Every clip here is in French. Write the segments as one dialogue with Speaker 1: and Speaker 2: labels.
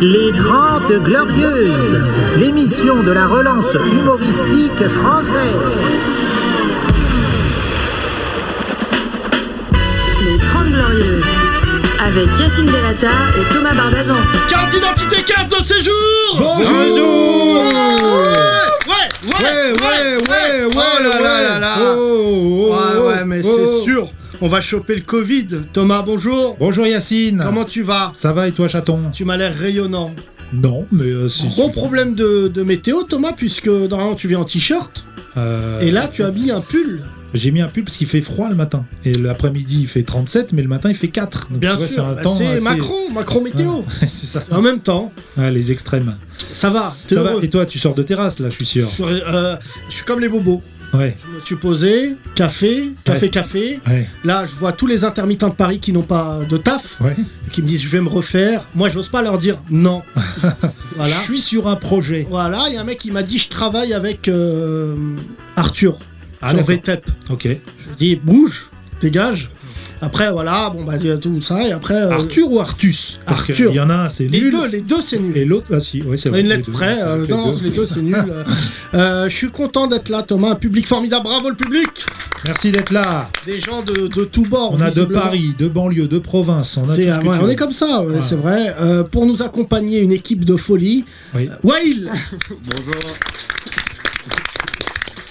Speaker 1: Les Grandes Glorieuses, l'émission de la relance humoristique française.
Speaker 2: Les 30 Glorieuses, avec Yacine Delata et Thomas Barbazan.
Speaker 3: Carte d'identité, carte de séjour
Speaker 4: Bonjour
Speaker 3: Ouais, ouais,
Speaker 4: Ouais, ouais, ouais, ouais,
Speaker 3: Oh là là
Speaker 4: ouais.
Speaker 3: là là
Speaker 4: Oh, oh,
Speaker 3: Ouais,
Speaker 4: oh,
Speaker 3: ouais, mais
Speaker 4: oh.
Speaker 3: c'est sûr, on va choper le Covid. Thomas, bonjour
Speaker 4: Bonjour Yacine
Speaker 3: Comment tu vas
Speaker 4: Ça va et toi chaton
Speaker 3: Tu m'as l'air rayonnant.
Speaker 4: Non, mais euh, si...
Speaker 3: Gros problème de, de météo, Thomas, puisque normalement tu viens en t-shirt,
Speaker 4: Euh,
Speaker 3: et là tu habilles un pull.
Speaker 4: J'ai mis un pull parce qu'il fait froid le matin. Et l'après-midi il fait 37, mais le matin il fait 4. Donc,
Speaker 3: Bien
Speaker 4: tu vois,
Speaker 3: sûr,
Speaker 4: c'est un
Speaker 3: bah,
Speaker 4: temps
Speaker 3: c'est
Speaker 4: assez-
Speaker 3: Macron, Hein Macron météo.
Speaker 4: c'est ça.
Speaker 3: En même temps,
Speaker 4: Ah, les extrêmes.
Speaker 3: ça va, t'es
Speaker 4: Ça va
Speaker 3: heureux.
Speaker 4: Et toi, tu sors de terrasse là, je suis sûr.
Speaker 3: Je suis, euh, je suis comme les bobos.
Speaker 4: Ouais,
Speaker 3: Je me suis posé, café, café,
Speaker 4: Ouais.
Speaker 3: café.
Speaker 4: ouais,
Speaker 3: Là, je vois tous les intermittents de Paris qui n'ont pas de taf,
Speaker 4: ouais.
Speaker 3: qui me disent je vais me refaire. Moi, j'ose pas leur dire non. voilà.
Speaker 4: Je suis sur un projet.
Speaker 3: Voilà, il y a un mec qui m'a dit je travaille avec euh, Arthur
Speaker 4: Ah,
Speaker 3: sur
Speaker 4: d'accord.
Speaker 3: VTEP.
Speaker 4: Ok.
Speaker 3: Je lui dis bouge, dégage. Après, voilà, bon, bah, il y a tout ça. Et après, euh,
Speaker 4: Arthur ou Artus Parce que
Speaker 3: Arthur.
Speaker 4: Il y en a un, c'est
Speaker 3: les
Speaker 4: nul.
Speaker 3: deux, les deux, c'est nul.
Speaker 4: Et l'autre, ah si, ouais, c'est
Speaker 3: À
Speaker 4: vrai.
Speaker 3: Une
Speaker 4: les
Speaker 3: lettre
Speaker 4: deux,
Speaker 3: près,
Speaker 4: c'est vrai
Speaker 3: euh,
Speaker 4: que
Speaker 3: non, non, c'est les deux, c'est nul. Euh, je suis content d'être là, Thomas, un public formidable, bravo le public
Speaker 4: Merci d'être là.
Speaker 3: Des gens de, de tous bords.
Speaker 4: On a de
Speaker 3: visiblement.
Speaker 4: Paris, de banlieue, de province. On a
Speaker 3: C'est-
Speaker 4: tout ce
Speaker 3: ah,
Speaker 4: que
Speaker 3: ouais,
Speaker 4: tu
Speaker 3: on
Speaker 4: veux.
Speaker 3: est comme ça, ouais,
Speaker 4: Voilà.
Speaker 3: c'est vrai. Euh, pour nous accompagner, une équipe de folie.
Speaker 4: Oui.
Speaker 3: Euh, Wail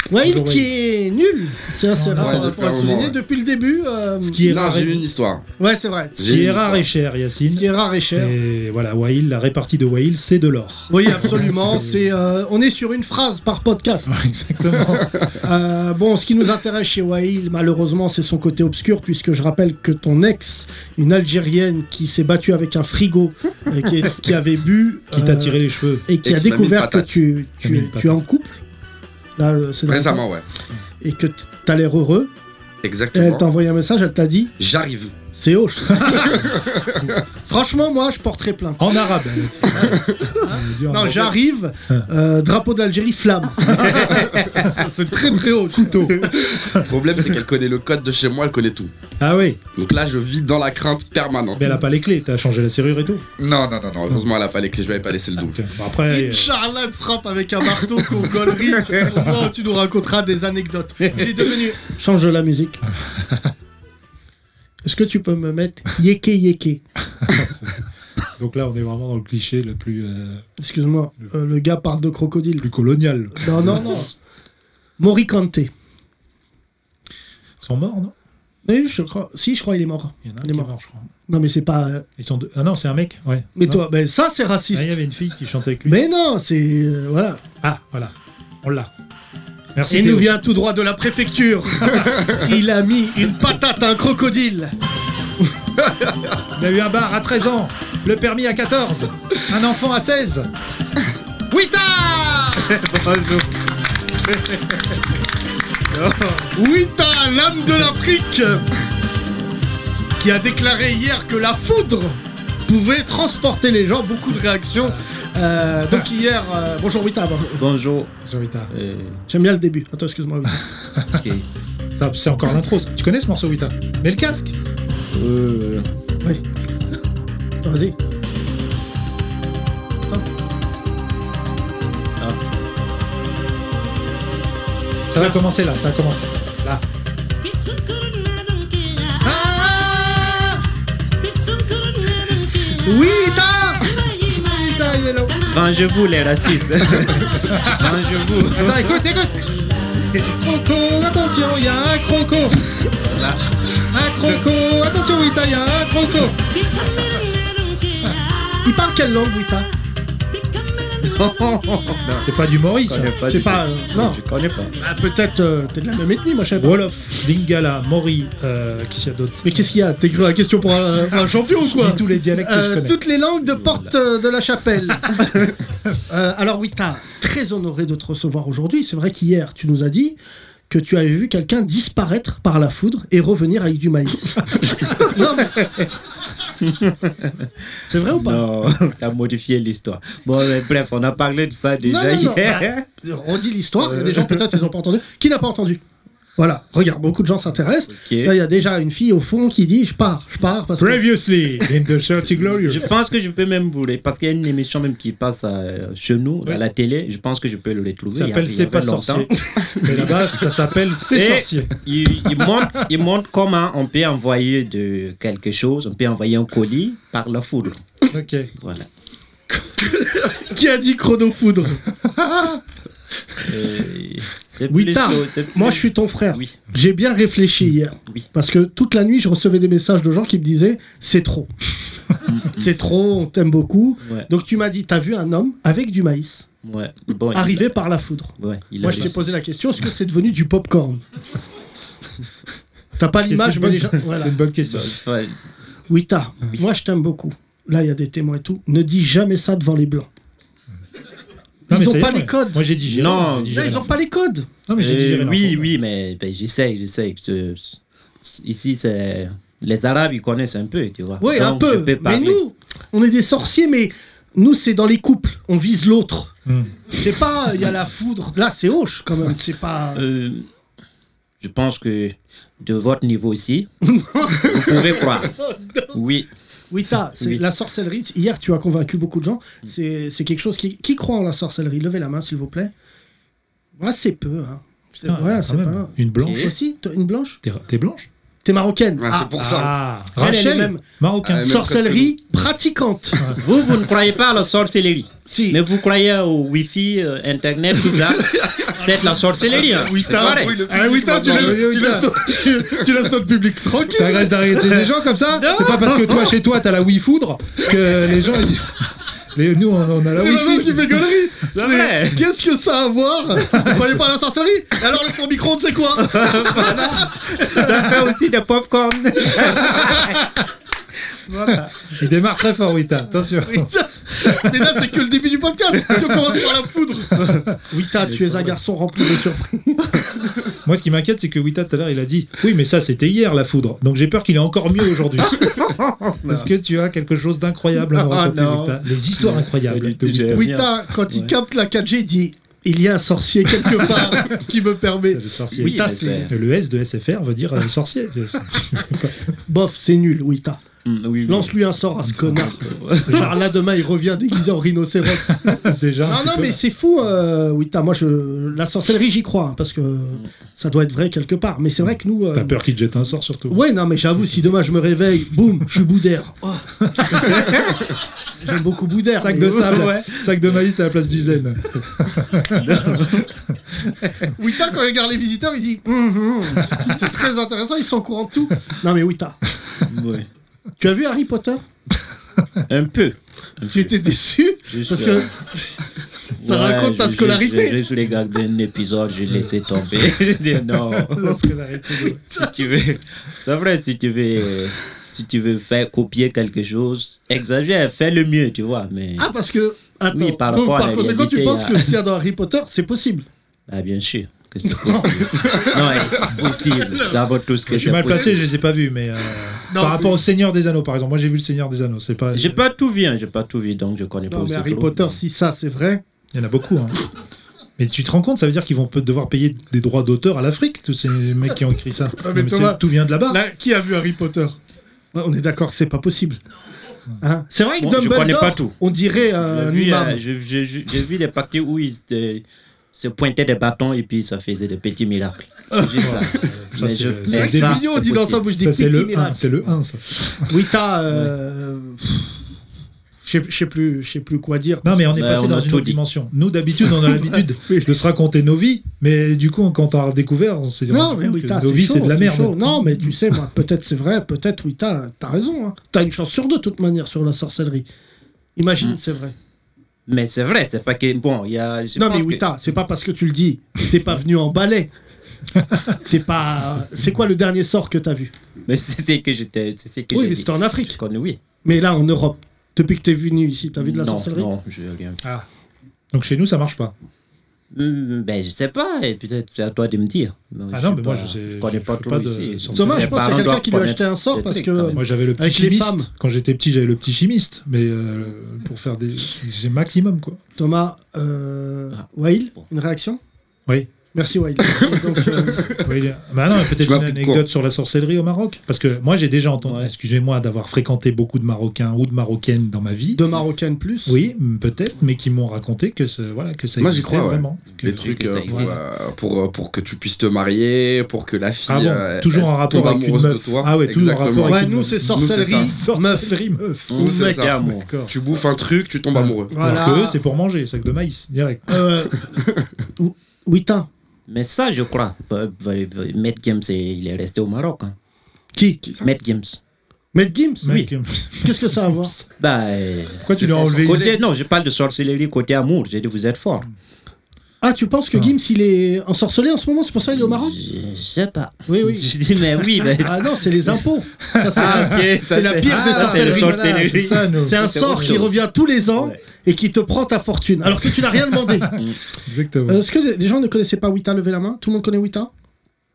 Speaker 3: Bonjour Wail
Speaker 4: Bonjour,
Speaker 3: qui est nul, ça c'est
Speaker 4: Ouais,
Speaker 3: rare
Speaker 5: depuis
Speaker 3: pour être
Speaker 5: un moment,
Speaker 3: souligné
Speaker 5: ouais.
Speaker 3: depuis le début. euh,
Speaker 4: Ce qui est
Speaker 5: Non,
Speaker 4: rare,
Speaker 5: j'ai eu
Speaker 4: et...
Speaker 5: une histoire.
Speaker 3: Ouais, c'est vrai.
Speaker 4: ce qui
Speaker 5: J'ai
Speaker 4: est
Speaker 5: une
Speaker 4: rare et
Speaker 5: histoire.
Speaker 4: cher,
Speaker 3: Ce
Speaker 4: Yacine.
Speaker 3: qui est rare et cher.
Speaker 4: Et voilà, Wail, la répartie de Wail, c'est de l'or.
Speaker 3: Oui, absolument.
Speaker 4: C'est-
Speaker 3: c'est, euh, on est sur une phrase par podcast.
Speaker 4: Exactement.
Speaker 3: Euh, bon, ce qui nous intéresse chez Wail, malheureusement, c'est son côté obscur, puisque je rappelle que ton ex, une Algérienne qui s'est battue avec un frigo, et qui, est- qui avait bu,
Speaker 4: qui
Speaker 3: euh,
Speaker 4: t'a tiré les cheveux.
Speaker 3: et qui
Speaker 5: Et
Speaker 3: a
Speaker 5: qui m'a mis une
Speaker 3: découvert que
Speaker 5: patate.
Speaker 3: tu,
Speaker 4: Qui m'a
Speaker 3: tu,
Speaker 4: mis une
Speaker 3: tu es en couple, là, euh, ces derniers
Speaker 5: Récemment, ouais.
Speaker 3: temps, et que t'as l'air heureux, et elle
Speaker 4: Euh,
Speaker 5: Exactement.
Speaker 3: t'a envoyé un message, elle t'a dit,
Speaker 5: J'arrive.
Speaker 3: c'est hoche. Franchement, moi, je porterais plainte.
Speaker 4: En arabe. elle a dit. Elle a dit en
Speaker 3: Ah, Non,
Speaker 4: arabe.
Speaker 3: j'arrive, euh, drapeau d'Algérie, flamme. c'est très très haut. Couteau.
Speaker 5: Le problème, c'est qu'elle connaît le code de chez moi, elle connaît tout.
Speaker 4: Ah oui,
Speaker 5: Donc là, je vis dans la crainte permanente.
Speaker 4: mais elle a pas les clés. T'as changé la serrure et tout.
Speaker 5: Non, non, non, non. Heureusement, elle a pas les clés. Je lui avais pas laissé le
Speaker 4: Ok.
Speaker 5: double.
Speaker 4: Bon, Après, euh,
Speaker 3: Charlotte frappe avec un marteau congolerie. Au moment où tu nous raconteras des anecdotes. Il est devenu. Change de la musique. Est-ce que tu peux me mettre Yeke Yeke
Speaker 4: euh, donc là, on est vraiment dans le cliché le plus, euh,
Speaker 3: Excuse-moi, euh, le gars parle de crocodile.
Speaker 4: plus colonial.
Speaker 3: Non, non, non. Moricante.
Speaker 4: Ils sont morts, non
Speaker 3: Oui, je crois. Si, je crois il est mort.
Speaker 4: Il y en a un
Speaker 3: Il est
Speaker 4: qui est
Speaker 3: mort.
Speaker 4: mort, je crois.
Speaker 3: Non, mais c'est pas. euh,
Speaker 4: Ils sont deux. Ah non, c'est un mec. Ouais.
Speaker 3: Mais
Speaker 4: Non.
Speaker 3: toi, ben ça c'est
Speaker 4: Ah,
Speaker 3: raciste.
Speaker 4: Il y avait une fille qui chantait avec lui.
Speaker 3: mais non, c'est. euh, voilà.
Speaker 4: Ah, voilà. On l'a. Merci.
Speaker 3: Il
Speaker 4: Théo.
Speaker 3: nous vient tout droit de la préfecture. il a mis une patate à un crocodile.
Speaker 4: Il a eu un bar à 13 ans, le permis à 14, un enfant à 16.
Speaker 3: Wita Wita, l'âme de l'Afrique, qui a déclaré hier que la foudre pouvait transporter les gens, beaucoup de réactions. Euh, donc hier, euh, bonjour Wita, bon,
Speaker 6: Bonjour.
Speaker 4: J'ai envie de ta-
Speaker 6: euh,
Speaker 3: j'aime bien le début. Attends, excuse-moi. Wita.
Speaker 6: ok.
Speaker 4: Putain, C'est encore l'intro. ça. Tu connais ce morceau, Wita Mais le casque
Speaker 6: Euh,
Speaker 3: Vas-y.
Speaker 6: ah, c'est-
Speaker 4: Ça va commencer là, ça a commencé. Là. Ah
Speaker 3: Wita Wita, il est là.
Speaker 6: Vengez-vous les racistes. Vengez-vous.
Speaker 4: Attends, écoute, écoute Croco, attention, il y a un croco Un croco, attention, Wita, il y a un croco
Speaker 3: Il parle quelle langue, Wita
Speaker 4: C'est pas du Maurice.
Speaker 6: Je connais
Speaker 4: hein.
Speaker 6: pas
Speaker 3: C'est
Speaker 6: du
Speaker 3: pas.
Speaker 6: tout.
Speaker 3: euh, non,
Speaker 6: Je connais pas.
Speaker 3: Ah, peut-être euh, t'es de la même ethnie, moi je sais pas.
Speaker 4: Wolof, Lingala, Maury, euh, qui s'y a d'autres
Speaker 3: Mais qu'est-ce qu'il y a T'écris la question pour un, pour un champion ou
Speaker 4: Je
Speaker 3: quoi
Speaker 4: dis tous les dialectes que je
Speaker 3: Euh,
Speaker 4: connais.
Speaker 3: Toutes les langues de porte euh, de la chapelle. Euh, alors Wita, très honoré de te recevoir aujourd'hui. C'est vrai qu'hier, tu nous as dit que tu avais vu quelqu'un disparaître par la foudre et revenir avec du maïs. Non, mais- C'est vrai ou pas
Speaker 6: Non, t'as modifié l'histoire. Bon, mais bref, on a parlé de ça déjà
Speaker 3: non, Ah. non.
Speaker 6: hier.
Speaker 4: Euh.
Speaker 3: On dit l'histoire, il y a des gens peut-être ils n'ont pas entendu. Qui n'a pas entendu Voilà, regarde, beaucoup de gens s'intéressent.
Speaker 6: Ok.
Speaker 3: Là, il y a déjà une fille au fond qui dit Je pars, je pars. Parce que-
Speaker 4: Previously, in the Shirty Glorious.
Speaker 6: Je pense que je peux même vous les- parce qu'il y a une émission même qui passe euh, chez nous
Speaker 4: Oui.
Speaker 6: à la télé. Je pense que je peux le retrouver.
Speaker 4: Ça
Speaker 6: Il y a-
Speaker 4: s'appelle
Speaker 6: il y
Speaker 4: C'est
Speaker 6: avait
Speaker 4: pas
Speaker 6: longtemps.
Speaker 4: sorcier. Mais là-bas, ça s'appelle C'est
Speaker 6: Et-
Speaker 4: sorcier.
Speaker 6: Il, il montre, il montre comment on peut envoyer de quelque chose, on peut envoyer un colis par la foudre.
Speaker 4: Ok.
Speaker 6: Voilà.
Speaker 3: Qui a dit chronofoudre
Speaker 6: Euh, c'est
Speaker 3: Oui,
Speaker 6: plus
Speaker 3: tard.
Speaker 6: que- c'est
Speaker 3: Moi,
Speaker 6: plus-
Speaker 3: je suis ton frère.
Speaker 6: Oui.
Speaker 3: J'ai bien réfléchi hier.
Speaker 6: Oui.
Speaker 3: Parce que toute la nuit, je recevais des messages de gens qui me disaient C'est trop. C'est trop, on t'aime beaucoup.
Speaker 6: Ouais.
Speaker 3: Donc, tu m'as dit T'as vu un homme avec du maïs
Speaker 6: Ouais. Bon, il-
Speaker 3: arrivé par la foudre
Speaker 6: ouais, il
Speaker 3: Moi,
Speaker 6: a
Speaker 3: je t'ai
Speaker 6: juste-
Speaker 3: posé la question Est-ce que c'est devenu du popcorn T'as pas
Speaker 4: C'est une
Speaker 3: l'image, mais
Speaker 4: bonne-
Speaker 3: les gens. Voilà.
Speaker 4: C'est une bonne question.
Speaker 6: Bah, enfin,
Speaker 3: Wita, moi, je t'aime beaucoup. Là, il y a des témoins et tout. Ne dis jamais ça devant les blancs.
Speaker 4: Non, mais
Speaker 3: Ils
Speaker 4: ça
Speaker 3: ont
Speaker 4: y est,
Speaker 3: pas
Speaker 4: moi-
Speaker 3: les codes.
Speaker 4: Moi, j'ai dit Gérard,
Speaker 6: Non,
Speaker 4: j'ai dit
Speaker 3: Là,
Speaker 4: Gérard.
Speaker 3: ils ont pas les codes.
Speaker 4: Non, mais j'ai dit
Speaker 6: Euh,
Speaker 4: Gérard.
Speaker 6: oui, oui, mais ben, j'essaie, j'essaie. Je- Ici, c'est les Arabes, ils connaissent un peu, tu vois.
Speaker 3: Oui, un
Speaker 6: Donc, je
Speaker 3: peu.
Speaker 6: peux
Speaker 3: Mais
Speaker 6: parler.
Speaker 3: nous, on est des sorciers, mais nous, c'est dans les couples. On vise l'autre.
Speaker 4: Hmm.
Speaker 3: C'est pas, il y a la foudre. Là, c'est hoche quand même. C'est pas.
Speaker 6: Euh, je pense que de votre niveau ici, vous pouvez croire. Oui,
Speaker 3: Wita, c'est
Speaker 6: oui. Hmm.
Speaker 3: la sorcellerie. Hier, tu as convaincu beaucoup de gens. C'est c'est quelque chose qui. Qui croit en la sorcellerie Levez la main, s'il vous plaît. Ouais, c'est peu. Hein. C'est
Speaker 4: Putain,
Speaker 3: ouais,
Speaker 4: quand
Speaker 3: c'est
Speaker 4: même.
Speaker 3: pas.
Speaker 4: Une blanche.
Speaker 6: Et-
Speaker 3: Aussi, t'as une blanche
Speaker 4: T'es- T'es blanche
Speaker 3: T'es marocaine.
Speaker 5: Ouais, c'est pour ça.
Speaker 4: Ah,
Speaker 3: Elle, elle est
Speaker 4: Rachel,
Speaker 3: même-
Speaker 5: Ah,
Speaker 4: marocain.
Speaker 5: elle est même
Speaker 3: Sorcellerie pratiquante.
Speaker 6: vous, vous ne croyez pas à la sorcellerie,
Speaker 3: si.
Speaker 6: mais vous croyez au Wi-Fi, euh, Internet, tout ça. C'est la sorcellerie. hein.
Speaker 5: C'est pareil. Le
Speaker 3: Ah,
Speaker 5: public maintenant.
Speaker 4: tu, laisses notre public tranquille. T'agresses d'arrêter des gens comme ça
Speaker 6: Non.
Speaker 4: C'est pas parce que toi, chez toi, t'as la Wii foudre que les gens. ils- Les, nous, on, on a la Wii
Speaker 3: meuf qui
Speaker 4: foudre.
Speaker 3: fait connerie
Speaker 6: C'est vrai.
Speaker 3: C'est- Qu'est-ce que ça a à voir Vous croyez pas à la sorcellerie Et Alors le four micro-ondes, c'est quoi
Speaker 6: Ça fait aussi des popcorn.
Speaker 4: Il démarre très fort, Wita. Attention.
Speaker 3: Et là, c'est que le début du podcast Si on commence par la foudre Wita, tu es un garçon rempli de surprises.
Speaker 4: Moi, ce qui m'inquiète, c'est que Wita, tout à l'heure, il a dit Oui, mais ça, c'était hier, la foudre. Donc, j'ai peur qu'il est encore mieux aujourd'hui. Est-ce que tu as quelque chose d'incroyable à nous
Speaker 3: Ah,
Speaker 6: Oh,
Speaker 4: raconter,
Speaker 6: non.
Speaker 4: Wita Les histoires
Speaker 6: Elle
Speaker 4: incroyables.
Speaker 6: était
Speaker 4: de Wita.
Speaker 6: géniale.
Speaker 3: Wita, quand il
Speaker 6: Ouais.
Speaker 3: capte la 4G, il dit « Il y a un sorcier quelque part qui me
Speaker 4: C'est
Speaker 3: permet
Speaker 4: le ». sorcier.
Speaker 3: Wita,
Speaker 6: mais
Speaker 3: c'est...
Speaker 6: c'est-
Speaker 4: Le S de SFR veut dire euh, sorcier.
Speaker 3: Bof, c'est nul, Wita.
Speaker 6: Mm, oui, oui.
Speaker 3: Lance-lui un sort à ce connard. Genre là, demain, il revient déguisé en rhinocéros.
Speaker 4: Déjà. un
Speaker 3: Non,
Speaker 4: petit
Speaker 3: non,
Speaker 4: peu.
Speaker 3: mais c'est fou, euh, Wita. Moi, je... la sorcellerie, j'y crois, hein, parce que ça doit être vrai quelque part. Mais c'est vrai que nous... euh,
Speaker 4: T'as peur qu'il te jette un sort, surtout.
Speaker 3: Ouais, non, mais j'avoue, si demain je me réveille, boum, je suis Boudère. Oh. J'aime beaucoup Boudère.
Speaker 4: Sac
Speaker 3: mais-
Speaker 4: de sable, sac de maïs à la place du zen.
Speaker 3: Wita, quand il regarde les visiteurs, il dit Hum, hum. C'est très intéressant, ils sont au courant de tout. Non, mais Wita,
Speaker 6: Ouais.
Speaker 3: tu as vu Harry Potter
Speaker 6: Un peu.
Speaker 3: Tu étais déçu
Speaker 6: Juste,
Speaker 3: Parce que
Speaker 6: euh,
Speaker 3: ça
Speaker 6: Ouais,
Speaker 3: raconte ta
Speaker 6: je- je-
Speaker 3: scolarité.
Speaker 6: J'ai juste regardé un épisode, j'ai laissé tomber. J'ai dit non, si tu veux. C'est vrai, si tu veux. euh, Si tu veux faire copier quelque chose, exagère, fais le mieux, tu vois. Mais
Speaker 3: Ah, parce que. Attends,
Speaker 6: Oui, par
Speaker 3: donc
Speaker 6: rapport à
Speaker 3: par
Speaker 6: la
Speaker 3: conséquent, tu
Speaker 6: réalité, euh,
Speaker 3: penses
Speaker 6: il y a-
Speaker 3: que ce qu'il y a dans Harry Potter, c'est possible.
Speaker 6: ah, bien sûr que c'est possible. non, eh, c'est possible. J'avoue tout ce que
Speaker 4: Je suis mal
Speaker 6: possible.
Speaker 4: placé, je les ai pas vus, mais euh,
Speaker 3: Non,
Speaker 4: par rapport
Speaker 3: mais-
Speaker 4: au Seigneur des Anneaux, par exemple, moi j'ai vu le Seigneur des Anneaux, c'est pas.
Speaker 6: J'ai pas tout vu, hein, j'ai pas tout vu, donc je connais pas
Speaker 3: Non, mais
Speaker 6: aussi
Speaker 3: Harry
Speaker 6: trop.
Speaker 3: Potter, si ça, c'est vrai.
Speaker 4: Il y en a beaucoup. hein. Mais tu te rends compte, ça veut dire qu'ils vont peut- devoir payer des droits d'auteur à l'Afrique, tous ces mecs qui ont écrit ça.
Speaker 3: mais
Speaker 4: Non, mais
Speaker 3: Thomas-
Speaker 4: c'est- tout vient de là-bas.
Speaker 3: Là, qui a vu Harry Potter Ouais, On est d'accord que c'est pas possible. Hein c'est vrai que
Speaker 6: Bon, je
Speaker 3: Dumbledore,
Speaker 6: connais pas tout.
Speaker 3: on dirait euh, un
Speaker 6: J'ai vu,
Speaker 3: imam.
Speaker 6: euh, j'ai- j'ai- j'ai- j'ai vu des parties où ils se- se pointaient des bâtons et puis ça faisait des petits miracles. C'est juste ça.
Speaker 4: Euh, Ça, c'est-
Speaker 6: Mais je-
Speaker 4: c'est
Speaker 6: mais
Speaker 4: vrai que
Speaker 3: C'est
Speaker 6: ça,
Speaker 3: mignon, on
Speaker 6: c'est
Speaker 3: dit dans sa
Speaker 6: possible.
Speaker 3: bouche des
Speaker 4: Ça, c'est
Speaker 3: petits
Speaker 4: le 1,
Speaker 3: miracles.
Speaker 4: c'est le 1, ça.
Speaker 3: Oui, t'as. euh, pff, Je sais- je sais plus, je sais plus quoi dire.
Speaker 4: Non, mais on est
Speaker 6: Bah,
Speaker 4: passé
Speaker 6: on a
Speaker 4: dans une
Speaker 6: tout
Speaker 4: autre
Speaker 6: dit.
Speaker 4: dimension. Nous, d'habitude, on a l'habitude de se raconter nos vies, mais du coup, quand on a redécouvert, on s'est dit
Speaker 3: Non,
Speaker 4: oh,
Speaker 3: mais
Speaker 4: que
Speaker 3: Wita,
Speaker 4: nos
Speaker 3: c'est
Speaker 4: vies,
Speaker 3: chaud,
Speaker 4: c'est de la merde.
Speaker 3: chaud. Non, mais tu sais, moi, peut-être c'est vrai, peut-être Wita, t'as raison. Hein. T'as une chance sur deux, de toute manière, sur la sorcellerie. Imagine,
Speaker 6: Mm.
Speaker 3: c'est vrai.
Speaker 6: Mais c'est vrai, c'est pas que. Bon, il y a. je
Speaker 3: non,
Speaker 6: pense
Speaker 3: mais
Speaker 6: que- Hmm.
Speaker 3: Wita, c'est pas parce que tu le dis. T'es pas venu en balai. T'es pas. C'est quoi le dernier sort que t'as vu
Speaker 6: Mais c'est c'est que j'étais. C'est c'est que
Speaker 3: Oui,
Speaker 6: j'ai
Speaker 3: mais
Speaker 6: dit.
Speaker 3: c'était en Afrique.
Speaker 6: Je connais, oui.
Speaker 3: Mais là, en Europe, depuis que t'es venu ici, t'as vu de la
Speaker 6: non,
Speaker 3: sorcellerie
Speaker 6: Non, je n'ai rien vu.
Speaker 4: Donc chez nous, ça marche pas.
Speaker 6: Hmm, ben, je sais pas, et peut-être c'est à toi de me dire. Non,
Speaker 4: Ah
Speaker 6: je
Speaker 4: non,
Speaker 6: sais
Speaker 4: mais moi,
Speaker 6: pas,
Speaker 4: je sais-
Speaker 6: connais
Speaker 4: je
Speaker 6: pas
Speaker 4: fais
Speaker 6: trop
Speaker 4: pas de
Speaker 6: ici.
Speaker 4: sorcellerie.
Speaker 3: Dommage,
Speaker 6: Les
Speaker 3: je pense qu'il y a
Speaker 6: parents
Speaker 3: quelqu'un
Speaker 6: doivent
Speaker 3: qui lui a
Speaker 6: connaître
Speaker 3: acheté un sort
Speaker 6: des
Speaker 3: parce
Speaker 6: trucs,
Speaker 3: que-
Speaker 6: quand même.
Speaker 4: Moi j'avais le petit
Speaker 3: Avec les
Speaker 4: chimiste.
Speaker 3: femmes.
Speaker 4: Quand j'étais petit, j'avais le petit chimiste, mais euh, pour faire des. C'est maximum quoi.
Speaker 3: Thomas, euh...
Speaker 6: Ah.
Speaker 3: Wael,
Speaker 6: Bon.
Speaker 3: une réaction
Speaker 4: Oui.
Speaker 3: Merci Wiley. Et donc, euh,
Speaker 4: Oui, il y a- bah non, peut-être
Speaker 5: Tu m'as
Speaker 4: une
Speaker 5: pris de
Speaker 4: anecdote sur la sorcellerie au Maroc. Parce que moi, j'ai déjà entendu, excusez-moi d'avoir fréquenté beaucoup de Marocains ou de Marocaines dans ma vie.
Speaker 3: deux Marocaines plus.
Speaker 4: Oui, m- peut-être, mais qui m'ont raconté que, ce, voilà, que ça
Speaker 5: Moi, j'y
Speaker 4: existait
Speaker 5: crois, ouais.
Speaker 4: vraiment. Que-
Speaker 5: Les
Speaker 6: que
Speaker 5: trucs
Speaker 6: ça
Speaker 5: euh, pour,
Speaker 6: existe.
Speaker 5: euh, pour, euh, pour que tu puisses te marier, pour que la fille.
Speaker 4: Ah bon,
Speaker 5: euh,
Speaker 4: toujours
Speaker 5: elle
Speaker 4: en rapport
Speaker 5: tombe
Speaker 4: avec une
Speaker 5: amoureuse de
Speaker 4: meuf.
Speaker 5: toi.
Speaker 4: Ah ouais, toujours en
Speaker 5: Exactement.
Speaker 4: rapport
Speaker 3: Ouais,
Speaker 4: avec
Speaker 3: nous c'est sorcellerie.
Speaker 5: Nous,
Speaker 4: Ah, Sorcellerie meuf.
Speaker 5: Nous, c'est
Speaker 6: mec,
Speaker 5: ça.
Speaker 3: hein,
Speaker 6: amour.
Speaker 4: D'accord.
Speaker 5: Tu bouffes un truc, tu
Speaker 4: Ah.
Speaker 5: tombes amoureux.
Speaker 3: Voilà.
Speaker 4: Alors que eux, c'est pour manger, sac de maïs, direct.
Speaker 3: Euh, Ou- Wita.
Speaker 6: Mais ça, je crois. bah, bah, bah, Maître Games, il est resté au Maroc. hein.
Speaker 3: Qui
Speaker 6: Maître Games.
Speaker 3: Matt Gims
Speaker 4: Mec, euh,
Speaker 3: Qu'est-ce que ça a à voir
Speaker 6: Bah, euh,
Speaker 4: Pourquoi tu
Speaker 5: C'est
Speaker 4: lui as
Speaker 5: fait
Speaker 4: enlevé une-
Speaker 6: côté, non, je parle de sorcellerie côté amour. J'ai dit, vous êtes fort.
Speaker 3: Ah, tu penses que
Speaker 4: Ah.
Speaker 3: Gims il est ensorcelé en ce moment C'est pour ça qu'il est au Maroc
Speaker 6: Je sais pas.
Speaker 3: Oui, oui.
Speaker 6: Je dis, mais oui. bah,
Speaker 3: Ah non, c'est les impôts. Ça, c'est-
Speaker 6: ah, ok, ça,
Speaker 3: c'est la pire des
Speaker 6: ça, c'est le
Speaker 3: sorcelleries.
Speaker 6: sorcellerie.
Speaker 4: C'est ça, nous.
Speaker 3: C'est un
Speaker 6: c'est
Speaker 3: sort
Speaker 6: autre
Speaker 3: qui
Speaker 6: chose.
Speaker 3: revient tous les ans
Speaker 6: Ouais.
Speaker 3: et qui te prend ta fortune, alors que tu n'as rien demandé.
Speaker 4: Exactement.
Speaker 3: Euh, Est-ce que les gens ne connaissaient pas Wita Levez la main. Tout le monde connaît Wita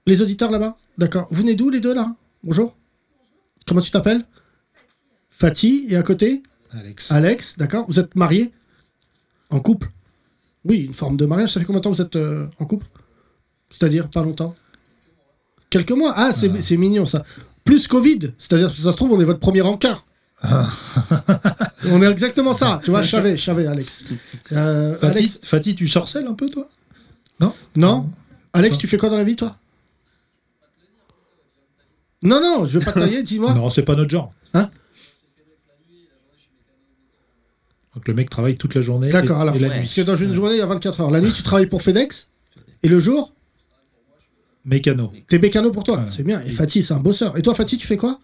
Speaker 3: Les auditeurs là-bas D'accord. Vous venez d'où les deux là Bonjour. Comment tu t'appelles Fatih. Et à côté
Speaker 4: Alex.
Speaker 3: Alex. D'accord. Vous êtes mariés En couple Oui, une forme de mariage. Ça fait combien de temps que vous êtes euh, en couple C'est-à-dire pas longtemps Quelques mois Ah, c'est c'est mignon ça. Plus Covid. C'est-à-dire, si ça se trouve, on est votre premier encart.
Speaker 4: Ah.
Speaker 3: on est exactement ça. Tu vois, je savais, je savais, Alex. Euh,
Speaker 4: Fatih,
Speaker 3: Alex.
Speaker 4: Fatih, tu sorcelles un peu, toi
Speaker 3: Non Alex, tu fais quoi dans la vie, toi Non, non, je veux pas tailler, dis-moi.
Speaker 4: Non, c'est pas notre genre.
Speaker 3: Hein
Speaker 4: Donc le mec travaille toute la journée.
Speaker 3: D'accord,
Speaker 4: et-
Speaker 3: alors.
Speaker 4: et la
Speaker 6: Ouais.
Speaker 4: nuit.
Speaker 3: Parce que dans une journée, il y a 24 heures. La nuit, tu travailles pour FedEx et le jour,
Speaker 4: Mécano.
Speaker 3: t'es bécano pour toi.
Speaker 4: Voilà.
Speaker 3: C'est bien. Et Fatih, c'est un bosseur. Et toi, Fatih, tu fais quoi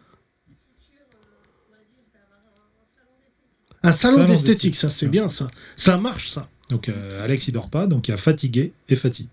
Speaker 3: Un salon
Speaker 4: Salon
Speaker 3: d'esthétique,
Speaker 4: d'esthétique.
Speaker 3: ça, c'est bien, ça. Ça marche, ça.
Speaker 4: Donc euh, Alex il dort pas, donc il y a fatigué et Fatih.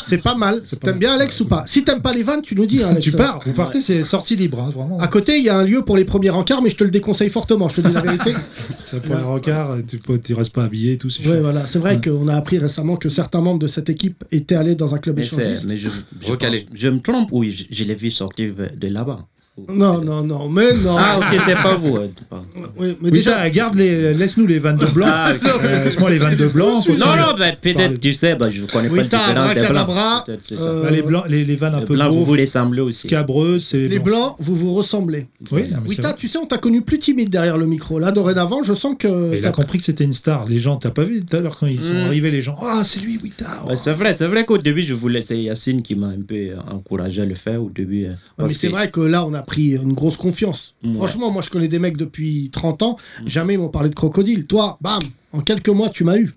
Speaker 3: C'est pas mal.
Speaker 4: C'est pas
Speaker 3: T'aimes
Speaker 4: mal.
Speaker 3: bien Alex ou pas Si t'aimes pas les vannes, tu nous dis, hein, Alex.
Speaker 4: tu pars, vous partez, c'est sortie libre, hein, vraiment.
Speaker 3: À côté, il y a un lieu pour les premiers encarts, mais je te le déconseille fortement, je te dis la vérité.
Speaker 4: Ça pour les rencarts, tu, peux- tu restes pas habillé et tout, c'est
Speaker 3: Ouais,
Speaker 4: chaud.
Speaker 3: voilà. C'est vrai
Speaker 4: Ouais.
Speaker 3: qu'on a appris récemment que certains membres de cette équipe étaient allés dans un club
Speaker 6: Mais,
Speaker 3: échangiste.
Speaker 6: c'est- mais je, je,
Speaker 5: Recalé.
Speaker 6: pense- je me trompe ou je, je l'ai vu sortir de là-bas
Speaker 3: Non, non, non, mais non.
Speaker 6: Ah, ok, c'est pas vous. hein, pardon.
Speaker 3: Oui, mais
Speaker 4: Oui,
Speaker 3: déjà,
Speaker 4: t'as- garde les, laisse-nous les vannes de blanc.
Speaker 6: Ah, ok.
Speaker 4: Euh, Laisse-moi les vannes de blanc. on
Speaker 6: Non,
Speaker 4: continue.
Speaker 6: non, bah, peut-être, tu sais, bah, je ne connais
Speaker 3: Oui,
Speaker 6: pas le
Speaker 3: t'as
Speaker 6: différent des
Speaker 3: abracadabra,
Speaker 6: blancs. Peut-être, c'est ça.
Speaker 3: euh,
Speaker 4: Bah, les, blancs, les, les vannes un
Speaker 6: Les
Speaker 4: peu
Speaker 6: blancs, vous
Speaker 4: gros,
Speaker 6: vous les semblez aussi.
Speaker 4: scabreuses, c'est les,
Speaker 3: les blancs,
Speaker 4: blancs.
Speaker 3: vous vous ressemblez.
Speaker 4: Oui, non, mais c'est
Speaker 3: Wita,
Speaker 4: vrai.
Speaker 3: tu sais, on t'a connu plus timide derrière le micro. Là, dorénavant, je sens que.
Speaker 4: Et Il a
Speaker 3: t'as-
Speaker 4: compris que c'était une star. Les gens, t'as pas vu tout à l'heure quand ils sont
Speaker 6: Mm.
Speaker 4: arrivés, les gens. Ah, c'est lui, Wita.
Speaker 6: Ouais, c'est vrai, c'est vrai qu'au début, je voulais, c'est Yacine qui m'a un peu euh, encouragé à le faire au début. euh,
Speaker 3: Ouais, Ah, mais
Speaker 6: parce
Speaker 3: c'est
Speaker 6: que-
Speaker 3: vrai que là, on a pris une grosse confiance.
Speaker 6: Ouais.
Speaker 3: Franchement, moi, je connais des mecs depuis 30 ans.
Speaker 4: Mm.
Speaker 3: Jamais ils m'ont parlé de crocodile. Toi, bam, en quelques mois, tu m'as eu.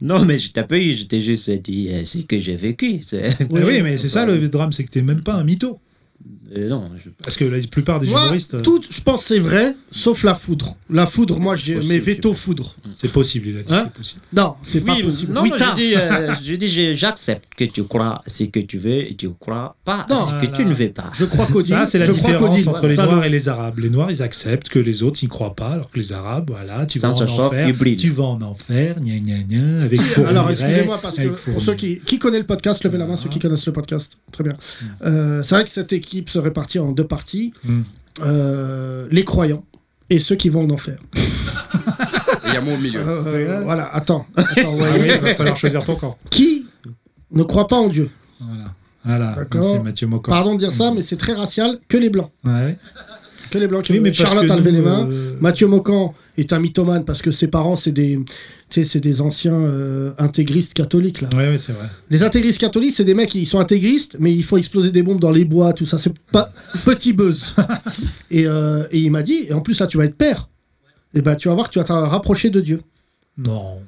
Speaker 6: Non, mais je t'ai pas eu, je t'ai juste dit euh, c'est que j'ai vécu. c'est-
Speaker 4: Eh oui, oui, mais c'est ça le drame, c'est que t'es même pas un mytho.
Speaker 6: Euh, non, je-
Speaker 4: Parce que la plupart des
Speaker 3: Moi,
Speaker 4: humoristes, euh,
Speaker 3: tout, je pense, c'est vrai, sauf la foudre. La foudre, moi, j'ai
Speaker 6: possible,
Speaker 3: mes
Speaker 6: c'est
Speaker 3: veto foudre.
Speaker 4: euh, c'est possible, il a dit.
Speaker 3: Hein
Speaker 4: c'est possible.
Speaker 3: Non, c'est pas
Speaker 6: Oui,
Speaker 3: possible.
Speaker 6: Non,
Speaker 3: Wita,
Speaker 6: je dis, euh, je dis, je- j'accepte que tu crois ce que tu veux et tu crois pas
Speaker 3: Non.
Speaker 6: ce que tu
Speaker 4: Voilà.
Speaker 6: ne veux pas.
Speaker 3: je crois qu'Odile.
Speaker 4: Ça, c'est la
Speaker 3: je crois
Speaker 4: différence
Speaker 3: qu'Odile,
Speaker 4: entre les
Speaker 3: ça,
Speaker 4: Noirs et les Arabes. Les Noirs, ils acceptent que les autres, ils croient pas, alors que les Arabes, voilà, tu
Speaker 6: Ça,
Speaker 4: vas en
Speaker 6: ça chauffe,
Speaker 4: enfer,
Speaker 6: ils brillent.
Speaker 4: tu vas en enfer, gna gna gna, avec
Speaker 3: le- Alors,
Speaker 4: Fourniret,
Speaker 3: excusez-moi, parce que
Speaker 4: avec
Speaker 3: pour ceux qui, qui connaissent le podcast, levez la main,
Speaker 4: Voilà.
Speaker 3: ceux qui connaissent le podcast. Très bien.
Speaker 4: Mm.
Speaker 3: Euh, c'est vrai que cette équipe se répartit en deux parties
Speaker 4: Fourniret.
Speaker 3: Euh, les croyants et ceux qui vont en enfer.
Speaker 5: Et il y a moi au milieu.
Speaker 3: Euh, voilà, attends. attends,
Speaker 4: Ah
Speaker 3: ouais.
Speaker 4: oui, il va falloir choisir ton camp.
Speaker 3: qui ne croit pas en Dieu
Speaker 4: Voilà. Voilà,
Speaker 3: D'accord.
Speaker 4: c'est Mathieu Mocor.
Speaker 3: Pardon de dire ça, mais c'est très racial. Que les blancs.
Speaker 4: Ouais, ouais.
Speaker 3: Que les blancs qui
Speaker 4: Oui, mais parce
Speaker 3: Charlotte
Speaker 4: que
Speaker 3: a levé
Speaker 4: nous,
Speaker 3: les mains.
Speaker 4: euh,
Speaker 3: Mathieu Mocan est un mythomane parce que ses parents, c'est des, tu sais, c'est des anciens euh, intégristes catholiques. Là.
Speaker 4: Ouais, ouais, c'est vrai.
Speaker 3: Les intégristes catholiques, c'est des mecs qui sont intégristes, mais il faut exploser des bombes dans les bois, tout ça. C'est pas petit buzz. et, euh, et il m'a dit, et en plus là, tu vas être père. Et ben, tu vas voir que tu vas te rapprocher de Dieu.
Speaker 4: Non.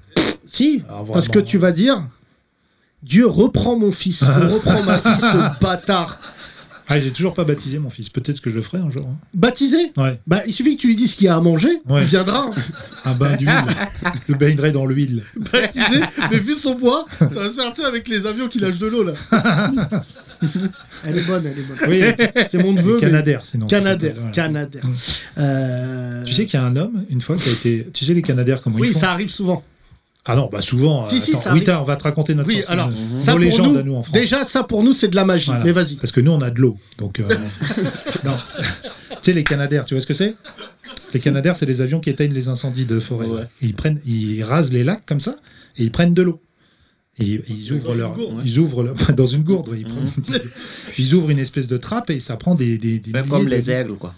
Speaker 3: Si,
Speaker 4: Ah, vraiment,
Speaker 3: parce que tu
Speaker 4: non.
Speaker 3: vas dire, Dieu reprend mon fils, reprend ma fille, ce bâtard.
Speaker 4: Ah, j'ai toujours pas baptisé mon fils. Peut-être que je le ferai un jour. hein.
Speaker 3: Baptisé
Speaker 4: Ouais.
Speaker 3: bah, il suffit que tu lui dises ce qu'il y a à manger,
Speaker 4: Ouais.
Speaker 3: il viendra. hein.
Speaker 4: Un bain d'huile. bah, le baignerai dans l'huile.
Speaker 3: Baptisé, mais vu son bois, ça va se faire tu sais, avec les avions qui lâchent de l'eau là. elle est bonne, elle est bonne.
Speaker 4: Oui,
Speaker 3: C'est mon neveu. mais-
Speaker 4: Canadair, sinon. ça
Speaker 3: Canadair,
Speaker 4: s'appelle, voilà.
Speaker 3: Canadair. Euh,
Speaker 4: Tu sais qu'il y a un homme, une fois, qui a été. Tu sais, les Canadaires, comment
Speaker 3: oui,
Speaker 4: ils font
Speaker 3: ça arrive souvent.
Speaker 4: Ah non, bah souvent.
Speaker 3: Si,
Speaker 4: euh,
Speaker 3: si,
Speaker 4: attends,
Speaker 3: ça
Speaker 4: oui,
Speaker 3: arrive.
Speaker 4: t'as- on va te raconter notre
Speaker 3: Oui,
Speaker 4: sorte-
Speaker 3: alors,
Speaker 4: nos
Speaker 3: Ça pour
Speaker 4: légendes
Speaker 3: nous,
Speaker 4: à nous en France.
Speaker 3: déjà, ça pour nous, c'est de la magie.
Speaker 4: Voilà.
Speaker 3: Mais vas-y.
Speaker 4: Parce que nous, on a de l'eau. Donc, euh, non. Tu sais, les Canadaires, tu vois ce que c'est Les Canadaires, c'est les avions qui éteignent les incendies de forêt.
Speaker 6: Ouais.
Speaker 4: Ils, prennent, ils rasent les lacs comme ça et ils prennent de l'eau. Ils, ils ouvrent
Speaker 7: une
Speaker 4: leur,
Speaker 7: gourde, ouais.
Speaker 4: ils ouvrent leur- dans une gourde, ouais, ils,
Speaker 3: Mhm.
Speaker 4: prennent- ils ouvrent une espèce de trappe et ça prend des, des, des
Speaker 6: Fais
Speaker 4: milliers
Speaker 6: comme
Speaker 4: de-
Speaker 6: les aigles, quoi.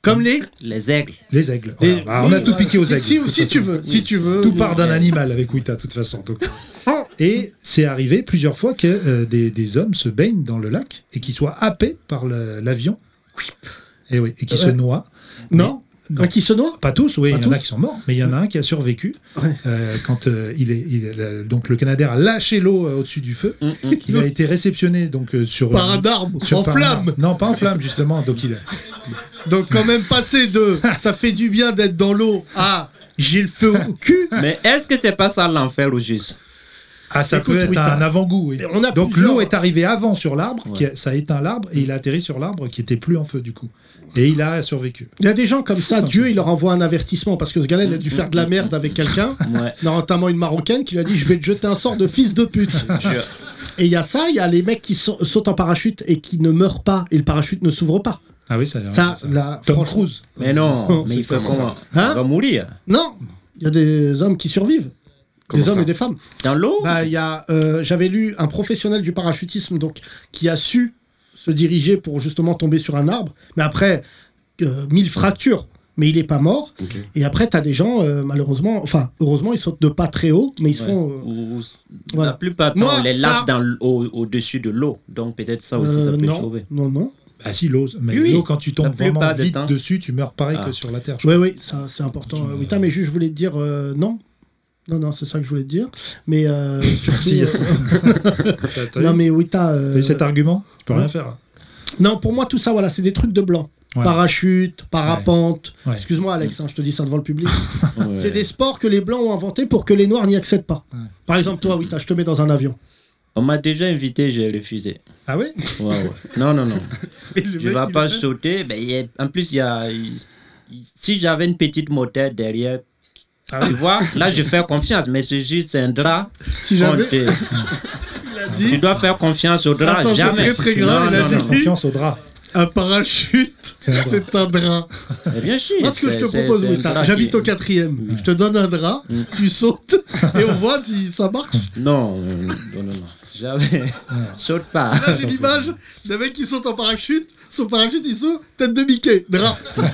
Speaker 3: Comme les.
Speaker 6: Les aigles.
Speaker 4: les aigles.
Speaker 3: Les-
Speaker 4: Voilà. Bah, on a
Speaker 3: oui,
Speaker 4: tout
Speaker 3: voilà.
Speaker 4: piqué aux
Speaker 3: Si-
Speaker 4: aigles. de
Speaker 3: Si,
Speaker 4: toute
Speaker 3: si tu
Speaker 4: façon.
Speaker 3: veux, si tu veux.
Speaker 4: Tout
Speaker 3: nous-
Speaker 4: part d'un animal avec Wita, de toute façon. donc. Et c'est arrivé plusieurs fois que euh, des, des hommes se baignent dans le lac et qu'ils soient happés par le- l'avion. Et oui, et qui se
Speaker 3: Ouais.
Speaker 4: noient.
Speaker 3: Non.
Speaker 4: Non.
Speaker 3: Un euh, qui se noie
Speaker 4: Pas tous, oui,
Speaker 3: Pas
Speaker 4: il y en a
Speaker 3: tous.
Speaker 4: qui sont morts, mais il y en a un qui a survécu.
Speaker 3: Ouais.
Speaker 4: Euh, quand euh, il est, il est- le- donc le Canadair a lâché l'eau euh, au-dessus du feu, il a été réceptionné donc euh, sur
Speaker 3: Mm, Par un
Speaker 4: une-
Speaker 3: arbre,
Speaker 4: sur-
Speaker 3: en
Speaker 4: par un-
Speaker 3: flamme.
Speaker 4: Non, pas en flamme justement. Donc il a-
Speaker 3: Donc, quand même, passer de ça fait du bien d'être dans l'eau à j'ai le feu au cul.
Speaker 6: Mais est-ce que c'est pas ça l'enfer au juste
Speaker 4: ah, ça
Speaker 3: Écoute,
Speaker 4: peut être
Speaker 3: oui, t'as-
Speaker 4: un avant-goût. oui.
Speaker 3: Et on a
Speaker 4: donc
Speaker 3: plusieurs-
Speaker 4: l'eau est arrivée avant sur l'arbre,
Speaker 6: Ouais.
Speaker 4: qui a- ça a éteint l'arbre et il a atterri sur l'arbre qui était plus en feu du coup. Et il a survécu.
Speaker 3: Il y a des gens comme ça, Dieu, il leur envoie un avertissement parce que ce gars-là, il a dû faire de la merde avec quelqu'un.
Speaker 6: Ouais.
Speaker 3: notamment une marocaine qui lui a dit je vais te jeter un sort de fils de pute. et il y a ça, il y a les mecs qui sa- sautent en parachute et qui ne meurent pas et le parachute ne s'ouvre pas.
Speaker 4: Ah oui, ça.
Speaker 3: ça, la
Speaker 4: Tom
Speaker 3: franchement-
Speaker 4: Cruise.
Speaker 6: Mais non, mais
Speaker 5: c'est
Speaker 6: il faut
Speaker 5: comment ça
Speaker 6: comment
Speaker 3: Hein
Speaker 6: On va mourir.
Speaker 3: Non, il y a des hommes qui survivent.
Speaker 5: Comment
Speaker 3: des hommes
Speaker 5: ça
Speaker 3: et des femmes.
Speaker 6: Dans l'eau
Speaker 3: Bah, il y a, euh, j'avais lu un professionnel du parachutisme donc qui a su se diriger pour justement tomber sur un arbre, mais après euh, mille fractures, mais il n'est pas mort.
Speaker 5: Ok.
Speaker 3: Et après, tu as des gens, euh, malheureusement, enfin, heureusement, ils sautent de pas très haut, mais ils se
Speaker 6: Ouais.
Speaker 3: font. euh,
Speaker 6: Ou- ou-
Speaker 3: voilà.
Speaker 6: La plupart du
Speaker 3: Moi,
Speaker 6: temps, on les
Speaker 3: ça-
Speaker 6: lâche dans l- au- au-dessus de l'eau. Donc peut-être Ah ça aussi,
Speaker 3: euh,
Speaker 6: ça peut
Speaker 3: non,
Speaker 6: sauver.
Speaker 3: non, non.
Speaker 4: Ah si l'eau, mais
Speaker 6: Oui, oui.
Speaker 4: l'eau quand tu tombes
Speaker 6: plupart
Speaker 4: vraiment
Speaker 6: des
Speaker 4: vite
Speaker 6: temps.
Speaker 4: dessus, tu meurs pareil
Speaker 6: Ah.
Speaker 4: que sur la terre. je
Speaker 3: Oui, oui, ça, c'est important.
Speaker 4: Tu
Speaker 3: euh,
Speaker 4: me-
Speaker 3: Wita, mais juste, je voulais te dire euh, non. Non, non, c'est ça que je voulais te dire. Mais euh, surtout,
Speaker 4: Merci,
Speaker 3: euh,
Speaker 4: Yassine. crois. T'as- t'as
Speaker 3: non,
Speaker 4: eu-
Speaker 3: mais Wita. euh,
Speaker 4: t'as eu cet argument Tu peux
Speaker 3: ouais.
Speaker 4: rien faire.
Speaker 3: Non, pour moi, tout ça, voilà, c'est des trucs de blanc.
Speaker 4: Ouais.
Speaker 3: Parachute, parapente.
Speaker 4: Ouais.
Speaker 3: Excuse-moi, Alex, hein, je te dis ça devant le public.
Speaker 6: Ouais.
Speaker 3: C'est des sports que les blancs ont inventés pour que les noirs n'y accèdent pas.
Speaker 4: Ouais.
Speaker 3: Par exemple, toi, Wita, je te mets dans un avion.
Speaker 6: On m'a déjà invité, j'ai refusé.
Speaker 4: Ah oui
Speaker 6: Ouais, ouais. Non, non, non.
Speaker 3: le
Speaker 6: Je ne vais pas sauter. mais il y a- en plus, il y a... il- si j'avais une petite motette derrière,
Speaker 4: Ah
Speaker 6: tu vois, là, je fais confiance. Mais c'est juste un drap.
Speaker 3: Si
Speaker 6: Quand
Speaker 3: jamais.
Speaker 6: t'es-
Speaker 3: Il a
Speaker 6: tu
Speaker 3: dit
Speaker 6: dois faire confiance au drap.
Speaker 3: Attends, c'est
Speaker 6: jamais.
Speaker 3: très, très grave,
Speaker 6: Non,
Speaker 3: il a
Speaker 6: non,
Speaker 3: dit.
Speaker 6: non.
Speaker 4: Confiance au drap.
Speaker 3: un parachute,
Speaker 4: C'est un drap.
Speaker 3: c'est un drap.
Speaker 6: Mais Bien sûr.
Speaker 3: Moi, ce que je
Speaker 6: c'est-
Speaker 3: te
Speaker 6: c'est-
Speaker 3: propose,
Speaker 6: c'est un
Speaker 3: Wita,
Speaker 6: drap
Speaker 3: j'habite
Speaker 6: qui-
Speaker 3: au quatrième. Je te donne un drap, tu sautes et on voit si ça marche.
Speaker 6: Non, euh, non, non, non. Jamais.
Speaker 3: Ah.
Speaker 6: Saute pas.
Speaker 3: Là, j'ai l'image d'un mec qui saute en parachute. Son parachute, il saute, tête de Mickey, drap. Non,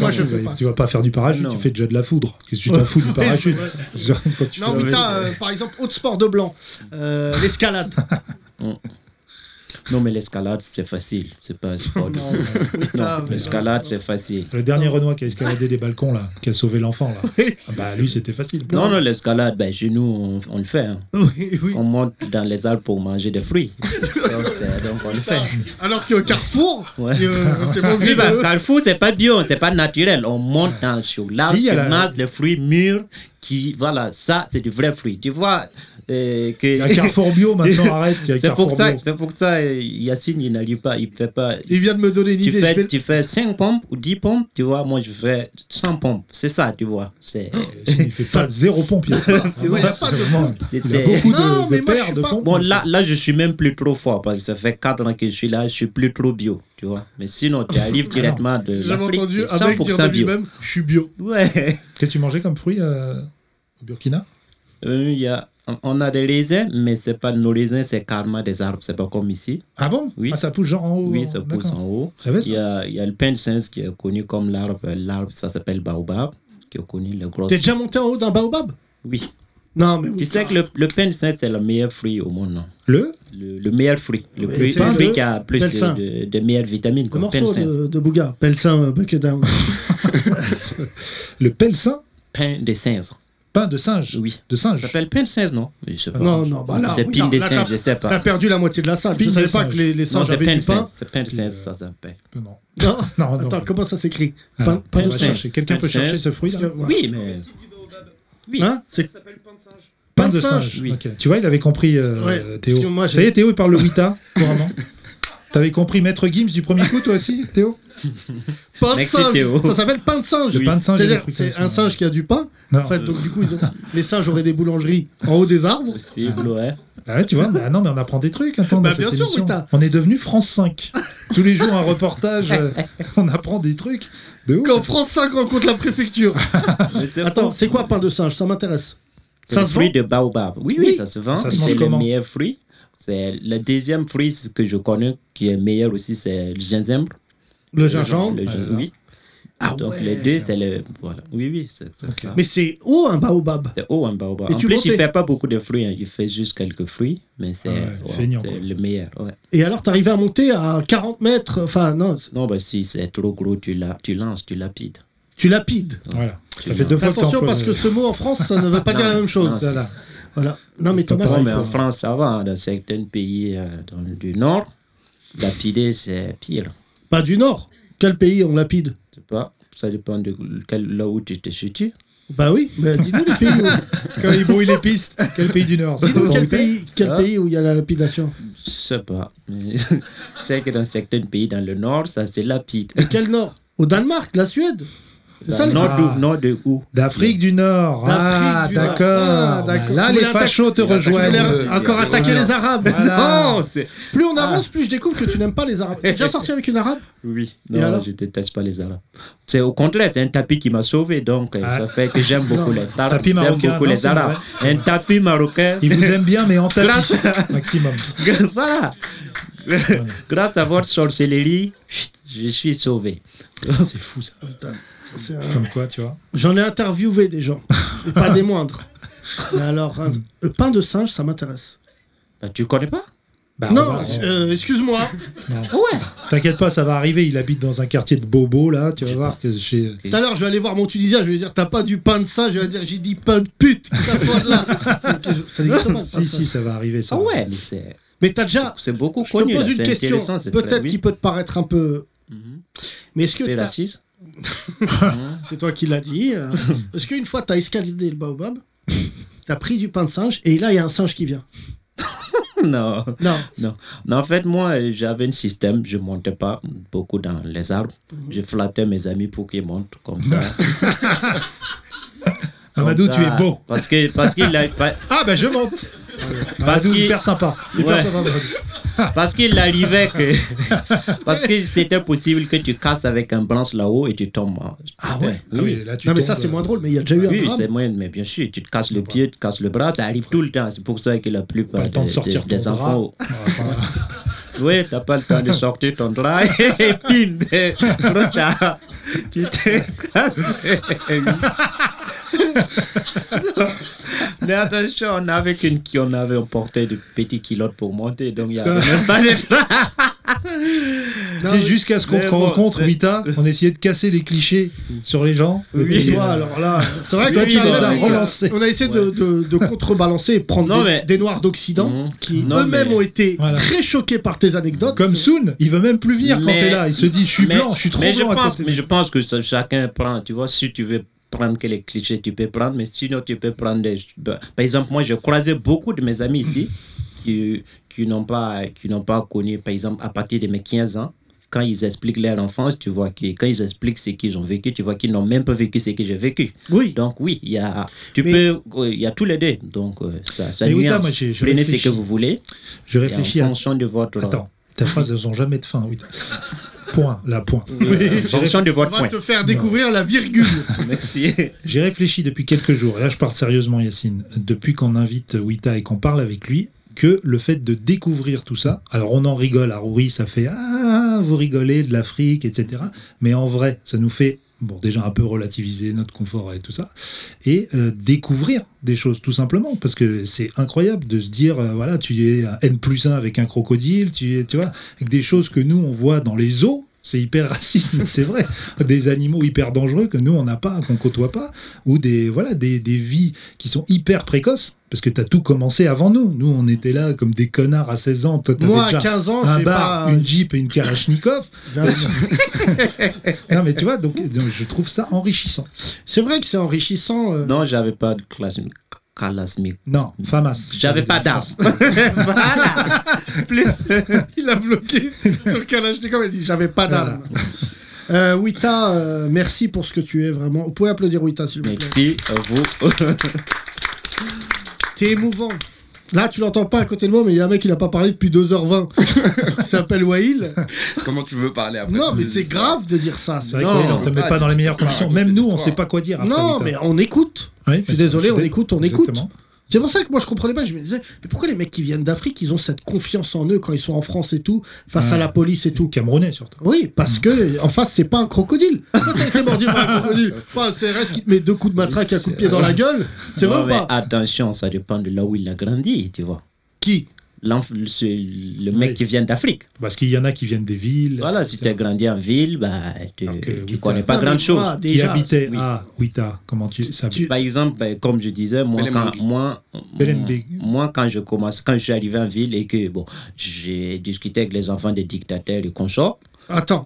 Speaker 3: moi, je
Speaker 4: Tu
Speaker 3: fais
Speaker 4: vas-
Speaker 3: pas
Speaker 4: euh, Tu vas pas faire du parachute,
Speaker 6: Non.
Speaker 4: tu fais déjà de la foudre. Qu'est-ce que tu t'en fous du parachute Genre, quand tu
Speaker 3: Non,
Speaker 4: fais-
Speaker 3: mais t'as, euh, par exemple, autre sport de blanc, euh, l'escalade.
Speaker 6: Non, mais l'escalade, c'est facile. C'est pas un sport.
Speaker 3: Non,
Speaker 6: Non,
Speaker 3: mais-
Speaker 6: l'escalade, c'est facile.
Speaker 4: Le dernier Renoir qui a escaladé des balcons, là, qui a sauvé l'enfant, là.
Speaker 3: Oui.
Speaker 4: Ah bah, lui, c'était facile.
Speaker 6: Non, non, l'escalade, ben, chez nous, on, on le fait. hein.
Speaker 3: Oui, oui.
Speaker 6: On monte dans les Alpes pour manger des fruits. donc, c'est- donc, on le fait.
Speaker 3: Alors qu'au Carrefour,
Speaker 6: Ouais.
Speaker 3: et, euh, t'es pas obligé
Speaker 6: Oui, ben,
Speaker 3: de-
Speaker 6: Carrefour, c'est pas bio, c'est pas naturel. On monte dans, sur l'arbre,
Speaker 4: Si, il y
Speaker 6: tu
Speaker 4: a la-
Speaker 6: manges les fruits mûrs. Qui, voilà, ça, c'est du vrai fruit. Tu vois euh, que...
Speaker 4: Il y a Carrefour Bio, maintenant, arrête. il y a
Speaker 6: C'est pour,
Speaker 4: Carrefour
Speaker 6: ça-
Speaker 4: Bio.
Speaker 6: c'est pour ça, euh, Yacine, il n'arrive pas, il fait pas,
Speaker 3: Il vient de me donner une
Speaker 6: tu
Speaker 3: idée.
Speaker 6: fais,
Speaker 3: je vais-
Speaker 6: tu fais 5 pompes ou 10 pompes, tu vois, moi je fais 100 pompes. C'est ça, tu vois. C'est,
Speaker 4: Oh, Il fait pas zéro pompe, il y a ça.
Speaker 3: Ouais, il y a pas de
Speaker 4: Vraiment,
Speaker 6: c'est-
Speaker 4: Il y a beaucoup
Speaker 3: Non,
Speaker 4: de-
Speaker 3: mais
Speaker 4: de
Speaker 3: moi, je
Speaker 4: paires
Speaker 3: suis
Speaker 4: de
Speaker 3: pas-
Speaker 4: pompes.
Speaker 6: Bon, là, là, je suis même plus trop fort parce que ça fait 4 ans que je suis là, je suis plus trop bio, tu vois. Mais sinon, tu arrives
Speaker 4: Ah
Speaker 6: directement de
Speaker 3: J'avais
Speaker 6: l'Afrique,
Speaker 3: entendu
Speaker 6: t'es
Speaker 3: un mec dire de
Speaker 6: 100% bio.
Speaker 3: lui-même Je suis bio.
Speaker 6: Ouais.
Speaker 4: Qu'est-ce que tu mangeais comme fruit euh, au Burkina
Speaker 6: Euh, il y a- on a des raisins, mais c'est pas nos raisins, c'est karma des arbres, c'est pas comme ici.
Speaker 4: Ah bon
Speaker 6: Oui.
Speaker 4: Ah, ça pousse genre en
Speaker 3: Oh,
Speaker 4: haut.
Speaker 6: Oui, ça pousse
Speaker 4: d'accord.
Speaker 6: en haut.
Speaker 4: Vous savez ça
Speaker 6: Il y a, il y a le pain de sens qui est connu comme l'arbre, l'arbre, ça s'appelle baobab, qui est connu le gros.
Speaker 3: T'es déjà monté en haut d'un baobab
Speaker 6: Oui.
Speaker 3: Non, mais.
Speaker 6: Tu sais que le, le pain de sens, c'est le meilleur fruit au monde, non
Speaker 4: Le
Speaker 6: le, le meilleur fruit, le
Speaker 3: Oui,
Speaker 6: plus-
Speaker 3: c'est
Speaker 6: le
Speaker 3: le
Speaker 6: fruit qui a plus de,
Speaker 3: pelsin.
Speaker 6: de, de meilleures vitamines.
Speaker 3: Le
Speaker 6: Quoi.
Speaker 3: morceau
Speaker 6: Pain de sens.
Speaker 3: de, de Bouga, Pelsin euh, Bucket Down.
Speaker 4: Le pelsin
Speaker 6: Pain de sens.
Speaker 4: Pain de singe
Speaker 6: Oui.
Speaker 4: De
Speaker 6: Ça
Speaker 4: singe
Speaker 6: s'appelle pain de sens, non Je sais pas.
Speaker 3: non, non, bah là.
Speaker 6: c'est
Speaker 3: oui,
Speaker 6: pain
Speaker 3: non,
Speaker 6: de
Speaker 3: là,
Speaker 6: sens,
Speaker 3: t'as-
Speaker 6: je sais
Speaker 3: T'as
Speaker 6: pas.
Speaker 3: perdu la moitié de la salle. Je
Speaker 4: Pine
Speaker 3: savais
Speaker 4: de
Speaker 3: pas
Speaker 4: singe.
Speaker 3: que les, les
Speaker 6: Non,
Speaker 3: singes
Speaker 6: c'est
Speaker 3: avaient
Speaker 6: pain de
Speaker 3: du pain.
Speaker 6: sens. C'est pain de sens, ça s'appelle.
Speaker 4: Non.
Speaker 3: Non,
Speaker 4: Non, non.
Speaker 3: attends, comment ça s'écrit
Speaker 4: Ah,
Speaker 3: Pain- pain
Speaker 4: on
Speaker 3: de
Speaker 4: va
Speaker 6: singe.
Speaker 4: chercher. Quelqu'un
Speaker 6: Pain
Speaker 4: peut
Speaker 6: de singe.
Speaker 4: chercher ce fruit
Speaker 3: Parce que, voilà.
Speaker 6: Oui, mais. Oui.
Speaker 3: Hein C'est
Speaker 4: Pain de
Speaker 3: Pain de
Speaker 4: singe.
Speaker 6: singe, oui.
Speaker 4: Ok. Tu vois, il avait compris euh,
Speaker 3: Ouais, parce que
Speaker 4: Théo.
Speaker 3: moi, j'ai-
Speaker 4: Ça y est, Théo, il parle le Wita, couramment. T'avais compris Maître Gims du premier coup, toi aussi, Théo
Speaker 3: pain de
Speaker 6: Merci,
Speaker 3: singe.
Speaker 6: Théo.
Speaker 3: Ça s'appelle pain de singe.
Speaker 4: Le pain de singe, il y a
Speaker 3: C'est-à-dire,
Speaker 4: des trucs
Speaker 3: c'est
Speaker 4: comme ça.
Speaker 3: un singe qui a du pain.
Speaker 4: Non.
Speaker 3: En fait, donc du coup, ils ont... les singes auraient des boulangeries en haut des arbres.
Speaker 6: Possible, ouais.
Speaker 4: Ah ouais, tu vois, bah non, mais on apprend des trucs. Attends,
Speaker 3: Bah,
Speaker 4: dans cette
Speaker 3: bien sûr,
Speaker 4: émission.
Speaker 3: Wita.
Speaker 4: On est devenu France 5. Tous les jours, un reportage, euh, on apprend des trucs. De ouf.
Speaker 3: Quand France 5 rencontre la préfecture.
Speaker 6: Mais c'est
Speaker 3: Attends,
Speaker 6: pas-
Speaker 3: c'est quoi pain de singe Ça m'intéresse. Ça
Speaker 6: le
Speaker 3: se
Speaker 6: fruit
Speaker 3: vend
Speaker 6: de baobab. Oui, oui, ça se vend.
Speaker 4: Ça se mange
Speaker 6: c'est le
Speaker 4: comment
Speaker 6: meilleur fruit. C'est le deuxième fruit que je connais qui est meilleur aussi, c'est le gingembre.
Speaker 3: Le gingembre.
Speaker 6: Le gin-
Speaker 4: voilà.
Speaker 6: oui.
Speaker 3: Ah
Speaker 6: Donc
Speaker 3: ouais,
Speaker 6: les deux,
Speaker 3: ça-
Speaker 6: c'est le. Voilà. Oui, oui, c'est c'est ça.
Speaker 3: Mais c'est haut un baobab.
Speaker 6: C'est haut en baobab.
Speaker 3: Et
Speaker 6: en
Speaker 3: tu
Speaker 6: plus,
Speaker 3: montais
Speaker 6: il ne fait pas beaucoup de fruits. hein. Il fait juste quelques fruits, mais c'est
Speaker 4: Ah ouais,
Speaker 6: ouais,
Speaker 4: feignant,
Speaker 6: c'est
Speaker 4: quoi.
Speaker 6: le meilleur. ouais.
Speaker 3: Et alors, t'arrivais à monter à 40 mètres. Enfin, non,
Speaker 6: Non, bah, si c'est trop gros, tu, la, tu lances, tu lapides.
Speaker 3: tu lapides.
Speaker 4: Voilà. Ça
Speaker 6: Non.
Speaker 4: fait deux fois que
Speaker 3: Attention,
Speaker 4: t'emploies-
Speaker 3: parce que ce mot en France, ça ne veut pas dire la
Speaker 6: Non,
Speaker 3: même chose.
Speaker 6: non, c'est-
Speaker 4: Voilà.
Speaker 3: Voilà. Non, mais
Speaker 4: T'as
Speaker 3: Thomas,
Speaker 4: pas-
Speaker 6: Non,
Speaker 4: c'est
Speaker 6: mais en
Speaker 4: quoi
Speaker 6: France, ça va. hein. Dans certains pays euh, dans- du Nord, lapider, c'est pire.
Speaker 3: pas du Nord. Quel pays on lapide
Speaker 6: Je sais pas. Ça dépend de quel, là où tu te situes.
Speaker 3: Bah oui, mais dis-nous les pays où.
Speaker 4: Quand il brouille les pistes, quel pays du Nord ça
Speaker 3: Dis-nous
Speaker 4: dépend
Speaker 3: quel
Speaker 4: où t'es.
Speaker 3: pays, quel
Speaker 6: Ah.
Speaker 3: pays où il y a la lapidation.
Speaker 6: Je sais pas. Mais c'est que dans certains pays dans le Nord, ça c'est lapide.
Speaker 3: Quel Nord Au Danemark, la Suède C'est
Speaker 6: Dans
Speaker 3: ça
Speaker 6: le
Speaker 3: le
Speaker 6: nord,
Speaker 4: Ah.
Speaker 6: d'où- nord de où
Speaker 4: D'Afrique du Nord.
Speaker 3: D'Afrique
Speaker 4: Ah,
Speaker 3: du Nord. Ah,
Speaker 4: d'accord.
Speaker 3: d'accord.
Speaker 4: Là,
Speaker 3: Tu
Speaker 4: les
Speaker 3: voulais
Speaker 4: fachos te
Speaker 5: attaquer-
Speaker 3: Tu voulais
Speaker 5: Ouais,
Speaker 4: rejoignent.
Speaker 5: le-
Speaker 3: encore
Speaker 5: le-
Speaker 3: attaquer les Arabes.
Speaker 4: Voilà.
Speaker 3: Oh,
Speaker 6: Non, c'est-
Speaker 3: Plus on avance, plus je découvre que tu n'aimes pas les Arabes. T'es déjà sorti avec une Arabe
Speaker 6: Oui,
Speaker 3: Et alors
Speaker 6: non, je déteste pas les Arabes. C'est au contraire, c'est un tapis qui m'a sauvé, donc euh,
Speaker 4: Ah.
Speaker 6: ça fait que j'aime beaucoup les Arabes.
Speaker 4: Tapis
Speaker 6: J'aime
Speaker 4: marocain,
Speaker 6: beaucoup
Speaker 4: non,
Speaker 6: les
Speaker 4: c'est
Speaker 6: Arabes. Un tapis marocain.
Speaker 4: Ils vous aiment bien, mais en tapis.
Speaker 6: Grâce-
Speaker 4: Maximum.
Speaker 6: voilà. Grâce à votre sorcellerie, chut, je suis sauvé.
Speaker 4: C'est fou, ça.
Speaker 3: C'est un-
Speaker 4: Comme quoi, tu vois.
Speaker 3: J'en ai interviewé des gens, et pas des moindres. Mais alors, un- le pain de singe, ça m'intéresse.
Speaker 6: Bah, tu connais pas Ah,
Speaker 4: Bah, on
Speaker 3: Non,
Speaker 4: va- on-
Speaker 3: euh, excuse-moi. Ah
Speaker 4: T'inquiète pas, ça va arriver. Il habite dans un quartier de Bobo, là. Tu vas voir que chez.
Speaker 3: Tout à l'heure, je vais aller voir mon Tunisien, je vais lui dire T'as pas du pain de singe Je vais lui dire J'ai dit pain de pute, casse-toi de là. Ça n'existe pas, le pain de
Speaker 4: Si,
Speaker 3: singe.
Speaker 4: si, ça va arriver, ça.
Speaker 6: Ah ouais, mais c'est
Speaker 3: Mais t'as déjà.
Speaker 6: c'est beaucoup
Speaker 3: Je te
Speaker 6: connu. là,
Speaker 3: pose une
Speaker 6: c'est
Speaker 3: question,
Speaker 6: intéressant, c'est très-
Speaker 3: peut-être
Speaker 6: oui.
Speaker 3: qui peut te paraître un peu.
Speaker 6: Mhm.
Speaker 3: Mais est-ce que.
Speaker 6: T'es
Speaker 3: t'as-
Speaker 6: raciste
Speaker 3: C'est toi qui l'as dit. euh, Est-ce qu'une fois, t'as escaladé le baobab T'as pris du pain de singe et là, il y a un singe qui vient.
Speaker 6: Non.
Speaker 3: Non.
Speaker 6: Non, en fait, moi, euh, j'avais un système, je montais pas beaucoup dans les arbres.
Speaker 4: Mhm.
Speaker 6: Je flattais mes amis pour qu'ils montent comme ça. Comme
Speaker 4: Amadou,
Speaker 6: ça.
Speaker 4: Ah, tu es beau.
Speaker 6: Parce que parce qu'il a- pa-
Speaker 4: Ah, bah, je monte.
Speaker 6: Parce
Speaker 4: Amadou,
Speaker 6: qu'il-
Speaker 4: hyper sympa. Hyper
Speaker 6: Ouais.
Speaker 4: sympa, Amadou.
Speaker 6: parce qu'il arrivait que parce que c'était possible que tu casses avec un branche là-haut et tu tombes. hein.
Speaker 3: Ah ouais
Speaker 4: Ah oui, là, tu
Speaker 3: Non, mais
Speaker 4: tombes,
Speaker 3: ça, c'est
Speaker 4: euh,
Speaker 3: moins drôle, mais il y a déjà eu un
Speaker 6: Oui,
Speaker 3: drame.
Speaker 6: c'est moyen, mais bien sûr, tu te casses le pied, tu te casses le bras, ça arrive tout le temps. C'est pour ça que la plupart
Speaker 4: Pas le temps de
Speaker 6: des-
Speaker 4: sortir ton
Speaker 6: des- des
Speaker 4: bras.
Speaker 6: enfants.
Speaker 4: ah, Enfin,
Speaker 6: Oui, t'as pas le temps de sortir ton drap et pim, t'es trop tard. Tu t'es cassé. Mais attention, on avait qu'une qui on avait emporté de petits kilotes pour monter, donc il n'y avait même pas de drap.
Speaker 4: Tu sais, jusqu'à ce qu'on
Speaker 6: mais
Speaker 4: qu'on
Speaker 6: bon,
Speaker 4: rencontre
Speaker 6: c'est-
Speaker 4: Wita, on essayait de casser les clichés sur les gens.
Speaker 3: Oui,
Speaker 4: Et,
Speaker 3: toi,
Speaker 4: euh,
Speaker 3: alors là, c'est vrai que
Speaker 6: Oui,
Speaker 3: tu as
Speaker 6: dans
Speaker 3: même
Speaker 6: un
Speaker 3: eu,
Speaker 4: relancé.
Speaker 3: euh, On a essayé de, de- de contrebalancer et prendre
Speaker 6: Non,
Speaker 3: des,
Speaker 6: mais-
Speaker 3: des Noirs d'Occident
Speaker 6: Mhm.
Speaker 3: qui
Speaker 6: Non,
Speaker 3: eux-mêmes
Speaker 6: mais-
Speaker 3: ont été
Speaker 4: Voilà.
Speaker 3: très choqués par tes anecdotes.
Speaker 4: Comme Soon, il veut même plus venir quand
Speaker 6: Mais-
Speaker 4: euh, t'es là. Il se dit, je suis
Speaker 6: Mais-
Speaker 4: blanc, je suis trop
Speaker 6: mais
Speaker 4: blanc.
Speaker 6: Je
Speaker 4: à
Speaker 6: pense,
Speaker 4: côté de-
Speaker 6: mais je pense que ça, chacun prend, tu vois, si tu veux prendre que les clichés, tu peux prendre, mais sinon tu peux prendre des... bah, Par exemple, moi, j'ai croisé beaucoup de mes amis ici qui, qui n'ont pas, qui n'ont pas connu, par exemple, à partir de mes 15 ans, quand ils expliquent leur enfance, tu vois, que, quand ils expliquent ce qu'ils ont vécu, tu vois qu'ils n'ont même pas vécu ce que j'ai vécu.
Speaker 3: Oui.
Speaker 6: Donc oui, il y a, tu
Speaker 3: Mais-
Speaker 6: peux, il y a tous les deux. Donc euh, ça, ça
Speaker 4: Mais Outa,
Speaker 6: nuance.
Speaker 4: moi, j'ai- je
Speaker 6: Prenez ce
Speaker 4: réfléchis.
Speaker 6: que vous voulez
Speaker 4: Je
Speaker 6: et en
Speaker 4: réfléchis à.
Speaker 6: fonction de votre,
Speaker 4: Attends, ta phrase, elles ont jamais de fin, Wita. Point, là, point.
Speaker 6: en fonction de
Speaker 3: On
Speaker 6: votre
Speaker 3: va
Speaker 6: Euh, point.
Speaker 3: te faire découvrir la virgule.
Speaker 6: Merci.
Speaker 4: J'ai réfléchi depuis quelques jours, et là je parle sérieusement Yacine, depuis qu'on invite Wita et qu'on parle avec lui, que le fait de découvrir tout ça, alors on en rigole, à Rouri ça fait Ah, vous rigolez de l'Afrique, etc. Mais en vrai, ça nous fait, bon déjà un peu relativiser notre confort et tout ça, et euh, découvrir des choses tout simplement, parce que c'est incroyable de se dire, euh, voilà, tu es un N plus 1 avec un crocodile, tu, es, tu vois, avec des choses que nous on voit dans les zoos, c'est hyper raciste, mais c'est vrai, des animaux hyper dangereux que nous on n'a pas, qu'on côtoie pas ou des voilà des, des vies qui sont hyper précoces parce que t'as tout commencé avant nous. Nous on était là comme des connards à 16 ans, toi t'avais
Speaker 3: Moi, à
Speaker 4: déjà
Speaker 3: 15 ans,
Speaker 4: un
Speaker 3: j'ai
Speaker 4: bar,
Speaker 3: pas.
Speaker 4: Ah bah,
Speaker 3: euh,
Speaker 4: une Jeep et une Kalachnikov. non mais tu vois donc, donc, je trouve ça enrichissant.
Speaker 3: C'est vrai que c'est enrichissant. euh,
Speaker 6: Non, j'avais pas de classe Kalasmi.
Speaker 4: Non, Famas.
Speaker 6: J'avais pas d'âme. voilà. Plus.
Speaker 3: Il a bloqué sur Kalachnikov. Il dit J'avais pas d'âme. Euh, Wita, euh, merci pour ce que tu es vraiment. Vous pouvez applaudir Wita, s'il vous plaît.
Speaker 6: Merci à euh, vous.
Speaker 3: T'es émouvant. Là, tu l'entends pas à côté de moi, mais il y a un mec qui n'a pas parlé depuis 2h20. Il s'appelle Wail.
Speaker 5: Comment tu veux parler après
Speaker 3: Non,
Speaker 5: ces
Speaker 3: mais c'est
Speaker 5: histoires
Speaker 3: grave de dire ça.
Speaker 4: C'est vrai
Speaker 6: Non.
Speaker 4: qu'on te met pas dans les meilleures
Speaker 5: Ah,
Speaker 4: conditions.
Speaker 5: raconte
Speaker 4: Même
Speaker 5: tes
Speaker 4: nous on
Speaker 5: histoires.
Speaker 4: sait pas quoi dire. après,
Speaker 3: Non,
Speaker 4: Vita.
Speaker 3: mais on écoute.
Speaker 4: Oui,
Speaker 3: Je suis
Speaker 4: c'est-
Speaker 3: désolé, on
Speaker 4: dé-
Speaker 3: écoute, on écoute.
Speaker 4: Exactement.
Speaker 3: C'est pour ça que moi je comprenais pas, je me disais, mais pourquoi les mecs qui viennent d'Afrique, ils ont cette confiance en eux quand ils sont en France et tout, face
Speaker 4: Ouais.
Speaker 3: à la police et tout
Speaker 4: Camerounais surtout.
Speaker 3: Oui, parce que en face, c'est pas un crocodile. Toi, t'as été mordu par un crocodile. Pas un CRS qui te met deux coups de matraque et un coup de pied dans la gueule. C'est
Speaker 6: Non,
Speaker 3: même
Speaker 6: mais
Speaker 3: pas.
Speaker 6: attention, ça dépend de là où il a grandi, tu vois.
Speaker 3: Qui
Speaker 6: L'enf- ce- le mec
Speaker 4: Oui.
Speaker 6: qui vient d'Afrique.
Speaker 4: Parce qu'il y en a qui viennent des villes.
Speaker 6: Voilà, si tu as
Speaker 4: etc.,
Speaker 6: grandi en ville, bah, tu
Speaker 4: Alors que
Speaker 6: ne
Speaker 4: Wita-
Speaker 6: connais pas
Speaker 3: Non, mais
Speaker 6: grand-chose.
Speaker 3: toi,
Speaker 4: Ah, Qui
Speaker 3: Ah, déjà,
Speaker 4: habitaient
Speaker 6: oui.
Speaker 4: à Ouita. Comment tu. Ça...
Speaker 3: Tu-
Speaker 6: Par exemple, ben, comme je disais, moi
Speaker 5: Belen
Speaker 6: quand,
Speaker 5: Bigui.
Speaker 6: moi,
Speaker 4: Belen Bigui.
Speaker 6: moi, quand je commence, quand je suis arrivé en ville et que bon, j'ai discuté avec les enfants des dictateurs et consorts.
Speaker 3: Attends.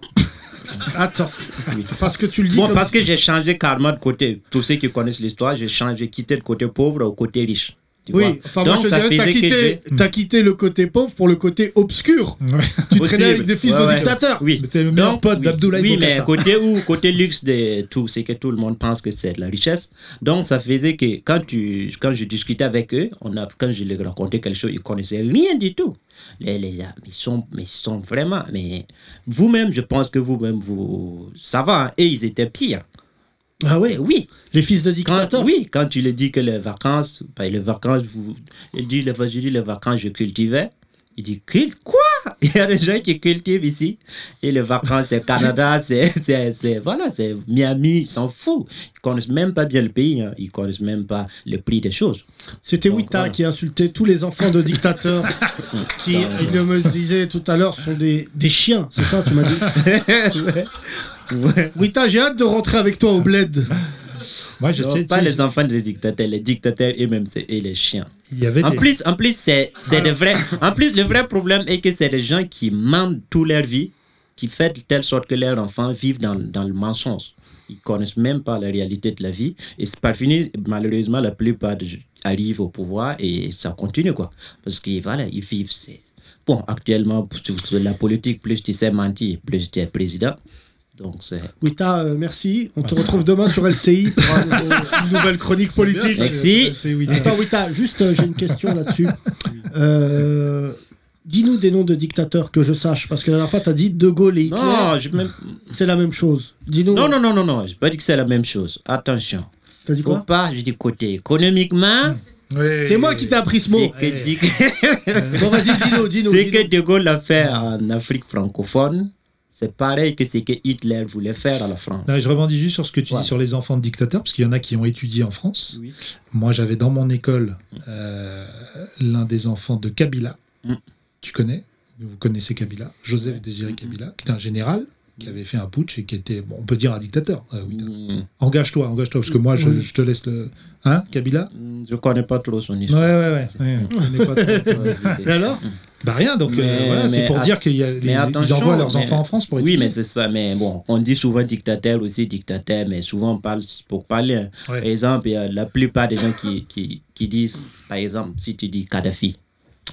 Speaker 3: Attends.
Speaker 6: Oui.
Speaker 3: Parce que tu le dis.
Speaker 6: Bon,
Speaker 3: comme-
Speaker 6: parce que j'ai changé carrément de côté. Tous ceux qui connaissent l'histoire, j'ai changé, quitté le côté pauvre au côté riche. Tu
Speaker 3: Oui,
Speaker 6: vois
Speaker 3: enfin moi
Speaker 6: Donc,
Speaker 3: je
Speaker 6: ça
Speaker 3: dirais, t'as
Speaker 6: faisait que
Speaker 3: quitté, t'as quitté le côté pauvre pour le côté obscur.
Speaker 4: Ouais.
Speaker 3: Tu
Speaker 6: Possible.
Speaker 3: traînais avec des fils
Speaker 6: Ouais,
Speaker 3: de
Speaker 6: ouais.
Speaker 3: dictateurs.
Speaker 6: Oui.
Speaker 4: C'était le meilleur
Speaker 6: Donc,
Speaker 4: pote
Speaker 6: oui.
Speaker 4: d'Abdoulaye
Speaker 6: Oui, mais
Speaker 4: Bokassa.
Speaker 6: côté où Côté luxe de tout, c'est que tout le monde pense que c'est de la richesse. Donc, ça faisait que quand, tu, quand je discutais avec eux, on a, quand je leur racontais quelque chose, ils connaissaient rien du tout. Les, les gars, ils sont, mais ils sont vraiment. Mais vous-même, je pense que vous-même, vous, ça va. hein. Et ils étaient pires.
Speaker 3: Ah
Speaker 6: Oui,
Speaker 3: ouais,
Speaker 6: oui.
Speaker 3: les fils de
Speaker 6: Quand,
Speaker 3: dictateurs.
Speaker 6: oui, quand tu leur dis que les vacances, ben, les vacances, vous, il dit, les, je dis les vacances, je cultivais. Il dit, Cul- quoi Il y a des gens qui cultivent ici. Et les vacances, c'est Canada, c'est, c'est, c'est- voilà, c'est Miami, ils s'en foutent. Ils connaissent même pas bien le pays, hein. ils connaissent même pas le prix des choses.
Speaker 3: C'était
Speaker 6: Donc,
Speaker 3: Wita
Speaker 6: voilà.
Speaker 3: qui insultait tous les enfants de dictateurs qui,
Speaker 6: Putain,
Speaker 3: il me disait tout à l'heure, sont des, des chiens, c'est ça, tu m'as dit Wita, j'ai hâte de rentrer avec toi au bled.
Speaker 4: Moi, je
Speaker 6: Non,
Speaker 4: sais.
Speaker 6: pas
Speaker 4: tu sais,
Speaker 6: les enfants des dictateurs, les dictateurs et même c'est- et les chiens.
Speaker 4: Il y avait
Speaker 6: En
Speaker 4: des-
Speaker 6: plus, en plus, c'est, c'est des vrais. En plus, le vrai problème est que c'est des gens qui mentent toute leur vie, qui font de telle sorte que leurs enfants vivent dans, dans le mensonge. Ils connaissent même pas la réalité de la vie. Et c'est pas fini. Malheureusement, la plupart de- arrivent au pouvoir et ça continue, quoi. Parce que voilà, ils vivent. c'est- Bon, actuellement, sur sur la politique, plus tu sais mentir, plus tu es président. Donc, c'est.
Speaker 3: Wita, euh, merci. On te retrouve demain sur LCI pour un nouveau- une nouvelle chronique politique.
Speaker 6: bien, Merci.
Speaker 4: C'est Ouita.
Speaker 3: Attends, Wita, juste, euh, j'ai une question là-dessus. Euh, Dis-nous des noms de dictateurs que je sache, parce que la dernière fois, t'as dit De Gaulle et Hitler,
Speaker 6: Non, je même-
Speaker 3: c'est la même chose. Dis-nous.
Speaker 6: non, non, non, non, non, je pas dit que c'est la même chose. Attention.
Speaker 3: T'as dit
Speaker 6: Faut
Speaker 3: quoi
Speaker 6: pas, je dis côté économiquement.
Speaker 4: Ouais.
Speaker 3: C'est moi qui t'ai appris ce mot.
Speaker 6: C'est que, dit-
Speaker 3: Bon, vas-y, dis-nous, dis-nous.
Speaker 6: c'est
Speaker 3: dis-nous.
Speaker 6: que De Gaulle l'a fait en Afrique francophone. C'est pareil que ce que Hitler voulait faire à la France.
Speaker 4: Non, je rebondis juste sur ce que tu
Speaker 6: Ouais.
Speaker 4: dis sur les enfants de dictateurs, parce qu'il y en a qui ont étudié en France.
Speaker 6: Oui.
Speaker 4: Moi, j'avais dans mon école euh, l'un des enfants de Kabila.
Speaker 6: Mm.
Speaker 4: Tu connais Vous connaissez Kabila Joseph Désiré
Speaker 6: Mm.
Speaker 4: Kabila, qui était un général qui avait fait un putsch et qui était, bon, on peut dire un dictateur. euh, oui.
Speaker 6: Mm,
Speaker 4: Engage-toi, engage-toi, parce que moi, je,
Speaker 3: Oui.
Speaker 4: je te laisse le. Hein, Kabila
Speaker 6: mm, Je connais pas trop son
Speaker 4: Ouais, ouais,
Speaker 6: histoire.
Speaker 4: ouais. ouais, on connaît pas trop.
Speaker 3: Et alors
Speaker 4: bah rien, donc euh,
Speaker 6: Mais-
Speaker 4: voilà, c'est
Speaker 6: mais
Speaker 4: pour
Speaker 6: att-
Speaker 4: dire qu'ils
Speaker 6: attention,
Speaker 4: envoient leurs
Speaker 6: mais-
Speaker 4: enfants en France pour
Speaker 6: Oui,
Speaker 4: étudier.
Speaker 6: mais c'est ça. Mais bon, on dit souvent dictateur aussi, dictateur, mais souvent on parle pour parler. hein.
Speaker 4: Ouais.
Speaker 6: Par exemple, il y a la plupart des gens qui, qui, qui disent, par exemple, si tu dis Kadhafi,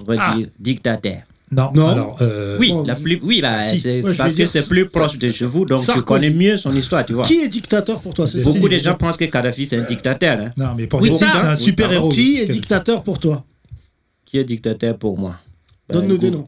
Speaker 6: on va
Speaker 4: Ah.
Speaker 6: dire dictateur.
Speaker 4: Non,
Speaker 3: Non.
Speaker 4: alors. euh,
Speaker 6: Oui,
Speaker 3: bon,
Speaker 6: la plus, oui bah,
Speaker 4: si.
Speaker 6: c'est
Speaker 3: Moi, je
Speaker 6: parce
Speaker 3: vais dire
Speaker 6: que c'est plus proche de chez vous, donc
Speaker 3: Sarkozy.
Speaker 6: tu connais mieux son histoire, tu vois.
Speaker 3: Qui est dictateur pour toi c'est ça
Speaker 6: Beaucoup
Speaker 4: Si,
Speaker 6: de
Speaker 4: mais-
Speaker 6: gens pensent que Kadhafi, c'est un dictateur. hein.
Speaker 4: Non, mais pour
Speaker 3: Oui,
Speaker 4: dire
Speaker 3: ça,
Speaker 4: c'est un
Speaker 6: oui,
Speaker 4: super
Speaker 6: pardon.
Speaker 4: héros.
Speaker 3: Qui est dictateur pour toi
Speaker 6: Qui est dictateur pour moi Ben,
Speaker 3: Donne-nous des
Speaker 6: go-
Speaker 3: noms.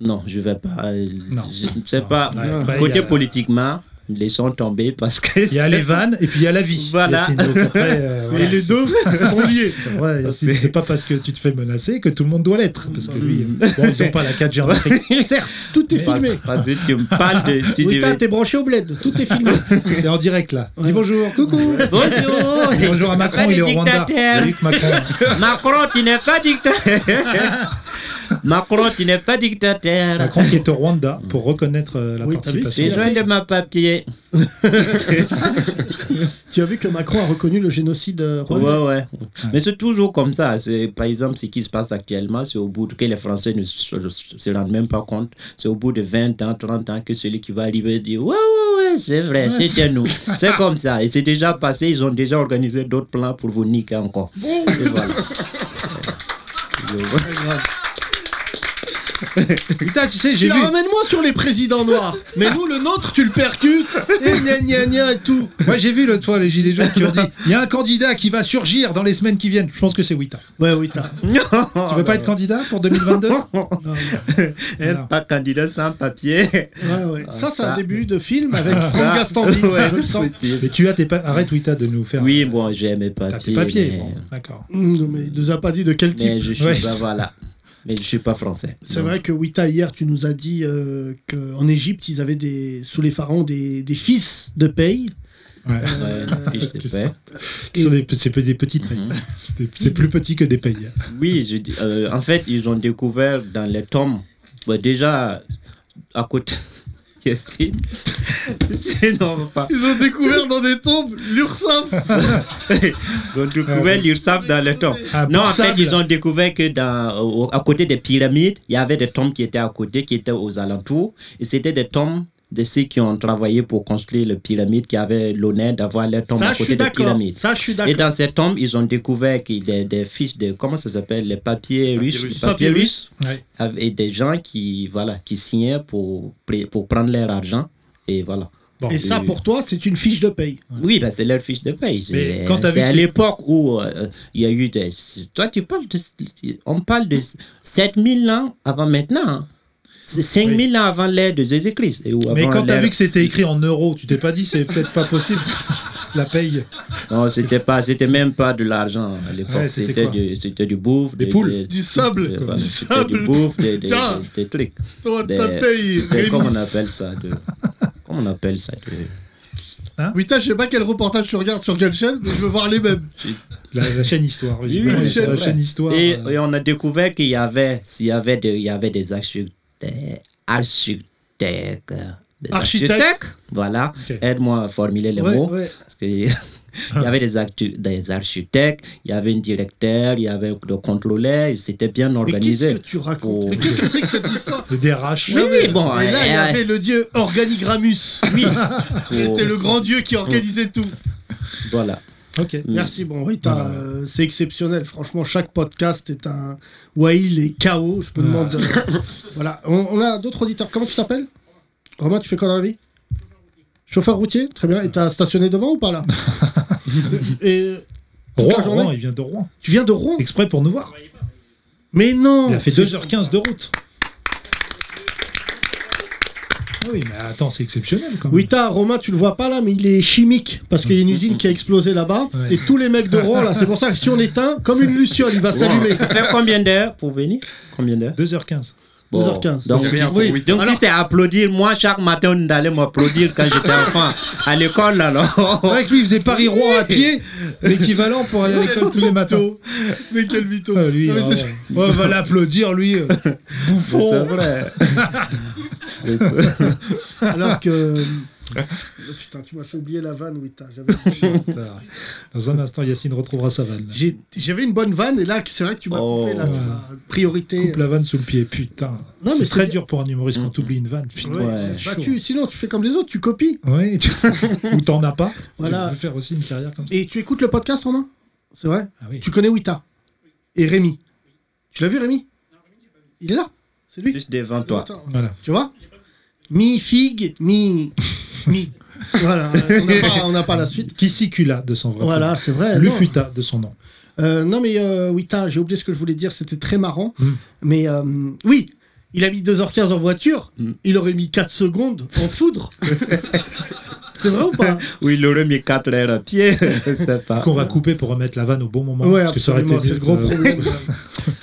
Speaker 6: Non, je vais pas. euh,
Speaker 4: Non.
Speaker 6: Je ne sais
Speaker 4: Non.
Speaker 6: pas.
Speaker 4: Ouais,
Speaker 3: bah,
Speaker 4: après, il y
Speaker 6: Côté
Speaker 4: a-
Speaker 6: politiquement, laissons tomber parce que.
Speaker 4: Il y a les vannes et puis il y a la vie.
Speaker 6: Voilà.
Speaker 4: Yacine, donc après, euh, voilà,
Speaker 3: les deux sont liés.
Speaker 4: c'est vrai, Yacine, c'est pas parce que tu te fais menacer que tout le monde doit l'être. Parce que lui,
Speaker 6: Mm.
Speaker 4: euh, bon, ils ont pas la 4G en Afrique.
Speaker 3: Certes, tout est
Speaker 6: Parce-
Speaker 3: filmé.
Speaker 6: Parce que tu me parles de. tu
Speaker 3: Oui,
Speaker 6: dis-
Speaker 3: t'as- t'es branché au bled, tout est filmé.
Speaker 4: Il est en direct là. Dis
Speaker 3: Ouais.
Speaker 4: bonjour, coucou. Dis
Speaker 6: Bonjour
Speaker 4: Bonjour à Macron, il est au Rwanda. Il y a eu que Macron.
Speaker 6: Macron, tu n'es pas dictateur Macron, tu n'es pas dictateur
Speaker 4: Macron qui est au Rwanda pour reconnaître euh, la
Speaker 3: Oui, t'as vu,
Speaker 4: participation.
Speaker 6: J'ai
Speaker 3: c'est-
Speaker 6: besoin de ma papier.
Speaker 3: tu as vu que Macron a reconnu le génocide euh,
Speaker 6: Ouais,
Speaker 3: rwandais
Speaker 6: ouais. Mais c'est toujours comme ça. C'est, par exemple, ce qui se passe actuellement, c'est au bout de, que les Français ne se, se rendent même pas compte. C'est au bout de 20 ans, 30 ans que celui qui va arriver dit Ouais, ouais, ouais, c'est vrai,
Speaker 4: Ouais,
Speaker 6: c'était nous. C'est comme ça. Et c'est déjà passé. Ils ont déjà organisé d'autres plans pour vous niquer encore. Et voilà.
Speaker 4: Putain, tu sais,
Speaker 3: Tu
Speaker 4: j'ai vu.
Speaker 3: la ramènes moins sur les présidents noirs. Mais nous, le nôtre, tu le percutes. Et gna gna gna et tout.
Speaker 4: Moi, j'ai vu l'autre fois les Gilets jaunes qui ont dit il y a un candidat qui va surgir dans les semaines qui viennent. Je pense que c'est Wita.
Speaker 3: Ouais, oui, t'as. Oh
Speaker 4: tu veux pas être candidat pour 2022
Speaker 3: Non, non.
Speaker 4: Voilà.
Speaker 6: Pas candidat sans papier.
Speaker 3: Ouais, ouais. Ça, c'est un
Speaker 6: ça.
Speaker 3: début de film avec Franck
Speaker 6: Ça,
Speaker 3: Gastambide.
Speaker 6: ouais,
Speaker 3: je le sens.
Speaker 6: c'est possible.
Speaker 4: Mais tu as tes pa- Arrête, Wita, de nous faire.
Speaker 6: Oui, bon, j'ai mes
Speaker 4: T'as tes
Speaker 6: papiers.
Speaker 4: papiers.
Speaker 6: mais-
Speaker 4: Bon, d'accord.
Speaker 3: Mmh, non, mais il nous a pas dit de quel
Speaker 6: Mais
Speaker 3: type.
Speaker 6: je suis
Speaker 4: Ouais.
Speaker 6: pas voilà. Mais je suis pas français.
Speaker 3: C'est vrai que Wita, hier, tu nous as dit euh, qu'en Égypte, ils avaient des, sous les pharaons des, des fils de paye.
Speaker 4: Ouais.
Speaker 6: Ouais, je sais
Speaker 4: Qui
Speaker 6: pas.
Speaker 4: sont- qui sont des- C'est peu- des petites payes.
Speaker 6: Mhm.
Speaker 4: C'est des- C'est plus petit que des payes.
Speaker 6: Oui, je dis- euh, en fait, ils ont découvert dans les tombes. bah, déjà, à côté. Christine. non, on va pas.
Speaker 3: Ils ont découvert dans des tombes l'URSAF.
Speaker 6: Ils ont découvert l'URSSAF dans les tombes.
Speaker 4: Ah,
Speaker 6: non, en fait,
Speaker 4: portable.
Speaker 6: ils ont découvert que dans, au- à côté des pyramides, il y avait des tombes qui étaient à côté, qui étaient aux alentours. Et c'était des tombes de ceux qui ont travaillé pour construire les pyramides, qui avaient l'honneur d'avoir les tombes
Speaker 3: Ça,
Speaker 6: à
Speaker 3: je suis
Speaker 6: côté des
Speaker 3: d'accord.
Speaker 6: pyramides.
Speaker 3: Ça, je suis
Speaker 6: Et
Speaker 3: d'accord.
Speaker 6: dans ces tombes, ils ont découvert qu'il y a des fiches de, comment ça s'appelle, les papiers russes, les
Speaker 5: Papyrus.
Speaker 6: papiers
Speaker 3: Papyrus.
Speaker 6: russes,
Speaker 4: Ouais.
Speaker 6: et des gens qui, voilà, qui signaient pour, pr- pour prendre leur argent. Et voilà.
Speaker 4: Bon.
Speaker 3: Et ça,
Speaker 6: Et-
Speaker 3: pour toi, c'est une fiche de paye.
Speaker 6: Oui, ben, c'est leur fiche de paye.
Speaker 4: Mais
Speaker 6: C'est
Speaker 4: quand t'as vu
Speaker 6: c'est
Speaker 4: que
Speaker 6: à
Speaker 4: c'est-
Speaker 6: l'époque où euh, il y a eu des. Toi, tu parles de. On parle de 7000 ans avant maintenant. hein. C'est 5000 ans avant l'ère de Jésus-Christ. et ou
Speaker 4: Mais
Speaker 6: avant
Speaker 4: quand t'as
Speaker 6: l'ère-
Speaker 4: vu que c'était écrit en euros, tu t'es pas dit c'est peut-être pas possible la paye.
Speaker 6: Non, c'était pas, c'était même pas de l'argent à l'époque.
Speaker 4: Ouais, c'était
Speaker 6: c'était
Speaker 4: quoi
Speaker 6: du, c'était du bouffe,
Speaker 4: Des
Speaker 6: des-
Speaker 4: poules,
Speaker 6: des-
Speaker 3: Du sable,
Speaker 6: des-
Speaker 3: quoi.
Speaker 6: voilà,
Speaker 3: Du
Speaker 6: c'était
Speaker 3: sable.
Speaker 6: du bouffe, des, des,
Speaker 3: Tiens.
Speaker 6: des- des trucs.
Speaker 3: Toi,
Speaker 6: Des-
Speaker 3: ta paye.
Speaker 6: c'était- comment on
Speaker 3: Rémi.
Speaker 6: appelle ça de, Comment on appelle ça de-
Speaker 3: Oui, t'as, je sais pas quel reportage tu regardes sur quelle chaîne, mais je veux voir les mêmes.
Speaker 4: La, la chaîne histoire.
Speaker 6: Oui,
Speaker 4: visiblement,
Speaker 6: oui,
Speaker 4: ils sont
Speaker 6: c'est
Speaker 4: la
Speaker 6: vrai.
Speaker 4: chaîne histoire.
Speaker 6: Et,
Speaker 4: euh,
Speaker 6: et on a découvert qu'il y avait, s'il y avait, de- il y avait des architectes, des architectes, des
Speaker 3: Architectes.
Speaker 6: voilà.
Speaker 4: Ok.
Speaker 6: Aide-moi à formuler les
Speaker 3: Ouais,
Speaker 6: mots.
Speaker 3: ouais.
Speaker 6: Parce que il y avait des, actu- des architectes, il y avait un directeur, il y avait le contrôleur, et c'était bien
Speaker 3: Mais qu'est-ce
Speaker 6: organisé.
Speaker 3: que tu racontes
Speaker 6: Oh.
Speaker 3: Mais qu'est-ce que c'est que cette histoire
Speaker 4: le DRH.
Speaker 6: Oui, oui, bon,
Speaker 3: Et là, il y
Speaker 6: euh,
Speaker 3: avait le dieu Organigramus,
Speaker 6: oui.
Speaker 3: qui était le grand dieu qui organisait tout.
Speaker 6: Voilà.
Speaker 4: Ok.
Speaker 6: Mm.
Speaker 3: Merci, bon, oui, t'as, euh, c'est exceptionnel. Franchement, chaque podcast est un Wail et chaos. Je me demande. euh, voilà, on, on a d'autres auditeurs. Comment tu t'appelles Romain, tu fais quoi dans la vie Chauffeur routier Très bien. Et t'as stationné devant ou pas là Et
Speaker 4: Rouen,
Speaker 3: la journée.
Speaker 4: Rouen, il vient de Rouen.
Speaker 3: tu viens de Rouen
Speaker 4: Exprès pour nous voir.
Speaker 3: Mais non
Speaker 4: Il a fait
Speaker 3: Ce-
Speaker 4: 2h15 de route. Ah Oui, mais attends, c'est exceptionnel quand même.
Speaker 3: Oui, t'as Romain, tu le vois pas là, mais il est chimique parce qu'il y a une usine qui a explosé là-bas
Speaker 4: Ouais.
Speaker 3: et tous les mecs de Rouen là, c'est pour ça que si on éteint, comme une luciole, il va s'allumer.
Speaker 6: Ça fait combien d'heures pour venir Combien d'heures
Speaker 4: 2h15.
Speaker 6: Bon,
Speaker 3: 2h15.
Speaker 6: Donc,
Speaker 3: C'est
Speaker 6: si,
Speaker 3: bien pour
Speaker 6: oui.
Speaker 3: huit
Speaker 6: donc si c'était applaudir, moi chaque matin on allait m'applaudir quand j'étais enfant à l'école alors.
Speaker 4: C'est vrai que lui, il faisait Paris-Rouen à pied, l'équivalent pour aller à l'école tous les matins.
Speaker 3: Mais quel mytho
Speaker 4: Ah, lui,
Speaker 3: Non, mais
Speaker 4: ah,
Speaker 3: c'est-
Speaker 4: ouais. Ouais, on va l'applaudir, lui. euh,
Speaker 6: Mais C'est
Speaker 4: Bouffon.
Speaker 6: vrai. Mais c'est-
Speaker 3: Alors que. Oh, Putain, tu m'as fait oublier la vanne, oui, t'as- j'avais-
Speaker 4: Dans un instant, Yacine retrouvera sa vanne. là.
Speaker 3: j'ai- J'avais une bonne vanne et là, c'est vrai que tu m'as
Speaker 6: Oh.
Speaker 3: coupé là, tu m'as-
Speaker 4: Il
Speaker 3: priorité.
Speaker 4: Coupe la vanne sous le pied, putain.
Speaker 3: Non, mais
Speaker 4: C'est
Speaker 3: c'est
Speaker 4: très
Speaker 3: bien.
Speaker 4: dur pour un humoriste quand t'oublies une vanne, putain.
Speaker 3: Ouais,
Speaker 6: Ouais,
Speaker 3: c'est
Speaker 4: chaud.
Speaker 3: battu. Sinon, Bah, tu fais comme les autres, tu copies.
Speaker 4: Ouais, tu- ou t'en as pas.
Speaker 3: Voilà.
Speaker 4: Tu peux faire aussi une carrière comme ça.
Speaker 3: Et tu écoutes le podcast, Romain C'est vrai
Speaker 4: Ah oui.
Speaker 3: Tu connais Wita et Rémi. Tu l'as vu, Rémi Il est là. C'est lui.
Speaker 6: Juste devant toi.
Speaker 3: Attends,
Speaker 4: Voilà.
Speaker 3: Tu vois Mi figue, mi mi. Voilà, on n'a pas, on n'a pas la suite.
Speaker 4: Kissicula de son vrai
Speaker 3: Voilà, c'est vrai.
Speaker 4: prénom.
Speaker 3: non.
Speaker 4: Lufuta de son nom.
Speaker 3: Euh, non mais euh, Wita, j'ai oublié ce que je voulais dire, c'était très marrant.
Speaker 4: Mm.
Speaker 3: Mais euh, oui, il a mis 2h15 en voiture,
Speaker 6: Mm.
Speaker 3: il aurait mis 4 secondes en foudre. c'est vrai ou pas
Speaker 6: Oui, il aurait mis 4 heures à pied. Je sais pas.
Speaker 4: Qu'on va couper pour remettre la vanne au bon moment.
Speaker 3: Ouais,
Speaker 4: parce que ça aurait été
Speaker 3: absolument, c'est le
Speaker 4: mieux
Speaker 3: gros
Speaker 4: de-
Speaker 3: problème.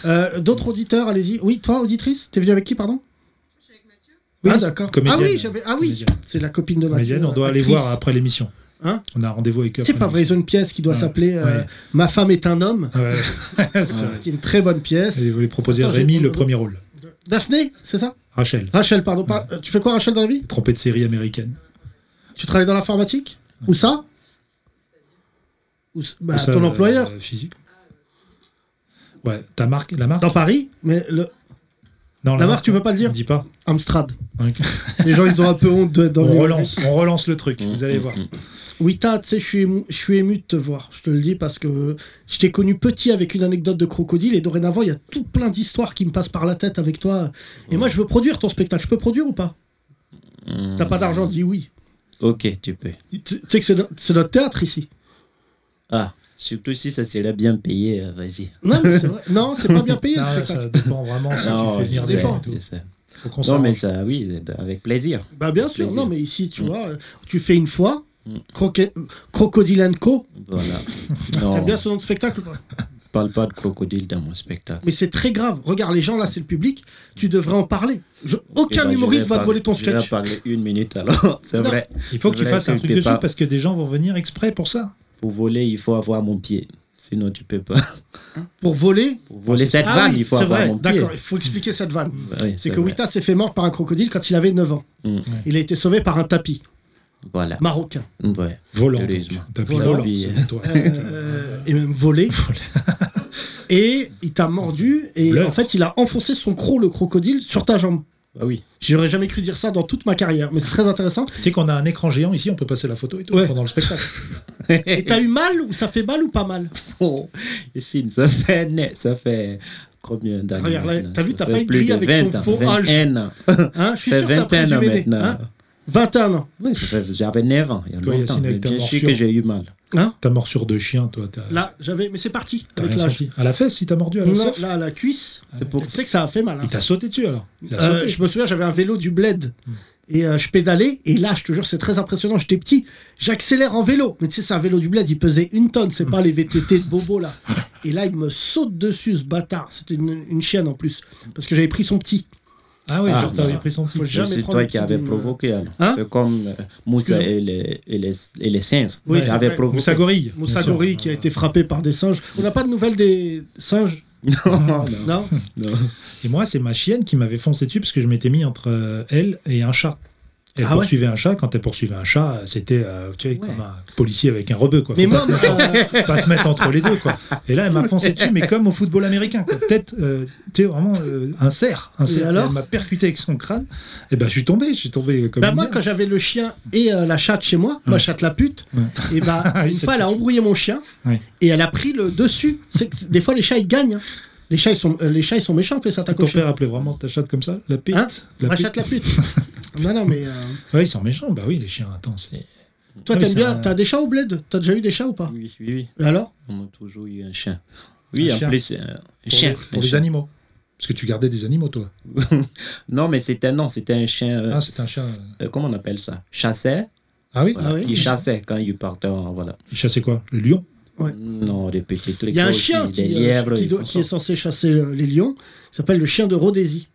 Speaker 3: Euh, D'autres auditeurs, allez-y. Oui, toi, auditrice, t'es venue avec qui, pardon
Speaker 4: Oui,
Speaker 3: ah d'accord. Ah
Speaker 4: comédienne.
Speaker 3: oui, j'avais. Ah oui,
Speaker 4: Comédienne.
Speaker 3: c'est la copine de Mathieu.
Speaker 4: Comédienne, on doit aller
Speaker 3: actrice.
Speaker 4: voir après l'émission.
Speaker 3: Hein
Speaker 4: on a rendez-vous avec eux.
Speaker 3: C'est
Speaker 4: après
Speaker 3: pas vrai, ils
Speaker 4: l'émission.
Speaker 3: ont une pièce qui doit
Speaker 4: Ouais.
Speaker 3: s'appeler euh,
Speaker 4: Ouais.
Speaker 3: Ma femme est un homme,
Speaker 4: Ouais, c'est vrai.
Speaker 3: qui est une très bonne pièce.
Speaker 4: Et vous les proposer
Speaker 3: Attends,
Speaker 4: Rémi
Speaker 3: j'ai-
Speaker 4: le premier rôle.
Speaker 3: Daphné, c'est ça
Speaker 4: Rachel,
Speaker 3: Rachel, pardon. par- euh, Tu fais quoi, Rachel, dans la vie
Speaker 4: trompée de série américaine.
Speaker 3: Tu travailles dans l'informatique Où ça Où ça Bah,
Speaker 4: Tout ça,
Speaker 3: Ton
Speaker 4: euh,
Speaker 3: employeur
Speaker 4: Physique. Ouais, ta marque, la marque
Speaker 3: Dans Paris Mais le...
Speaker 4: Non,
Speaker 3: La marque, tu peux pas le dire
Speaker 4: Dis pas.
Speaker 3: Amstrad.
Speaker 4: Ok.
Speaker 3: Les gens, ils ont un peu honte d'être dans
Speaker 4: on
Speaker 3: les-
Speaker 4: relance, on relance le truc,
Speaker 6: Mm,
Speaker 4: vous allez voir.
Speaker 3: Wita, tu sais, je suis ému- je suis ému de te voir. Je te le dis parce que je t'ai connu petit avec une anecdote de crocodile et dorénavant, il y a tout plein d'histoires qui me passent par la tête avec toi. Et moi, je veux produire ton spectacle. Je peux produire ou pas T'as pas d'argent Dis oui.
Speaker 6: Hmm. Ok, tu peux.
Speaker 3: Tu tu sais que c'est no- c'est notre théâtre ici.
Speaker 6: Ah, surtout si ça serait bien payé, euh, vas-y.
Speaker 3: Non, mais c'est vrai. Non, c'est pas bien payé
Speaker 4: Non,
Speaker 3: le hein.
Speaker 4: là,
Speaker 3: spectacle.
Speaker 4: ça dépend vraiment si
Speaker 6: Non,
Speaker 4: Ah, tu
Speaker 6: ouais,
Speaker 4: fais venir
Speaker 6: je
Speaker 4: des
Speaker 6: sais,
Speaker 4: gens. et
Speaker 3: dépend.
Speaker 4: tout.
Speaker 6: je sais.
Speaker 4: Faut qu'on
Speaker 6: Non, mais
Speaker 4: s'arrange.
Speaker 6: ça, oui, eh ben, avec plaisir.
Speaker 3: Bah bien sûr,
Speaker 6: Plaisir.
Speaker 3: non mais ici tu
Speaker 6: Mm.
Speaker 3: vois, euh, tu fais une fois,
Speaker 6: Mm.
Speaker 3: Croquet- Crocodile Co,
Speaker 6: Voilà. non,
Speaker 3: t'aimes bien ce nom de spectacle ou pas
Speaker 6: parle pas de crocodile dans mon spectacle.
Speaker 3: Mais c'est très grave, regarde les gens là c'est le public, tu devrais en parler. Je-
Speaker 6: Eh
Speaker 3: Aucun
Speaker 6: ben, je
Speaker 3: humoriste
Speaker 6: vais
Speaker 3: va te
Speaker 6: parler-
Speaker 3: voler ton
Speaker 6: Je vais
Speaker 3: sketch.
Speaker 6: parler une minute alors, c'est
Speaker 3: Non.
Speaker 6: vrai.
Speaker 4: Il faut que tu
Speaker 6: Ouais,
Speaker 4: fasses un
Speaker 6: tu
Speaker 4: truc
Speaker 6: peux
Speaker 4: dessus
Speaker 6: pas.
Speaker 4: parce que des gens vont venir exprès pour ça.
Speaker 6: Pour voler, il faut avoir mon pied. Sinon, tu peux pas.
Speaker 3: Pour voler,
Speaker 6: Pour voler cette
Speaker 3: Ah
Speaker 6: vanne,
Speaker 3: oui,
Speaker 6: il faut
Speaker 3: c'est
Speaker 6: avoir
Speaker 3: vrai,
Speaker 6: mon pied. Bah
Speaker 3: D'accord, il faut expliquer cette vanne.
Speaker 6: Oui,
Speaker 3: C'est
Speaker 6: c'est
Speaker 3: que
Speaker 6: vrai.
Speaker 3: Wita s'est fait mort par un crocodile quand il avait 9 ans.
Speaker 6: Mm.
Speaker 3: Il a été sauvé par un tapis
Speaker 6: Voilà.
Speaker 3: marocain.
Speaker 6: Ouais.
Speaker 4: Volant.
Speaker 6: Curieusement.
Speaker 4: donc. T'as pris
Speaker 6: Volant.
Speaker 4: volant,
Speaker 6: Puis,
Speaker 4: c'est toi.
Speaker 3: Euh, et même volé. et il t'a mordu et
Speaker 4: Bluff.
Speaker 3: en fait il a enfoncé son croc, le crocodile, sur ta jambe.
Speaker 6: Ah oui.
Speaker 3: J'aurais jamais cru dire ça dans toute ma carrière, mais c'est très intéressant.
Speaker 4: Tu sais qu'on a un écran géant ici, on peut passer la photo et tout
Speaker 3: Ouais.
Speaker 4: pendant le spectacle.
Speaker 3: Et t'as eu mal ou ça fait mal ou pas mal
Speaker 6: Oh, Yacine, ça fait, net- ça fait combien d'années
Speaker 3: Regarde, là,
Speaker 6: maintenant
Speaker 3: t'as vu,
Speaker 6: Ça
Speaker 3: t'as
Speaker 6: fait
Speaker 3: failli
Speaker 6: plus
Speaker 3: crier
Speaker 6: de
Speaker 3: avec ton
Speaker 6: 20 ans,
Speaker 3: faux âge.
Speaker 6: 21 ans.
Speaker 3: hein Je suis
Speaker 6: Ça
Speaker 3: sûr
Speaker 6: fait
Speaker 3: que t'as
Speaker 6: 21 ans
Speaker 3: présumé né.
Speaker 6: maintenant.
Speaker 3: hein 21 ans.
Speaker 6: Oui, ça fait- j'avais 9 ans. Il y a
Speaker 4: Toi,
Speaker 6: longtemps,
Speaker 4: Yacine, avec
Speaker 6: mais
Speaker 4: ta
Speaker 6: bien sûr
Speaker 4: morsure.
Speaker 6: que j'ai eu mal.
Speaker 3: Hein
Speaker 4: Ta morsure de chien, toi, t'as
Speaker 3: Là, j'avais. Mais c'est parti
Speaker 4: t'as
Speaker 3: avec
Speaker 4: rien
Speaker 3: l'âge.
Speaker 4: senti. À la fesse, il t'a mordu à la
Speaker 3: Non,
Speaker 4: cerf
Speaker 3: là, la cuisse,
Speaker 6: C'est pour
Speaker 3: je sais que ça a fait mal. hein.
Speaker 4: Il t'a sauté dessus alors. Il a
Speaker 3: Euh,
Speaker 4: sauté.
Speaker 3: je me souviens, j'avais un vélo du bled
Speaker 6: Hmm.
Speaker 3: et euh, je pédalais. Et là, je te jure, c'est très impressionnant. J'étais petit, j'accélère en vélo. Mais tu sais, c'est un vélo du bled, il pesait une tonne.
Speaker 6: Hmm.
Speaker 3: C'est pas les VTT de Bobo là. Et là, il me saute dessus, ce bâtard. C'était une, une chienne en plus. Parce que j'avais pris son petit.
Speaker 4: Ah oui,
Speaker 6: Ah,
Speaker 4: genre t'avais
Speaker 3: ça.
Speaker 4: pris son petit.
Speaker 3: Faut
Speaker 6: Mais
Speaker 3: jamais
Speaker 6: C'est
Speaker 3: prendre
Speaker 6: toi
Speaker 3: le
Speaker 6: qui
Speaker 3: petit
Speaker 6: avais
Speaker 3: d'une-
Speaker 6: provoqué. alors.
Speaker 3: Hein
Speaker 6: C'est comme euh, Moussa et les, et les, et les singes.
Speaker 3: Oui, c'est
Speaker 6: j'avais
Speaker 3: vrai.
Speaker 6: provoqué.
Speaker 4: Moussa Gorille.
Speaker 3: Moussa Gori qui a été frappé par des singes. On n'a pas de nouvelles des singes
Speaker 6: Non, non, non.
Speaker 3: Non
Speaker 4: Et moi, c'est ma chienne qui m'avait foncé dessus parce que je m'étais mis entre euh, elle et un chat. Elle
Speaker 3: Ah ouais
Speaker 4: poursuivait un chat. Quand elle poursuivait un chat, euh, c'était euh, tu sais, comme un policier avec un rebeu. Quoi.
Speaker 3: Mais
Speaker 4: Faut
Speaker 3: moi,
Speaker 4: pas, se
Speaker 3: euh,
Speaker 4: mettre, pas se mettre entre les deux. Quoi. Et là, elle m'a foncé dessus, mais comme au football américain. quoi. Peut-être, euh, tu sais, vraiment euh, un cerf. Un cerf.
Speaker 3: alors
Speaker 4: elle m'a percuté avec son crâne. Et ben, je suis tombé. Je suis tombé comme
Speaker 3: Bah
Speaker 4: une
Speaker 3: moi,
Speaker 4: merde.
Speaker 3: quand j'avais le chien et euh, la chatte chez moi, ma chatte la pute, et bah,
Speaker 4: Ah oui,
Speaker 3: une
Speaker 4: c'est
Speaker 3: fois, elle a embrouillé mon chien
Speaker 4: Oui.
Speaker 3: et elle a pris le dessus. C'est que des fois, les chats, ils gagnent. hein. Les, chats, ils sont, euh, les chats, ils sont méchants que ça t'attaque
Speaker 4: Ton
Speaker 3: au chien.
Speaker 4: père appelait vraiment ta chatte comme ça La pite
Speaker 3: Hein
Speaker 4: La
Speaker 3: Ma
Speaker 4: pite
Speaker 3: chatte la pute. non, non, mais euh,
Speaker 4: Ouais, ils sont méchants. Bah oui, les chiens, attends. c'est-
Speaker 3: toi,
Speaker 4: Ah Oui,
Speaker 3: t'aimes
Speaker 4: ça-
Speaker 3: bien. T'as des chats au bled T'as déjà eu des chats ou pas
Speaker 6: Oui, oui, oui.
Speaker 3: Et Alors
Speaker 6: On a toujours eu un chien. Oui,
Speaker 4: Un
Speaker 6: en
Speaker 4: chien.
Speaker 6: plus, euh, un
Speaker 4: Pour,
Speaker 6: chien.
Speaker 4: les, pour
Speaker 6: un
Speaker 4: les
Speaker 6: chien.
Speaker 4: animaux. Parce que tu gardais des animaux, toi.
Speaker 6: Non, mais c'était non, c'était un chien. euh,
Speaker 4: Ah, c'était un chien,
Speaker 6: s- euh, comment on appelle ça Chasseur.
Speaker 4: Ah oui
Speaker 3: Ah oui
Speaker 6: Il chassait quand il partait. en- Voilà.
Speaker 4: Ils chassaient quoi Le lion
Speaker 3: Ouais.
Speaker 6: Non, des petits trucs.
Speaker 3: Il y a un
Speaker 6: aussi,
Speaker 3: chien qui,
Speaker 6: des
Speaker 3: euh,
Speaker 6: lièvres.
Speaker 3: qui,
Speaker 6: ils
Speaker 3: do-
Speaker 6: font
Speaker 3: qui est
Speaker 6: ça.
Speaker 3: censé chasser euh, les lions. Il s'appelle le chien de Rhodésie.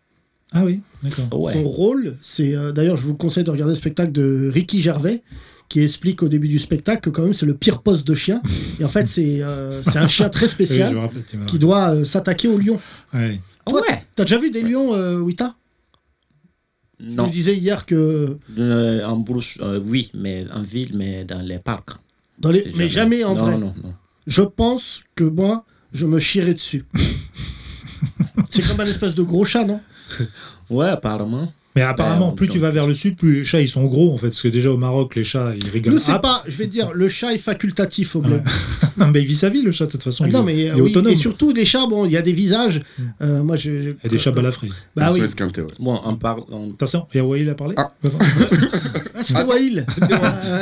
Speaker 4: Ah oui, d'accord.
Speaker 6: Ouais.
Speaker 3: Son rôle, c'est euh, d'ailleurs, je vous conseille de regarder le spectacle de Ricky Gervais qui explique au début du spectacle que quand même c'est le pire poste de chien. Et en fait, c'est euh, c'est un chien très
Speaker 4: Oui, je
Speaker 3: spécial
Speaker 4: me rappelle, tu m'as-
Speaker 3: qui doit euh, s'attaquer aux lions.
Speaker 4: Ouais.
Speaker 3: Toi,
Speaker 6: Ouais.
Speaker 3: T'as déjà vu des lions, euh, Wita Tu
Speaker 6: Non.
Speaker 3: nous disais hier que
Speaker 6: Euh, en brousse, euh, oui, mais en ville, mais dans les parcs.
Speaker 3: dans les, mais jamais en
Speaker 6: non,
Speaker 3: vrai.
Speaker 6: Non, non,
Speaker 3: Je pense que moi, je me chierais dessus. c'est comme un espèce de gros chat, non
Speaker 6: Ouais, apparemment.
Speaker 4: Mais apparemment,
Speaker 6: on-
Speaker 4: plus tu vas vers le sud, plus les chats ils sont gros en fait. Parce que déjà au Maroc, les chats ils rigolent.
Speaker 3: Nous, c'est
Speaker 4: Ah,
Speaker 3: pas. Je vais te dire, le chat est facultatif au bled.
Speaker 4: mais il vit sa vie le chat de toute façon.
Speaker 3: Ah
Speaker 4: il,
Speaker 3: non,
Speaker 4: est-
Speaker 3: mais
Speaker 4: il est
Speaker 3: euh, oui,
Speaker 4: autonome.
Speaker 3: et surtout des chats. Bon, il y a des visages. Euh, moi, je.
Speaker 4: Il y a des chats balafrés.
Speaker 3: Bah oui.
Speaker 5: Esquinté, ouais.
Speaker 6: Bon, on parle. on-
Speaker 4: Attention, et Waïl a parlé
Speaker 5: Ah.
Speaker 3: Ah, c'était Wail.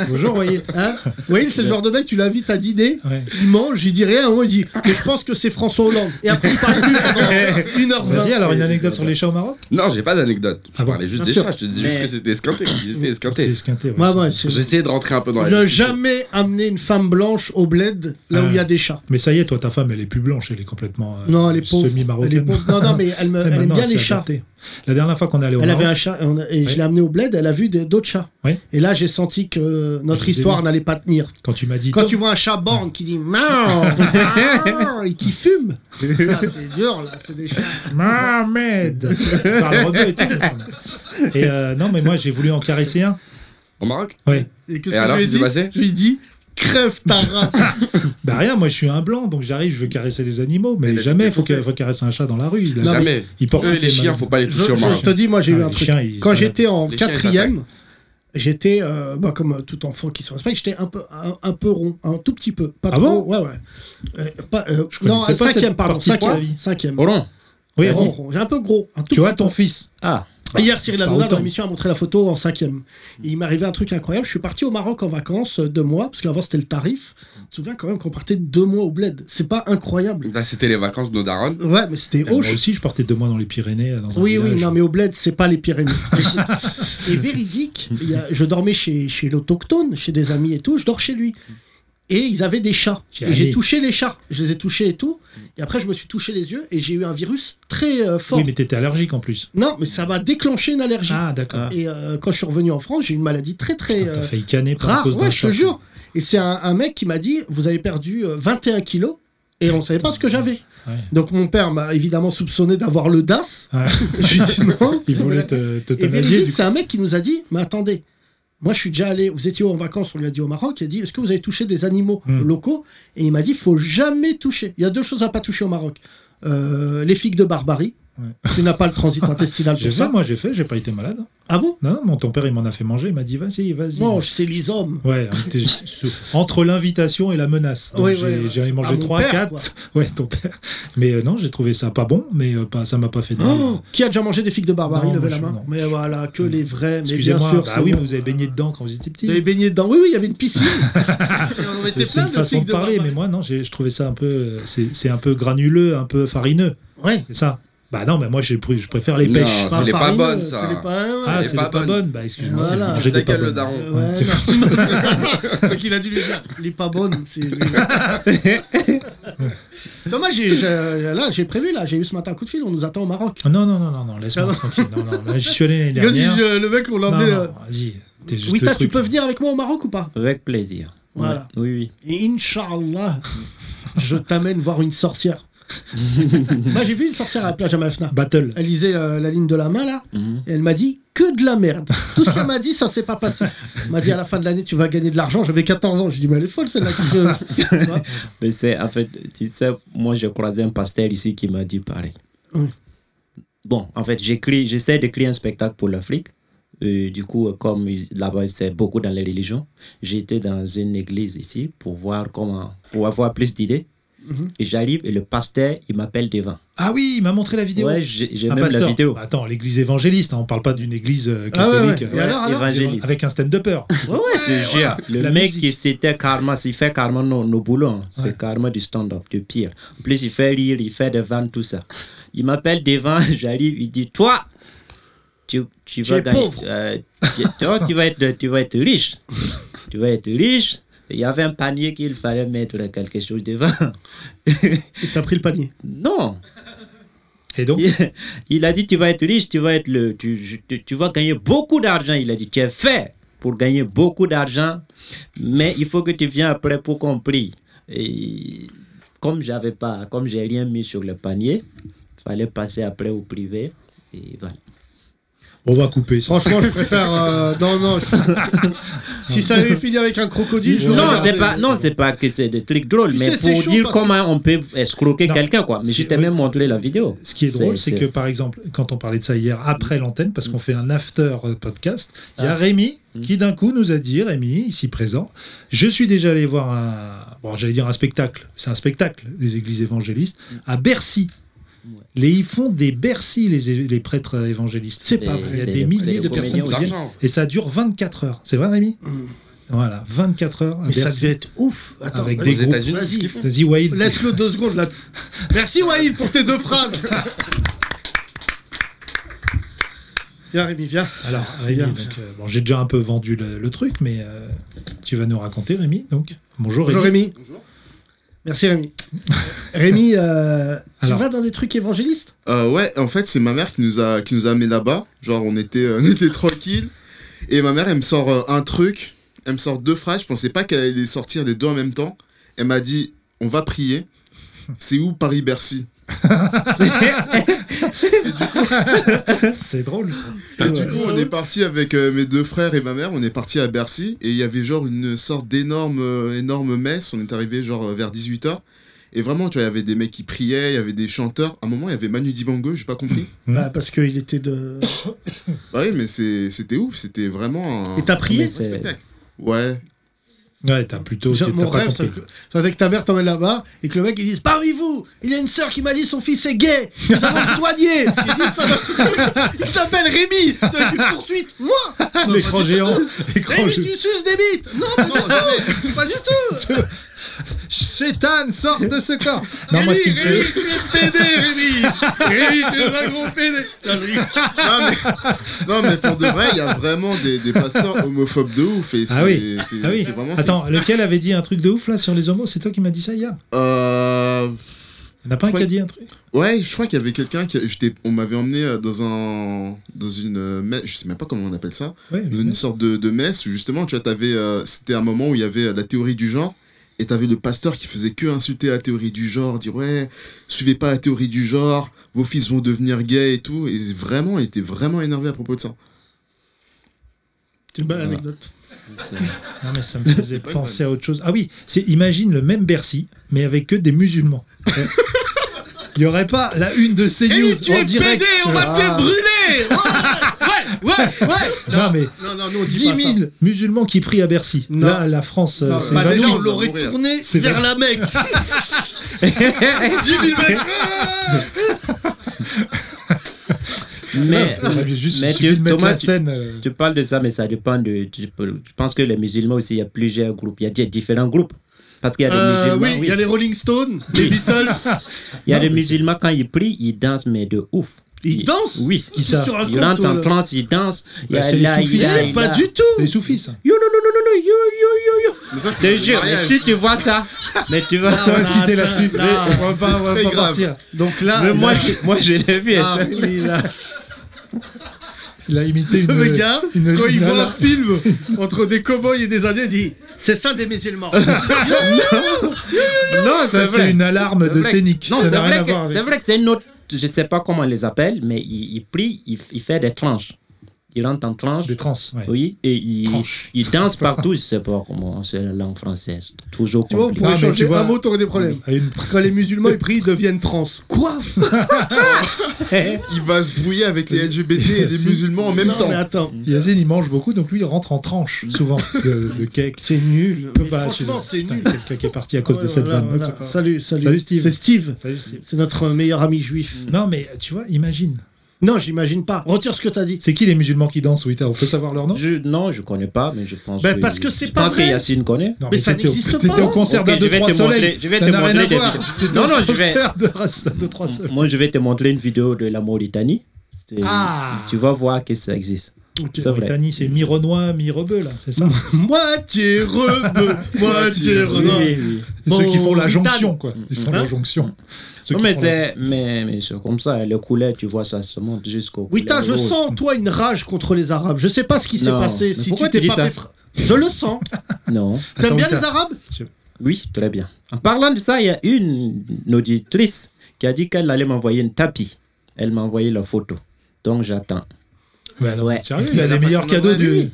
Speaker 4: Bonjour Waïl.
Speaker 3: Hein Wail, c'est le genre de mec, tu l'invites à dîner,
Speaker 4: Ouais.
Speaker 3: il mange, il dit rien, il dit Mais je pense que c'est François Hollande. Et après, il parle plus pendant une heure
Speaker 4: Vas-y,
Speaker 3: vingt.
Speaker 4: alors une anecdote sur les chats au Maroc
Speaker 5: Non, j'ai pas d'anecdote. Je
Speaker 4: Ah bon
Speaker 5: parlais juste
Speaker 3: Bien
Speaker 5: des
Speaker 3: sûr.
Speaker 5: chats. Je te dis
Speaker 6: Mais-
Speaker 5: juste que c'était esquinté. Ils étaient
Speaker 4: C'était
Speaker 5: esquintés.
Speaker 4: esquinté. ouais,
Speaker 3: Moi,
Speaker 4: ça.
Speaker 3: moi, c'est-
Speaker 5: J'ai essayé de rentrer un peu dans la
Speaker 3: Ne
Speaker 5: discussion.
Speaker 3: jamais amener une femme blanche au bled là où il y
Speaker 4: Ah.
Speaker 3: a des chats.
Speaker 4: Mais ça y est, toi, ta femme, elle est plus blanche, elle est complètement euh,
Speaker 3: Non, elle est pauvre. Elle est
Speaker 4: semi-marocaine.
Speaker 3: pauvre. Non, non, mais elle, me-
Speaker 4: Et
Speaker 3: elle aime
Speaker 4: maintenant,
Speaker 3: bien
Speaker 4: elle
Speaker 3: les
Speaker 4: s'est
Speaker 3: chats.
Speaker 4: adaptée. La dernière fois qu'on est allé au
Speaker 3: Elle avait
Speaker 4: Maroc,
Speaker 3: un chat et, on a- et
Speaker 4: Oui.
Speaker 3: je l'ai amené au bled, elle a vu des- d'autres chats.
Speaker 4: Oui.
Speaker 3: Et là, j'ai senti que euh,
Speaker 4: Je
Speaker 3: notre
Speaker 4: l'ai
Speaker 3: histoire
Speaker 4: vu.
Speaker 3: n'allait pas tenir.
Speaker 4: quand tu m'as dit.
Speaker 3: Quand
Speaker 4: Tom,
Speaker 3: tu vois un chat borgne qui dit Miaou miaou et qui fume, là, c'est dur, là, c'est des chats.
Speaker 4: Mohamed Par le rebeu et tout. je crois. Et euh, non, mais moi, j'ai voulu en caresser un.
Speaker 5: Au Maroc
Speaker 4: Ouais.
Speaker 3: Et, qu'est-ce que
Speaker 5: Et alors,
Speaker 3: je lui ai
Speaker 5: qu'est-ce qui s'est
Speaker 3: dit
Speaker 5: passé
Speaker 3: Je lui ai dit crève ta race.
Speaker 4: Bah rien, moi je suis un blanc, donc j'arrive, je veux caresser les animaux, mais,
Speaker 5: Mais
Speaker 4: jamais
Speaker 5: t'es
Speaker 4: faut,
Speaker 5: français.
Speaker 4: ca- faut caresser un chat dans la rue. Il, a-
Speaker 5: Jamais.
Speaker 4: il porte
Speaker 5: Eux,
Speaker 4: toutes
Speaker 5: les chiens,
Speaker 4: maladies.
Speaker 5: faut pas les
Speaker 3: Je,
Speaker 5: toucher au
Speaker 3: je
Speaker 5: marin.
Speaker 3: te dis, moi j'ai
Speaker 4: Ah,
Speaker 3: eu un
Speaker 4: les
Speaker 3: truc.
Speaker 4: chiens, ils-
Speaker 3: Quand
Speaker 4: voilà.
Speaker 3: j'étais en
Speaker 5: Les chiens, ils
Speaker 3: quatrième, j'étais, euh, bah, comme tout enfant qui se respecte, j'étais un peu, un, un peu rond, un tout petit peu. Pas
Speaker 4: Ah
Speaker 3: trop.
Speaker 4: bon
Speaker 3: ouais, ouais. Euh, pas, euh,
Speaker 4: Je
Speaker 3: non,
Speaker 4: connaissais pas cette
Speaker 3: cinquième, pardon.
Speaker 4: partie de ta vie.
Speaker 3: Cinquième. cinquième.
Speaker 5: Oh non.
Speaker 4: Oui,
Speaker 3: rond,
Speaker 4: bon.
Speaker 3: rond. J'ai un peu gros. Un tout
Speaker 4: Tu vois
Speaker 3: petit peu.
Speaker 4: ton fils.
Speaker 6: Ah,
Speaker 3: Hier, Cyril
Speaker 4: Pas
Speaker 3: Hanouna, dans
Speaker 4: autant.
Speaker 3: l'émission, a montré la photo en cinquième. Et il m'arrivait un truc incroyable. Je suis parti au Maroc en vacances euh, deux mois, parce qu'avant c'était le tarif. Tu te souviens quand même qu'on partait deux mois au bled. C'est pas incroyable.
Speaker 5: Là, c'était les vacances de nos darons.
Speaker 3: Ouais, mais c'était
Speaker 4: Ah, Eh, Moi
Speaker 3: haut. je-
Speaker 4: aussi, je portais deux mois dans les Pyrénées, euh, dans un
Speaker 3: Oui,
Speaker 4: village.
Speaker 3: oui, non, mais au bled, c'est pas les Pyrénées. et véridique, il y a- je dormais chez, chez l'autochtone, chez des amis et tout, je dors chez lui. Et ils avaient des chats.
Speaker 4: J'ai
Speaker 3: Et j'ai
Speaker 4: allé.
Speaker 3: touché les chats. Je les ai touchés et tout. Et après, je me suis touché les yeux et j'ai eu un virus très euh, fort.
Speaker 4: Oui, mais t'étais allergique en plus.
Speaker 3: Non, mais ça m'a déclenché une allergie.
Speaker 4: Ah, d'accord.
Speaker 6: Ah.
Speaker 3: Et euh, quand je suis revenu en France, j'ai eu une maladie très très
Speaker 4: T'as
Speaker 3: euh,
Speaker 4: failli canner par
Speaker 3: rare,
Speaker 4: cause d'un
Speaker 3: ouais, je te
Speaker 4: chat.
Speaker 3: jure. Et c'est un, un mec qui m'a dit Vous avez perdu euh, 21 kilos et on savait pas ce que j'avais.
Speaker 4: Ouais.
Speaker 3: Donc mon père m'a évidemment soupçonné d'avoir le DAS.
Speaker 4: Ouais.
Speaker 3: je lui ai dit non.
Speaker 4: Il voulait te te
Speaker 3: Et
Speaker 4: t'euthanasier,
Speaker 3: véridique,
Speaker 4: du
Speaker 3: c'est un mec qui nous a dit Mais attendez, moi je suis déjà allé, vous étiez en vacances, on lui a dit au Maroc, il a dit Est-ce que vous avez touché des animaux
Speaker 4: Hmm.
Speaker 3: locaux Et il m'a dit Faut jamais toucher. Il y a deux choses à pas toucher au Maroc Euh, les figues de barbarie.
Speaker 4: Ouais.
Speaker 3: Tu n'as pas le transit intestinal
Speaker 4: J'ai
Speaker 3: pour
Speaker 4: fait,
Speaker 3: ça.
Speaker 4: moi j'ai fait, j'ai pas été malade.
Speaker 3: Ah bon
Speaker 4: Non, non, mon ton père il m'en a fait manger, il m'a dit vas-y, vas-y.
Speaker 3: Mange, c'est les hommes.
Speaker 4: Ouais, on était sous- entre l'invitation et la menace. Donc
Speaker 3: Ouais,
Speaker 4: j'ai-
Speaker 3: ouais, ouais.
Speaker 4: J'en ai
Speaker 3: Ah,
Speaker 4: mangé
Speaker 3: mon
Speaker 4: 3,
Speaker 3: père,
Speaker 4: 4. Ouais, ton père. Mais euh, non, j'ai trouvé ça pas bon, mais euh, pas, ça m'a pas fait de mal.
Speaker 3: Oh, qui a déjà mangé des figues de barbarie
Speaker 4: Non,
Speaker 3: Levez
Speaker 4: moi,
Speaker 3: la
Speaker 4: je-
Speaker 3: main.
Speaker 4: non.
Speaker 3: Mais voilà, que
Speaker 4: Non.
Speaker 3: les vrais. Mais bien
Speaker 4: Excusez-moi,
Speaker 3: sûr,
Speaker 4: bah
Speaker 3: c'est
Speaker 4: oui,
Speaker 3: bon.
Speaker 4: mais vous avez baigné dedans quand vous étiez petit. Euh,
Speaker 3: Vous avez baigné dedans. Oui, oui, il y avait une piscine. Et on mettait
Speaker 4: C'est
Speaker 3: plein
Speaker 4: une
Speaker 3: de
Speaker 4: façon
Speaker 3: figues
Speaker 4: de
Speaker 3: de
Speaker 4: parler,
Speaker 3: barbarie.
Speaker 4: mais moi non, j'ai- je trouvais ça un peu, euh, c'est c'est un peu granuleux, un peu farineux,
Speaker 3: Ouais.
Speaker 4: c'est ça. Bah non, mais moi j'ai pris- je préfère les
Speaker 5: Non,
Speaker 4: pêches.
Speaker 5: c'est les pas
Speaker 3: farineux,
Speaker 5: bonnes,
Speaker 3: c'est
Speaker 5: ça.
Speaker 3: les euh, pas-
Speaker 4: Ah,
Speaker 5: c'est
Speaker 4: c'est
Speaker 5: pas
Speaker 4: pas, pas
Speaker 5: bonne.
Speaker 4: bonne. Bah excuse-moi,
Speaker 3: Voilà.
Speaker 4: j'ai mangé
Speaker 5: Ta
Speaker 4: des pas
Speaker 5: gueule, le
Speaker 4: bonnes.
Speaker 5: daron.
Speaker 3: Ouais,
Speaker 4: Ouais,
Speaker 3: non.
Speaker 4: c'est-
Speaker 3: C'est qu'il a dû lui dire. Les pas bonnes, c'est. Dommage, j'ai- j'ai- là, j'ai prévu, là, j'ai eu ce matin un coup de fil, on nous attend au Maroc.
Speaker 4: Non, non, non, non, non, laisse-moi
Speaker 3: Ah,
Speaker 4: tranquille. Non, non, là, j'y suis allé l'année
Speaker 3: Vas-y,
Speaker 4: dernière.
Speaker 3: je- le mec, on l'a
Speaker 4: Non,
Speaker 3: emmené.
Speaker 4: non,
Speaker 3: euh,
Speaker 4: vas-y. t'es juste
Speaker 3: Wita,
Speaker 4: le
Speaker 3: tu
Speaker 4: truc.
Speaker 3: peux venir avec moi au Maroc ou pas
Speaker 6: avec plaisir.
Speaker 3: Voilà.
Speaker 6: Oui, oui.
Speaker 3: Et Inch'Allah, je t'amène voir une sorcière. Moi, j'ai vu une sorcière à la plage à Malfna.
Speaker 4: Battle.
Speaker 3: Elle lisait euh, la ligne de la main, là,
Speaker 6: Mhm.
Speaker 3: et elle m'a dit que de la merde. Tout ce qu'elle m'a dit, ça s'est pas passé. Elle m'a dit à la fin de l'année, tu vas gagner de l'argent. J'avais 14 ans. Je dis, mais elle est folle, celle-là. qu'est-ce que- Tu vois
Speaker 6: Mais c'est, en fait, tu sais, moi j'ai croisé un pasteur ici qui m'a dit pareil.
Speaker 3: Oui.
Speaker 6: Bon, en fait, j'écris, j'essaie d'écrire un spectacle pour l'Afrique. Euh, du coup, euh, comme ils- là-bas, c'est beaucoup dans les religions, j'étais dans une église ici pour voir comment, pour avoir plus d'idées.
Speaker 3: Mhm.
Speaker 6: Et j'arrive et le pasteur, il m'appelle devant.
Speaker 4: Ah oui, il m'a montré la vidéo.
Speaker 6: Ouais, j'ai, j'ai
Speaker 4: Un
Speaker 6: même la
Speaker 4: pasteur.
Speaker 6: vidéo.
Speaker 4: Bah, Attends, l'église évangéliste, hein, on parle pas d'une église euh,
Speaker 3: Ah ouais,
Speaker 4: catholique.
Speaker 3: ouais. Et
Speaker 4: euh,
Speaker 3: alors, alors
Speaker 6: évangéliste.
Speaker 4: Avec un stand-upper. Bah,
Speaker 6: Ouais, ouais, je te jure. Le
Speaker 4: La
Speaker 6: mec,
Speaker 4: musique.
Speaker 6: il s'était carrément, il fait carrément nos, nos boulots. hein. C'est
Speaker 4: Ouais.
Speaker 6: carrément du stand-up, du pire. En plus, il fait rire, il fait des vannes, tout ça. Il m'appelle devant, j'arrive, il dit Toi, tu, tu
Speaker 3: Tu
Speaker 6: vas
Speaker 3: es
Speaker 6: gagner-
Speaker 3: pauvre.
Speaker 6: euh, tu, toi, tu vas être, tu vas être riche. tu vas être riche. Il y avait un panier qu'il fallait mettre quelque chose devant.
Speaker 3: Et t'as pris le panier.
Speaker 6: non
Speaker 4: Et donc,
Speaker 6: il, il a dit tu vas être riche, tu vas être le, tu, je- tu- tu vas gagner beaucoup d'argent. Il a dit tu es fait pour gagner beaucoup d'argent, mais il faut que tu viennes après pour qu'on prie. Et comme j'avais pas, comme j'ai rien mis sur le panier, fallait passer après au privé. Et voilà.
Speaker 4: on va couper ça.
Speaker 3: Franchement, je préfère. euh, Non, non. je- si ça avait fini avec un crocodile, je
Speaker 6: Non,
Speaker 3: regardé.
Speaker 6: c'est pas, non, c'est pas que c'est des trucs drôles,
Speaker 3: Tu
Speaker 6: mais
Speaker 3: sais, c'est
Speaker 6: pour
Speaker 3: chaud
Speaker 6: dire
Speaker 3: parce que-
Speaker 6: comment on peut escroquer
Speaker 4: Non.
Speaker 6: quelqu'un, quoi. Mais
Speaker 4: Ce
Speaker 6: je
Speaker 4: qui-
Speaker 6: t'ai
Speaker 4: oui.
Speaker 6: même montré la vidéo.
Speaker 4: Ce qui est drôle, c'est que par exemple, quand on parlait de ça hier après l'antenne, parce qu'on fait un after euh, podcast, il y
Speaker 6: Ah.
Speaker 4: a Rémi
Speaker 6: Hmm.
Speaker 4: qui d'un coup nous a dit, Rémi, ici présent, je suis déjà allé voir un, bon, j'allais dire un spectacle, c'est un spectacle, les églises évangélistes,
Speaker 6: Hmm.
Speaker 4: à Bercy. Les, ils font des Bercy, les, é- les prêtres euh, évangélistes.
Speaker 3: C'est
Speaker 6: Et
Speaker 3: pas vrai.
Speaker 4: Il y a
Speaker 6: c'est
Speaker 4: des
Speaker 6: les-
Speaker 4: milliers
Speaker 6: c'est
Speaker 4: de
Speaker 6: les
Speaker 4: personnes qui
Speaker 6: comédiens
Speaker 4: viennent.
Speaker 5: L'argent.
Speaker 4: Et ça dure 24 heures. C'est vrai, Rémi
Speaker 3: Mm.
Speaker 4: Voilà, 24 heures. à
Speaker 3: Mais ça
Speaker 4: Bercy.
Speaker 3: devait être ouf. Attends,
Speaker 4: Avec
Speaker 5: Aux
Speaker 4: des groupes.
Speaker 5: États-Unis, c'est ce qu'ils
Speaker 3: Vas-y,
Speaker 5: font.
Speaker 4: Vas-y, Waïd.
Speaker 3: laisse-le deux secondes là. Merci Waïl pour tes deux phrases. Viens Rémi, viens.
Speaker 4: Alors, Rémi,
Speaker 3: Bien.
Speaker 4: donc, euh, bon, j'ai déjà un peu vendu le, le truc, mais euh, tu vas nous raconter, Rémi. Donc, bonjour,
Speaker 3: Bonjour
Speaker 4: Rémi.
Speaker 3: Rémi. Merci Rémi. Rémi, euh, tu
Speaker 4: Alors.
Speaker 3: vas dans des trucs évangélistes
Speaker 7: Euh, ouais, en fait, c'est ma mère qui nous a, qui nous a amenés là-bas. Genre, on était, euh, on était tranquille. Et ma mère, elle me sort euh, un truc. Elle me sort deux phrases. Je pensais pas qu'elle allait les sortir les deux en même temps. Elle m'a dit On va prier. C'est où Paris-Bercy
Speaker 4: C'est drôle ça.
Speaker 7: Et du coup, on est parti avec euh, mes deux frères et ma mère, on est parti à Bercy, et il y avait genre une sorte d'énorme euh, énorme messe, on est arrivé genre euh, vers 18h, et vraiment, tu vois, il y avait des mecs qui priaient, il y avait des chanteurs, à un moment, il y avait Manu Dibango, j'ai pas compris.
Speaker 3: Bah, parce qu'il était de.
Speaker 7: bah oui, mais c'est- c'était ouf, c'était vraiment un...
Speaker 3: Et t'as prié
Speaker 6: Mais c'est-
Speaker 7: Ouais,
Speaker 4: Ouais, t'as plutôt.
Speaker 3: Genre,
Speaker 4: t'as
Speaker 3: Mon
Speaker 4: pas
Speaker 3: rêve,
Speaker 4: compris.
Speaker 3: c'est que, c'est que ta mère t'emmène là-bas et que le mec il dise Parmi vous, il y a une sœur qui m'a dit son fils est gay, nous allons le soigner. Il, dit, ça va- il s'appelle Rémi, tu as une poursuite. Moi
Speaker 4: L'écran géant. L'écran
Speaker 3: Rémi,
Speaker 4: géant.
Speaker 3: tu suces des bites Non, pas du tout Pas du tout
Speaker 4: Chétan, sors de ce corps. Non, moi,
Speaker 3: Rémi,
Speaker 4: ce qui me
Speaker 3: Rémi,
Speaker 4: fait.
Speaker 3: tu es pédé, Rémi Rémi, tu es un gros pédé Non, je rigole.
Speaker 7: non mais, non, mais pour de vrai, il y a vraiment des, des pasteurs homophobes de ouf, et c'est
Speaker 4: Ah oui.
Speaker 7: c'est-
Speaker 4: Ah oui.
Speaker 7: c'est vraiment...
Speaker 4: Attends,
Speaker 7: triste.
Speaker 4: lequel avait dit un truc de ouf là sur les homos C'est toi qui m'as dit ça hier
Speaker 7: Euh...
Speaker 4: Il n'y en a pas un
Speaker 7: Ouais.
Speaker 4: qui a dit un truc
Speaker 7: Ouais, je crois qu'il y avait quelqu'un qui j'étais on m'avait emmené euh, dans un dans une euh, me- je sais même pas comment on appelle ça,
Speaker 4: Ouais, le
Speaker 7: une
Speaker 4: mec.
Speaker 7: sorte de, de messe où justement tu vois t'avais euh, c'était un moment où il y avait euh, la théorie du genre et t'avais le pasteur qui faisait que insulter la théorie du genre, dire ouais, suivez pas la théorie du genre, vos fils vont devenir gays et tout et vraiment il était vraiment énervé à propos de ça.
Speaker 3: C'est une belle anecdote.
Speaker 4: Non, Ah, mais ça me faisait
Speaker 7: pas
Speaker 4: penser à autre chose. Ah oui, c'est imagine le même Bercy, mais avec que des musulmans. Ouais. Il n'y aurait pas la une de
Speaker 3: Rémi,
Speaker 4: CNews
Speaker 3: tu es
Speaker 4: en
Speaker 3: pédé,
Speaker 4: direct.
Speaker 3: on va te brûler Ouais, ouais, ouais, ouais.
Speaker 4: Non, mais
Speaker 3: Non, non, nous on
Speaker 4: 10
Speaker 3: dit
Speaker 4: 000
Speaker 3: pas ça.
Speaker 4: musulmans qui prient à Bercy.
Speaker 3: Non.
Speaker 4: Là, la France, euh,
Speaker 3: Non,
Speaker 4: c'est
Speaker 3: bah, déjà,
Speaker 4: évanouie.
Speaker 3: on l'aurait
Speaker 7: mourir.
Speaker 3: tourné
Speaker 4: C'est
Speaker 3: vers la Mecque. 10 000 mecs.
Speaker 6: Mais
Speaker 4: Il aurait juste
Speaker 6: Mais
Speaker 4: suffi
Speaker 6: tu-
Speaker 4: de mettre
Speaker 6: Thomas,
Speaker 4: la
Speaker 6: tu-
Speaker 4: scène. euh,
Speaker 6: tu parles de ça, mais ça dépend de. tu- Je pense que les musulmans aussi, il y a plusieurs groupes. Il y a des- différents groupes. Parce qu'il y a des
Speaker 3: Euh, oui,
Speaker 6: musulmans.
Speaker 3: il
Speaker 6: oui.
Speaker 3: y a les Rolling Stones, les
Speaker 6: Oui.
Speaker 3: Beatles.
Speaker 6: Il y a
Speaker 4: Non,
Speaker 6: des
Speaker 4: mais-
Speaker 6: musulmans, quand ils prient, ils dansent, mais de ouf.
Speaker 3: Ils dansent
Speaker 6: Oui.
Speaker 4: Qui ça
Speaker 3: Sur un
Speaker 6: Ils
Speaker 3: compte,
Speaker 6: rentrent en
Speaker 3: là.
Speaker 6: transe, ils dansent. Il
Speaker 4: Bah,
Speaker 6: y a
Speaker 4: c'est les
Speaker 6: là, il
Speaker 4: soufis.
Speaker 6: y a-
Speaker 4: C'est
Speaker 6: il y a-
Speaker 3: Pas du tout.
Speaker 4: Les soufis,
Speaker 3: Ah,
Speaker 4: ça.
Speaker 6: Yo, lo, lo, lo, lo, lo, yo, yo, yo, yo.
Speaker 7: Mais ça c'est
Speaker 6: Te
Speaker 7: le
Speaker 6: jure,
Speaker 7: mariage.
Speaker 6: si tu vois ça, mais tu vas.
Speaker 3: Ah,
Speaker 4: On va
Speaker 3: voilà,
Speaker 4: se quitter
Speaker 3: attends,
Speaker 4: là-dessus.
Speaker 3: là,
Speaker 4: On va pas, on va
Speaker 7: c'est
Speaker 4: pas
Speaker 3: bah.
Speaker 7: grave.
Speaker 4: partir.
Speaker 3: Donc là,
Speaker 6: Mais moi,
Speaker 3: là-
Speaker 6: je, moi, je l'ai vu.
Speaker 3: Ah
Speaker 6: ça.
Speaker 3: oui, là.
Speaker 4: Il a imité une.
Speaker 3: le gars,
Speaker 4: une-
Speaker 3: quand il
Speaker 4: une-
Speaker 3: voit un film entre des cow-boys et des indiens, il dit C'est ça des musulmans. Ah,
Speaker 6: Non,
Speaker 4: Ça,
Speaker 6: c'est
Speaker 4: c'est
Speaker 6: vrai.
Speaker 4: une alarme de scénique.
Speaker 6: Non,
Speaker 4: Ça
Speaker 6: c'est
Speaker 4: n'a rien à
Speaker 6: vrai, que,
Speaker 4: voir avec.
Speaker 6: c'est vrai que c'est une autre. Je sais pas comment on les appelle, mais il, il prie, il, il fait des tranches. Il rentre en tranche.
Speaker 4: Des trans, ouais.
Speaker 6: Oui, et il,
Speaker 4: Tranche.
Speaker 6: il danse partout, je sais pas comment, c'est la langue française. Toujours
Speaker 3: tu vois, on
Speaker 6: compliqué.
Speaker 4: Non,
Speaker 3: pourrait
Speaker 4: mais
Speaker 3: changer
Speaker 4: tu vois-
Speaker 3: un mot, t'aurais des problèmes.
Speaker 4: À une-
Speaker 3: Quand les musulmans ils prient, ils deviennent trans. Quoi
Speaker 7: Il va se brouiller avec les LGBT et les
Speaker 4: Si.
Speaker 7: musulmans en même
Speaker 3: Non,
Speaker 7: temps.
Speaker 3: mais attends.
Speaker 4: Yazine, il mange beaucoup, donc lui, il rentre en tranche, souvent, de, de cake.
Speaker 3: C'est nul. Mm. Mais
Speaker 4: Bah,
Speaker 3: franchement,
Speaker 4: je-
Speaker 3: c'est
Speaker 4: putain,
Speaker 3: nul.
Speaker 4: Quelqu'un qui est parti à cause de
Speaker 3: Ouais,
Speaker 4: cette
Speaker 3: voilà,
Speaker 4: vanne.
Speaker 3: voilà.
Speaker 4: C'est pas-
Speaker 3: Salut, salut.
Speaker 4: Salut, Steve.
Speaker 3: C'est Steve.
Speaker 4: Salut, Steve. Mm.
Speaker 3: C'est notre meilleur ami juif.
Speaker 4: Non, mais tu vois, imagine.
Speaker 3: Non, j'imagine pas. Retire ce que t'as dit.
Speaker 4: C'est qui les musulmans qui dansent, Wita On peut savoir leur nom
Speaker 6: Je, non, je connais pas, mais je pense.
Speaker 3: Ben, parce que c'est
Speaker 6: je
Speaker 3: pas
Speaker 6: pense
Speaker 3: vrai.
Speaker 6: que Yacine connaît.
Speaker 4: Non,
Speaker 3: Mais ça
Speaker 4: t'étais au-
Speaker 3: n'existe
Speaker 4: T'étais
Speaker 3: pas.
Speaker 4: au concert
Speaker 6: Ok,
Speaker 4: d'un
Speaker 6: je
Speaker 4: de
Speaker 6: vais
Speaker 4: trois
Speaker 6: te montrer-
Speaker 4: soleils.
Speaker 6: je vais
Speaker 4: Ça
Speaker 6: te
Speaker 4: n'a rien
Speaker 6: montrer
Speaker 4: à
Speaker 6: des
Speaker 4: voir.
Speaker 6: vidéos.
Speaker 4: T'étais
Speaker 6: Non,
Speaker 4: au
Speaker 6: non, je vais- Mm,
Speaker 4: concert de Ras- de trois soleils.
Speaker 6: Moi, je vais te montrer une vidéo de la Mauritanie. C'est-
Speaker 4: Ah.
Speaker 6: Tu vas voir que ça existe. mm, C'est vrai. Mm.
Speaker 4: Britannie, c'est mi-renois, mi-rebeu, là, c'est ça
Speaker 3: Moitié rebeu, moitié
Speaker 6: Oui,
Speaker 3: renard.
Speaker 6: oui, oui.
Speaker 3: Bon,
Speaker 4: Ceux qui font la
Speaker 3: Britannique.
Speaker 4: jonction, quoi. Ils font la
Speaker 3: Hein
Speaker 4: jonction. Ceux
Speaker 6: Mm. Non,
Speaker 4: qui
Speaker 6: mais
Speaker 4: font la-
Speaker 6: c'est mais, mais c'est comme ça. Les couleurs, tu vois, ça se monte jusqu'au.
Speaker 3: Wita, je
Speaker 6: couleur rose.
Speaker 3: sens en toi une rage contre les Arabes. Je sais pas ce qui s'est
Speaker 6: Non.
Speaker 3: passé.
Speaker 6: Mais
Speaker 3: Si
Speaker 6: pourquoi
Speaker 3: tu t'es
Speaker 6: tu dis
Speaker 3: pas
Speaker 6: ça
Speaker 3: fait. fra- Je le sens.
Speaker 6: Non.
Speaker 3: T'aimes
Speaker 4: Attends,
Speaker 3: bien
Speaker 4: Wita.
Speaker 3: les Arabes
Speaker 6: Oui, très bien. En parlant de ça, il y a une auditrice qui a dit qu'elle allait m'envoyer une tapis. Elle m'a envoyé la photo. Donc j'attends.
Speaker 4: Mais alors,
Speaker 6: Ouais.
Speaker 4: sérieux, il a
Speaker 7: Elle a
Speaker 4: les
Speaker 7: pas
Speaker 4: meilleurs
Speaker 7: ton
Speaker 4: cadeaux
Speaker 7: adresse.
Speaker 4: du.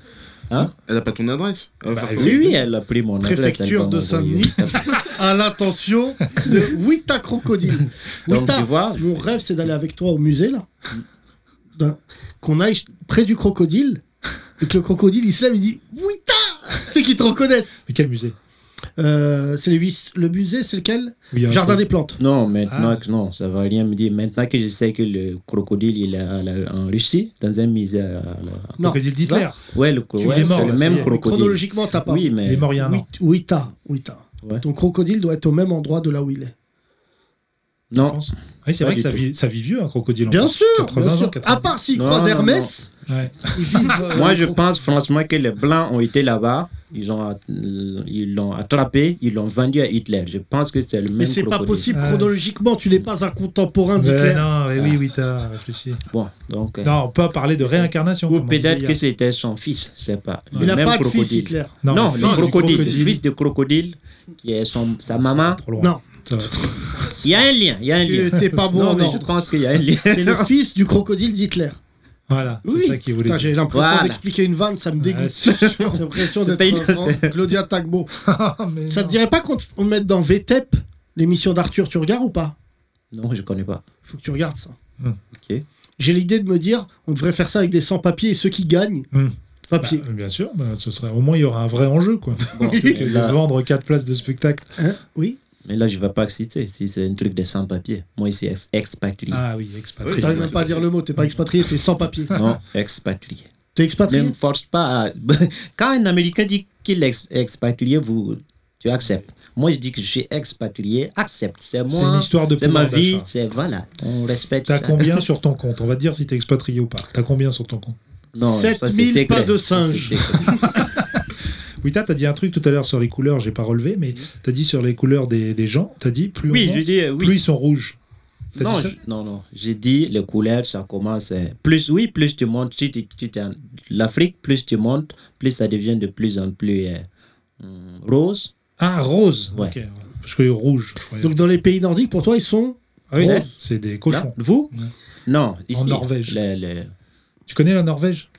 Speaker 7: Elle a pas ton adresse. Elle va
Speaker 4: Bah,
Speaker 7: faire
Speaker 4: oui.
Speaker 6: Oui, oui, elle a pris mon adresse.
Speaker 3: Préfecture
Speaker 6: elle m'a
Speaker 3: de
Speaker 6: envoyé.
Speaker 3: À l'intention de Wita Crocodile.
Speaker 6: Donc
Speaker 3: Wita,
Speaker 6: tu vois,
Speaker 3: mon rêve, c'est d'aller avec toi au musée, là. D'un- Qu'on aille près du crocodile. Et que le crocodile, il se lève, il dit Wita C'est qu'ils te reconnaissent.
Speaker 4: Mais quel musée
Speaker 3: Euh, c'est les huit- le musée, c'est lequel
Speaker 4: Oui, un
Speaker 3: Jardin
Speaker 4: peu.
Speaker 3: des plantes.
Speaker 6: non, maintenant
Speaker 4: Ah.
Speaker 6: que non, ça va rien me dire. Maintenant que je sais que le crocodile, il est à la- en Russie, dans un musée. à la-
Speaker 3: Non.
Speaker 4: Crocodile d'Hitler.
Speaker 6: Ouais, le, cro-
Speaker 4: Tu
Speaker 6: ouais,
Speaker 4: l'es mort,
Speaker 6: c'est
Speaker 4: là,
Speaker 6: le
Speaker 4: ça y est,
Speaker 6: même
Speaker 4: mais
Speaker 6: crocodile.
Speaker 3: Chronologiquement, t'as pas.
Speaker 6: Oui,
Speaker 4: Il est
Speaker 6: mais
Speaker 4: mort il y a un an.
Speaker 3: Wit- Wita, Wita.
Speaker 6: Ouais.
Speaker 3: Ton crocodile doit être au même endroit de là où il est.
Speaker 4: je
Speaker 6: non,
Speaker 4: pense. Oui, c'est
Speaker 6: Pas
Speaker 4: vrai que
Speaker 6: du
Speaker 4: ça
Speaker 6: tout.
Speaker 4: vit, ça vit vieux, un crocodile. en
Speaker 3: Bien
Speaker 4: fait.
Speaker 3: sûr,
Speaker 4: 80
Speaker 3: bien
Speaker 4: ans,
Speaker 3: sûr.
Speaker 4: 80.
Speaker 3: à part s'ils
Speaker 6: Non,
Speaker 3: croisent
Speaker 6: non,
Speaker 3: Hermès,
Speaker 4: Ouais.
Speaker 3: ils vivent. euh,
Speaker 6: Moi, je
Speaker 3: au-
Speaker 6: pense franchement que les Blancs ont été là-bas. Ils ont, att- ils l'ont attrapé, ils l'ont vendu à Hitler. Je pense que c'est le même.
Speaker 3: Mais c'est pas
Speaker 6: crocodile.
Speaker 3: possible
Speaker 4: Ah.
Speaker 3: chronologiquement, tu n'es pas un contemporain
Speaker 4: Mais
Speaker 3: d'Hitler.
Speaker 4: non, mais
Speaker 3: Ah.
Speaker 4: oui, oui, t'as réfléchi.
Speaker 6: Bon, donc. euh,
Speaker 4: Non, on peut parler de réincarnation.
Speaker 6: Ou
Speaker 4: comme on disait
Speaker 6: peut-être
Speaker 4: hier.
Speaker 6: que c'était son fils, c'est pas.
Speaker 3: Il
Speaker 6: Le
Speaker 3: n'a
Speaker 6: même
Speaker 3: pas de
Speaker 6: crocodile.
Speaker 3: fils, Hitler.
Speaker 6: Non,
Speaker 4: le
Speaker 6: le
Speaker 4: fils du
Speaker 6: crocodile, le fils de crocodile, qui est son, sa maman.
Speaker 4: Trop loin.
Speaker 3: Non,
Speaker 4: Ça va être-
Speaker 6: Il y a un lien, il y a un
Speaker 3: Tu-
Speaker 6: lien.
Speaker 3: T'es pas Ah bon
Speaker 6: non,
Speaker 3: en
Speaker 6: mais je
Speaker 3: ordre.
Speaker 6: pense qu'il y a un lien.
Speaker 3: C'est le fils du crocodile d'Hitler.
Speaker 4: Voilà,
Speaker 6: Oui.
Speaker 4: c'est ça qu'il voulait
Speaker 3: Putain,
Speaker 4: dire.
Speaker 3: j'ai l'impression
Speaker 6: Voilà.
Speaker 3: d'expliquer une vanne, ça me dégoûte.
Speaker 4: Ouais, c'est
Speaker 3: J'ai l'impression
Speaker 6: C'est
Speaker 3: d'être
Speaker 6: pas une-
Speaker 3: euh, Claudia Tagbo.
Speaker 4: Ah, mais
Speaker 3: Ça
Speaker 4: non.
Speaker 3: te dirait pas qu'on te- on te mette dans VTEP l'émission d'Arthur, tu regardes ou pas
Speaker 6: Non, je connais pas.
Speaker 3: Faut que tu regardes ça.
Speaker 4: Hmm.
Speaker 6: Ok.
Speaker 3: J'ai l'idée de me dire, on devrait faire ça avec des sans-papiers et ceux qui gagnent,
Speaker 4: Hmm. Bah,
Speaker 3: papier.
Speaker 4: bien sûr, bah, ce serait... au moins il y aura un vrai enjeu quoi.
Speaker 6: Bon,
Speaker 4: que
Speaker 6: mais,
Speaker 4: de
Speaker 6: là,
Speaker 4: vendre 4 places de spectacle.
Speaker 3: Hein oui
Speaker 6: mais là, je vais pas exciter si c'est un truc de sans-papier. Moi, ici, ex- expatrié.
Speaker 4: Ah oui, expatrié.
Speaker 7: Oui.
Speaker 3: T'arrives même pas à dire le mot, t'es pas expatrié, t'es sans-papier.
Speaker 6: Hmm. Non, expatrié.
Speaker 3: T'es
Speaker 6: Ne
Speaker 3: expatrié
Speaker 6: me force pas à... Quand un Américain dit qu'il est ex- expatrié, vous... tu acceptes. Moi, je dis que je suis expatrié, accepte. C'est
Speaker 4: C'est une
Speaker 6: moi,
Speaker 4: histoire de
Speaker 6: c'est ma
Speaker 4: pouvoir
Speaker 6: vie,
Speaker 4: d'achat.
Speaker 6: c'est voilà. On respecte.
Speaker 4: T'as
Speaker 6: ça.
Speaker 4: combien sur ton compte On va te dire si t'es expatrié ou pas. T'as combien sur ton compte
Speaker 6: Non, ça, c'est
Speaker 3: 7000
Speaker 6: secret.
Speaker 3: pas de
Speaker 6: Ça, c'est
Speaker 3: singe.
Speaker 6: secret.
Speaker 4: Oui, t'as t'as dit un truc tout à l'heure sur les couleurs, j'ai pas relevé, mais t'as dit sur les couleurs des, des gens, t'as dit plus, on
Speaker 6: oui,
Speaker 4: monte,
Speaker 6: je dis euh,
Speaker 4: plus
Speaker 6: oui.
Speaker 4: ils sont rouges. T'as
Speaker 6: non,
Speaker 4: dit ça
Speaker 6: je- non, non. J'ai dit les couleurs, ça commence. euh, Plus oui, plus tu montes. Si tu, tu t'es en- l'Afrique, plus tu montes, plus ça devient de plus en plus euh, hum, rose.
Speaker 4: Ah, rose
Speaker 6: Ouais.
Speaker 4: Ok, ouais. Parce que rouge, je croyais.
Speaker 3: Donc dans les pays nordiques, pour toi, ils sont
Speaker 4: Ah oui,
Speaker 3: rose.
Speaker 4: c'est des
Speaker 6: Là,
Speaker 4: cochons.
Speaker 6: vous
Speaker 4: Ouais.
Speaker 6: Non, ici.
Speaker 4: Norvège.
Speaker 6: le- le-
Speaker 4: Tu connais la Norvège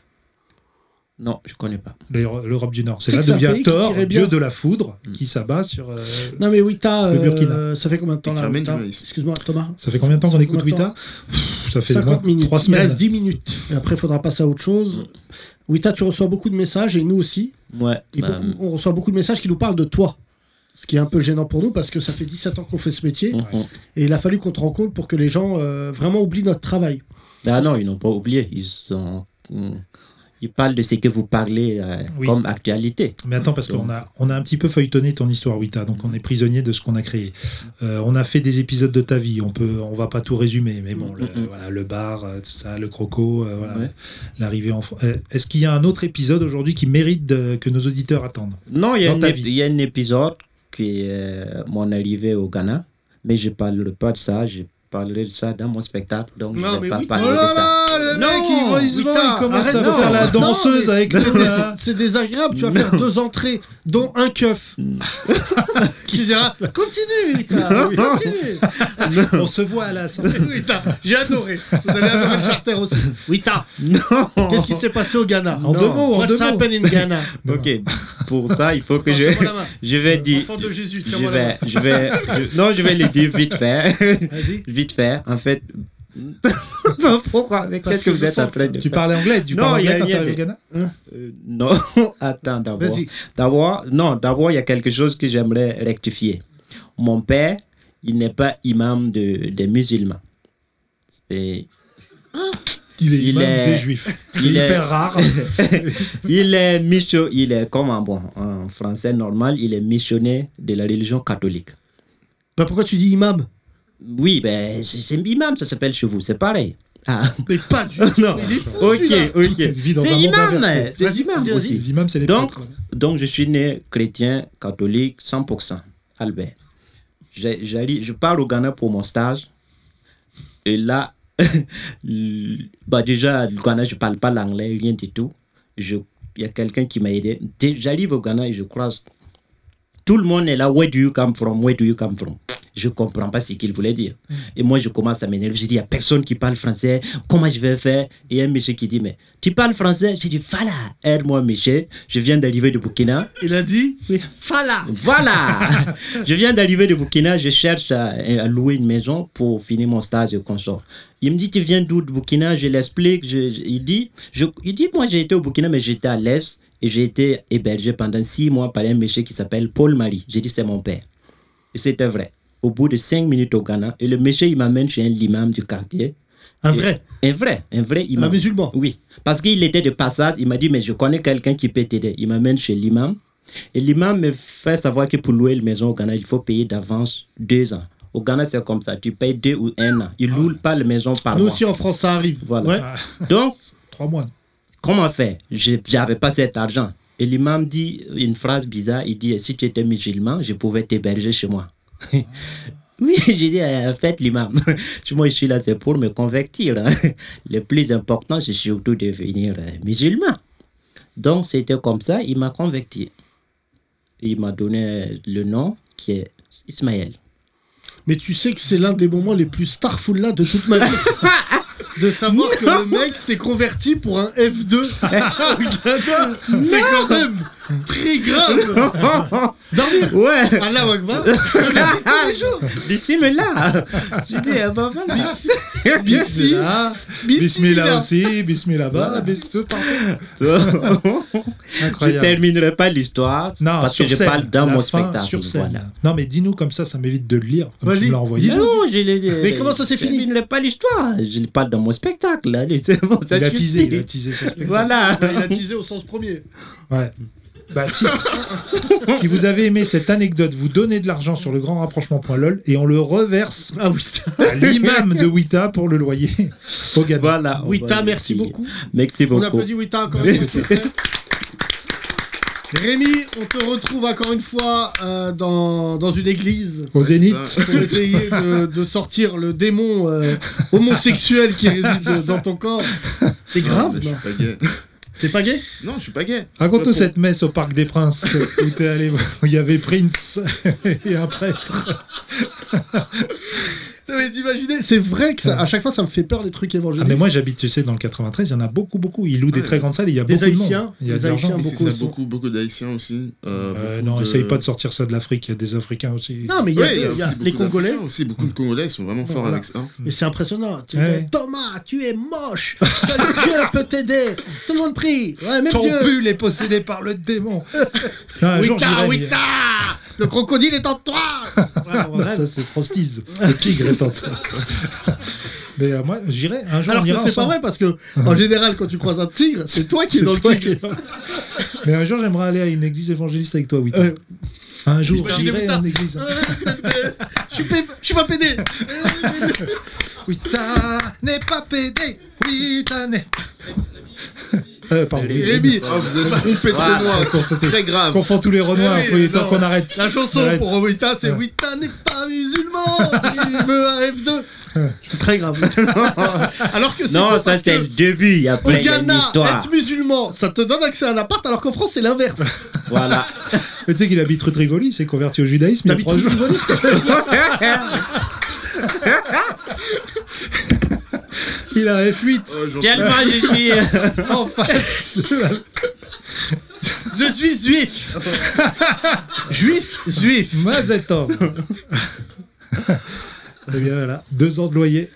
Speaker 6: Non, je connais pas.
Speaker 4: L'Euro- L'Europe du Nord. C'est
Speaker 3: C'est
Speaker 4: là
Speaker 3: que c'est
Speaker 4: d'où
Speaker 3: un
Speaker 4: vient
Speaker 3: pays qui
Speaker 4: Thor,
Speaker 3: tirait bien. Hmm.
Speaker 4: dieu de la foudre,
Speaker 6: Mm.
Speaker 4: qui s'abat sur. euh,
Speaker 3: Non mais Wita,
Speaker 4: Le
Speaker 3: euh,
Speaker 4: Burkina.
Speaker 3: ça fait combien de temps
Speaker 7: Et
Speaker 3: là
Speaker 7: qui ramène
Speaker 3: Wita
Speaker 7: du maïs.
Speaker 3: Excuse-moi Thomas.
Speaker 4: Ça fait combien de temps qu'on
Speaker 3: Ça fait
Speaker 4: écoute
Speaker 3: combien de
Speaker 4: Wita Pff, Ça fait
Speaker 3: 50 minutes.
Speaker 4: 3
Speaker 3: Il
Speaker 4: semaines.
Speaker 3: reste 10 minutes. Et après, il faudra passer à autre
Speaker 6: Hmm.
Speaker 3: chose. Wita, tu reçois beaucoup de messages et nous aussi.
Speaker 6: Ouais.
Speaker 3: Et
Speaker 6: bah,
Speaker 3: beaucoup- on reçoit beaucoup de messages qui nous parlent de toi. Ce qui est un peu gênant pour nous parce que ça fait 17 ans qu'on fait ce métier
Speaker 6: hum, hum.
Speaker 3: et il a fallu qu'on te rende compte pour que les gens euh, vraiment oublient notre travail.
Speaker 6: Ah non, ils n'ont pas oublié. Ils sont. hum, Ils parlent de ce que vous parlez euh,
Speaker 4: Oui.
Speaker 6: comme actualité.
Speaker 4: Mais attends, parce qu'on a, on a un petit peu feuilletonné ton histoire, Wita, donc on est prisonnier de ce qu'on a créé. Euh, on a fait des épisodes de ta vie, on peut, on va pas tout résumer, mais bon, le,
Speaker 6: Mhm.
Speaker 4: voilà, le bar, euh, tout ça, le croco, euh, voilà,
Speaker 6: Ouais.
Speaker 4: l'arrivée en France. Est-ce qu'il y a un autre épisode aujourd'hui qui mérite de- que nos auditeurs attendent
Speaker 6: Non, il y, a
Speaker 4: Dans
Speaker 6: un
Speaker 4: ta
Speaker 6: ép-
Speaker 4: vie.
Speaker 6: il y a un épisode qui est euh, mon arrivée au Ghana, mais je ne parlerai pas de ça, je parlerai de ça dans mon spectacle, donc je ne vais pas parler de ça.
Speaker 4: le
Speaker 3: Non, mec, il va- il se Wita, vend, il commence arrête à de faire faire la ça. danseuse Non, mais-
Speaker 4: avec
Speaker 3: C'est désagréable, tu vas faire deux entrées, dont un keuf. qui dira Continue, Wita, continue.
Speaker 4: On se voit à la
Speaker 3: Wita, j'ai adoré. Vous allez adorer le charter aussi. Wita,
Speaker 6: Non
Speaker 3: qu'est-ce qui s'est passé au Ghana
Speaker 4: En deux mots, en
Speaker 3: What's
Speaker 4: deux mots.
Speaker 3: happened in Ghana
Speaker 6: Ok, pour ça, il faut que
Speaker 3: Non,
Speaker 6: je,
Speaker 3: tiens-moi la main.
Speaker 6: je vais dire.
Speaker 3: Enfant de Jésus,
Speaker 6: Je
Speaker 3: tiens-moi la main.
Speaker 6: vais, je vais, je- non, je vais le dire vite fait.
Speaker 3: Vas-y.
Speaker 6: vite fait, en fait. Non, Pourquoi Mais
Speaker 3: Parce
Speaker 6: Qu'est-ce que
Speaker 3: que
Speaker 6: vous
Speaker 3: je
Speaker 6: êtes
Speaker 3: sens
Speaker 6: en train
Speaker 3: que
Speaker 6: de
Speaker 4: Tu
Speaker 6: faire
Speaker 4: parlais anglais, tu
Speaker 6: Non,
Speaker 4: parles
Speaker 6: il y a-
Speaker 4: anglais quand
Speaker 6: il y a
Speaker 4: t'arrives au
Speaker 6: des-
Speaker 4: Ghana
Speaker 6: Euh, Non, attends d'abord.
Speaker 3: Vas-y.
Speaker 6: D'abord, non, d'abord, il y a quelque chose que j'aimerais rectifier. Mon père, il n'est pas imam de, des musulmans. Et
Speaker 4: Il est
Speaker 6: Il
Speaker 4: imam
Speaker 6: est-
Speaker 4: des juifs. C'est
Speaker 6: il est-
Speaker 4: hyper rare.
Speaker 6: il est micho, il est comme en, bon, en français normal, il est missionnaire de la religion catholique.
Speaker 3: Bah, pourquoi tu dis imam
Speaker 6: Oui, ben, c'est c'est imam, ça s'appelle chez vous, c'est pareil. Ah,
Speaker 3: Mais pas du
Speaker 6: non.
Speaker 3: Il est fou,
Speaker 6: Ok,
Speaker 3: celui-là.
Speaker 6: ok.
Speaker 4: Toute une vie dans un
Speaker 6: C'est
Speaker 4: monde
Speaker 6: imam,
Speaker 4: inversé.
Speaker 6: hein, c'est
Speaker 3: Vas-y,
Speaker 6: imam
Speaker 3: vas-y,
Speaker 6: aussi.
Speaker 4: Les imams, c'est les
Speaker 6: Donc,
Speaker 4: prêtres.
Speaker 6: Donc, je suis né chrétien, catholique, 100%, Albert. J'ai- j'allais- Je pars au Ghana pour mon stage. Et là, l- bah déjà, le Ghana, je ne parle pas l'anglais, rien du tout. Je- Il y a quelqu'un qui m'a aidé. Dès- J'arrive au Ghana et je croise. Tout le monde est là. Where do you come from? Where do you come from? Je ne comprends pas ce qu'il voulait dire. Et moi, je commence à m'énerver. Je dis, il n'y a personne qui parle français. Comment je vais faire Et il y a un monsieur qui dit, mais tu parles français J'ai dit, voilà, aide-moi, monsieur. Je viens d'arriver de Burkina.
Speaker 3: Il a dit Fala
Speaker 6: Voilà Je viens d'arriver de Burkina, je cherche à, à louer une maison pour finir mon stage de consort. Il me dit, tu viens d'où de Burkina Je l'explique. je- je- il, dit, je- il dit, moi j'ai été au Burkina, mais j'étais à l'Est et j'ai été hébergé pendant six mois par un monsieur qui s'appelle Paul Marie. J'ai dit, c'est mon père. Et c'était vrai. Au bout de cinq minutes au Ghana, et le monsieur, il m'amène chez un imam du quartier.
Speaker 3: Un vrai,
Speaker 6: Un vrai, un vrai
Speaker 3: un
Speaker 6: imam.
Speaker 3: musulman.
Speaker 6: Oui, parce qu'il était de passage, il m'a dit, mais je connais quelqu'un qui peut t'aider. Il m'amène chez l'imam. Et l'imam me fait savoir que pour louer une maison au Ghana, il faut payer d'avance deux ans. Au Ghana, c'est comme ça, tu payes deux ou un an. Il ne loue pas la maison par
Speaker 3: Nous
Speaker 6: mois.
Speaker 3: aussi en France, ça arrive.
Speaker 6: Voilà.
Speaker 3: Ouais.
Speaker 6: Donc,
Speaker 4: Trois mois.
Speaker 6: comment faire Je n'avais pas cet argent. Et l'imam dit une phrase bizarre, il dit, si tu étais musulman, je pouvais t'héberger chez moi. Oui, j'ai dit, euh, faites l'imam. Moi, je suis là, c'est pour me convertir. hein. Le plus important, c'est surtout de devenir euh, musulman. Donc, c'était comme ça, il m'a euh, converti. Il m'a donné le nom qui est Ismaël.
Speaker 3: mais tu sais que c'est l'un des moments les plus starful là de toute ma vie. De savoir que le mec s'est converti pour un F2 Ghana, c'est quand même très grave. Dormir
Speaker 6: Ouais,
Speaker 3: Allah Akbar, je le dis tous les jours.
Speaker 6: bismillah. Je dis, ah bah voilà.
Speaker 3: Bissi,
Speaker 4: Bismillah,
Speaker 3: bissi,
Speaker 4: Bismillah
Speaker 3: bismillah.
Speaker 4: aussi, Bismillah bas, Bismillah partout.
Speaker 6: je
Speaker 4: Incroyable.
Speaker 6: terminerai pas l'histoire
Speaker 4: Non,
Speaker 6: parce
Speaker 4: sur
Speaker 6: que je
Speaker 4: scène,
Speaker 6: parle dans
Speaker 4: la
Speaker 6: mon
Speaker 4: fin
Speaker 6: spectacle.
Speaker 4: Sur scène.
Speaker 6: voilà.
Speaker 4: Non, mais dis-nous comme ça, ça m'évite de le lire. Comme tu
Speaker 3: Vas-y,
Speaker 4: me l'as envoyé.
Speaker 3: dis-nous.
Speaker 6: Non, je l'ai
Speaker 3: Mais comment ça s'est fini
Speaker 6: Je ne pas l'histoire. Je parle dans mon spectacle. Allez, c'est bon, ça
Speaker 4: Il a
Speaker 6: suffit.
Speaker 4: teasé, il a teasé son spectacle.
Speaker 6: Voilà.
Speaker 3: Ah, Il a teasé au sens premier.
Speaker 4: Ouais. Bah, si. si vous avez aimé cette anecdote, vous donnez de l'argent sur le grand rapprochement.lol et on le reverse
Speaker 3: Ah oui, t'as-
Speaker 4: à l'imam de Wita pour le loyer au Ghana.
Speaker 6: Voilà. Ah, on
Speaker 3: oui,
Speaker 6: va
Speaker 3: t'as,
Speaker 6: le
Speaker 3: merci
Speaker 6: dire.
Speaker 3: beaucoup.
Speaker 6: Merci
Speaker 3: On
Speaker 6: beaucoup.
Speaker 3: applaudit Wita encore une
Speaker 6: Merci.
Speaker 3: fois. s'il te plaît. Rémi, on te retrouve encore une fois euh, dans, dans une église
Speaker 4: Au Zénith.
Speaker 7: Ça-
Speaker 3: pour essayer de, de sortir le démon euh, homosexuel qui réside dans ton corps. C'est
Speaker 7: Non, mais
Speaker 3: grave,
Speaker 7: je
Speaker 3: non
Speaker 7: suis pas gay.
Speaker 3: T'es pas gay
Speaker 7: Non, je suis pas gay.
Speaker 4: Raconte-nous
Speaker 7: Pour-
Speaker 4: cette messe au Parc des Princes où t'es allé, où il y avait Prince et un
Speaker 3: Ah,
Speaker 4: prêtre.
Speaker 3: Non, mais t'imagines, c'est vrai que ça- à chaque fois ça me fait peur les trucs
Speaker 4: Ah,
Speaker 3: évangéliques.
Speaker 4: mais moi j'habite, tu sais, dans le 93, il y en a beaucoup, beaucoup. Ils louent des
Speaker 7: Ouais.
Speaker 4: très grandes salles et il y a
Speaker 3: Des
Speaker 4: beaucoup de monde.
Speaker 3: Haïtiens,
Speaker 4: Il y a
Speaker 3: des
Speaker 4: de l'argent.
Speaker 3: Haïtiens,
Speaker 7: Et
Speaker 3: beaucoup
Speaker 7: c'est ça,
Speaker 3: aussi.
Speaker 7: beaucoup, beaucoup d'haïtiens aussi. euh,
Speaker 4: Euh,
Speaker 7: beaucoup
Speaker 4: non,
Speaker 7: de-
Speaker 4: essaye pas de sortir ça de l'Afrique, il y a des Africains aussi.
Speaker 3: non, mais il y a,
Speaker 7: Ouais, il y a
Speaker 3: il y a
Speaker 7: aussi beaucoup
Speaker 3: les Congolais,
Speaker 7: d'Africains aussi, beaucoup de Congolais, ils sont vraiment forts
Speaker 3: Voilà.
Speaker 7: avec ça. hein.
Speaker 3: et c'est impressionnant. Tu
Speaker 4: Ouais.
Speaker 3: dis, Thomas, tu es moche, seul Dieu peut t'aider. Tout le monde prie, ouais, même
Speaker 4: Ton
Speaker 3: Dieu.
Speaker 4: pull est possédé par le démon. Non, un jour,
Speaker 3: Wita,
Speaker 4: j'irai lire.
Speaker 3: Wita Le crocodile est en toi Ouais, on
Speaker 4: Non,
Speaker 3: rêve.
Speaker 4: ça c'est Frosties. Le tigre est en toi. mais euh, moi, j'irai un jour.
Speaker 3: Alors
Speaker 4: on
Speaker 3: que
Speaker 4: ira
Speaker 3: c'est pas
Speaker 4: ensemble.
Speaker 3: vrai parce que en général quand tu croises un tigre, c'est toi qui es
Speaker 4: C'est
Speaker 3: dans le
Speaker 4: toi
Speaker 3: tigre.
Speaker 4: Mais un jour, j'aimerais aller à une église évangéliste avec toi, oui.
Speaker 3: Euh,
Speaker 4: Un jour,
Speaker 3: Imaginez
Speaker 4: j'irai
Speaker 3: Wita.
Speaker 4: à une église.
Speaker 3: Je suis pé- je suis pas pédé.
Speaker 4: Wita n'est pas pédé. Wita n'est. Euh, pardon. oui, vas-y.
Speaker 3: Rémi,
Speaker 7: Oh, vous êtes trompé de moi, c'est très
Speaker 4: On
Speaker 7: grave.
Speaker 4: confond tous les Renois,
Speaker 3: Eh oui,
Speaker 4: il faut il est temps
Speaker 3: non.
Speaker 4: qu'on arrête.
Speaker 3: la chanson
Speaker 4: Arrête.
Speaker 3: pour Wita c'est
Speaker 4: Ouais.
Speaker 3: Wita n'est pas musulman, il veut un F2. C'est très grave. Alors que c'est
Speaker 6: Non,
Speaker 3: faux
Speaker 6: ça
Speaker 3: parce
Speaker 6: c'est
Speaker 3: que
Speaker 6: le début. Il y a
Speaker 3: au
Speaker 6: plein il y a une
Speaker 3: Ghana,
Speaker 6: histoire.
Speaker 3: être musulman, ça te donne accès à un appart, alors qu'en France, c'est l'inverse.
Speaker 6: Voilà.
Speaker 4: Mais tu sais qu'il habite rue de Rivoli, il s'est converti au judaïsme il y a
Speaker 3: T'habites
Speaker 4: trois
Speaker 3: au
Speaker 4: jours.
Speaker 3: Rivoli
Speaker 4: Il a un F8.
Speaker 7: Oh, j'en-
Speaker 6: Tellement je suis. euh,
Speaker 3: en face. Je suis juif. juif, juif.
Speaker 4: Mazetom. Eh bien voilà, deux ans de loyer.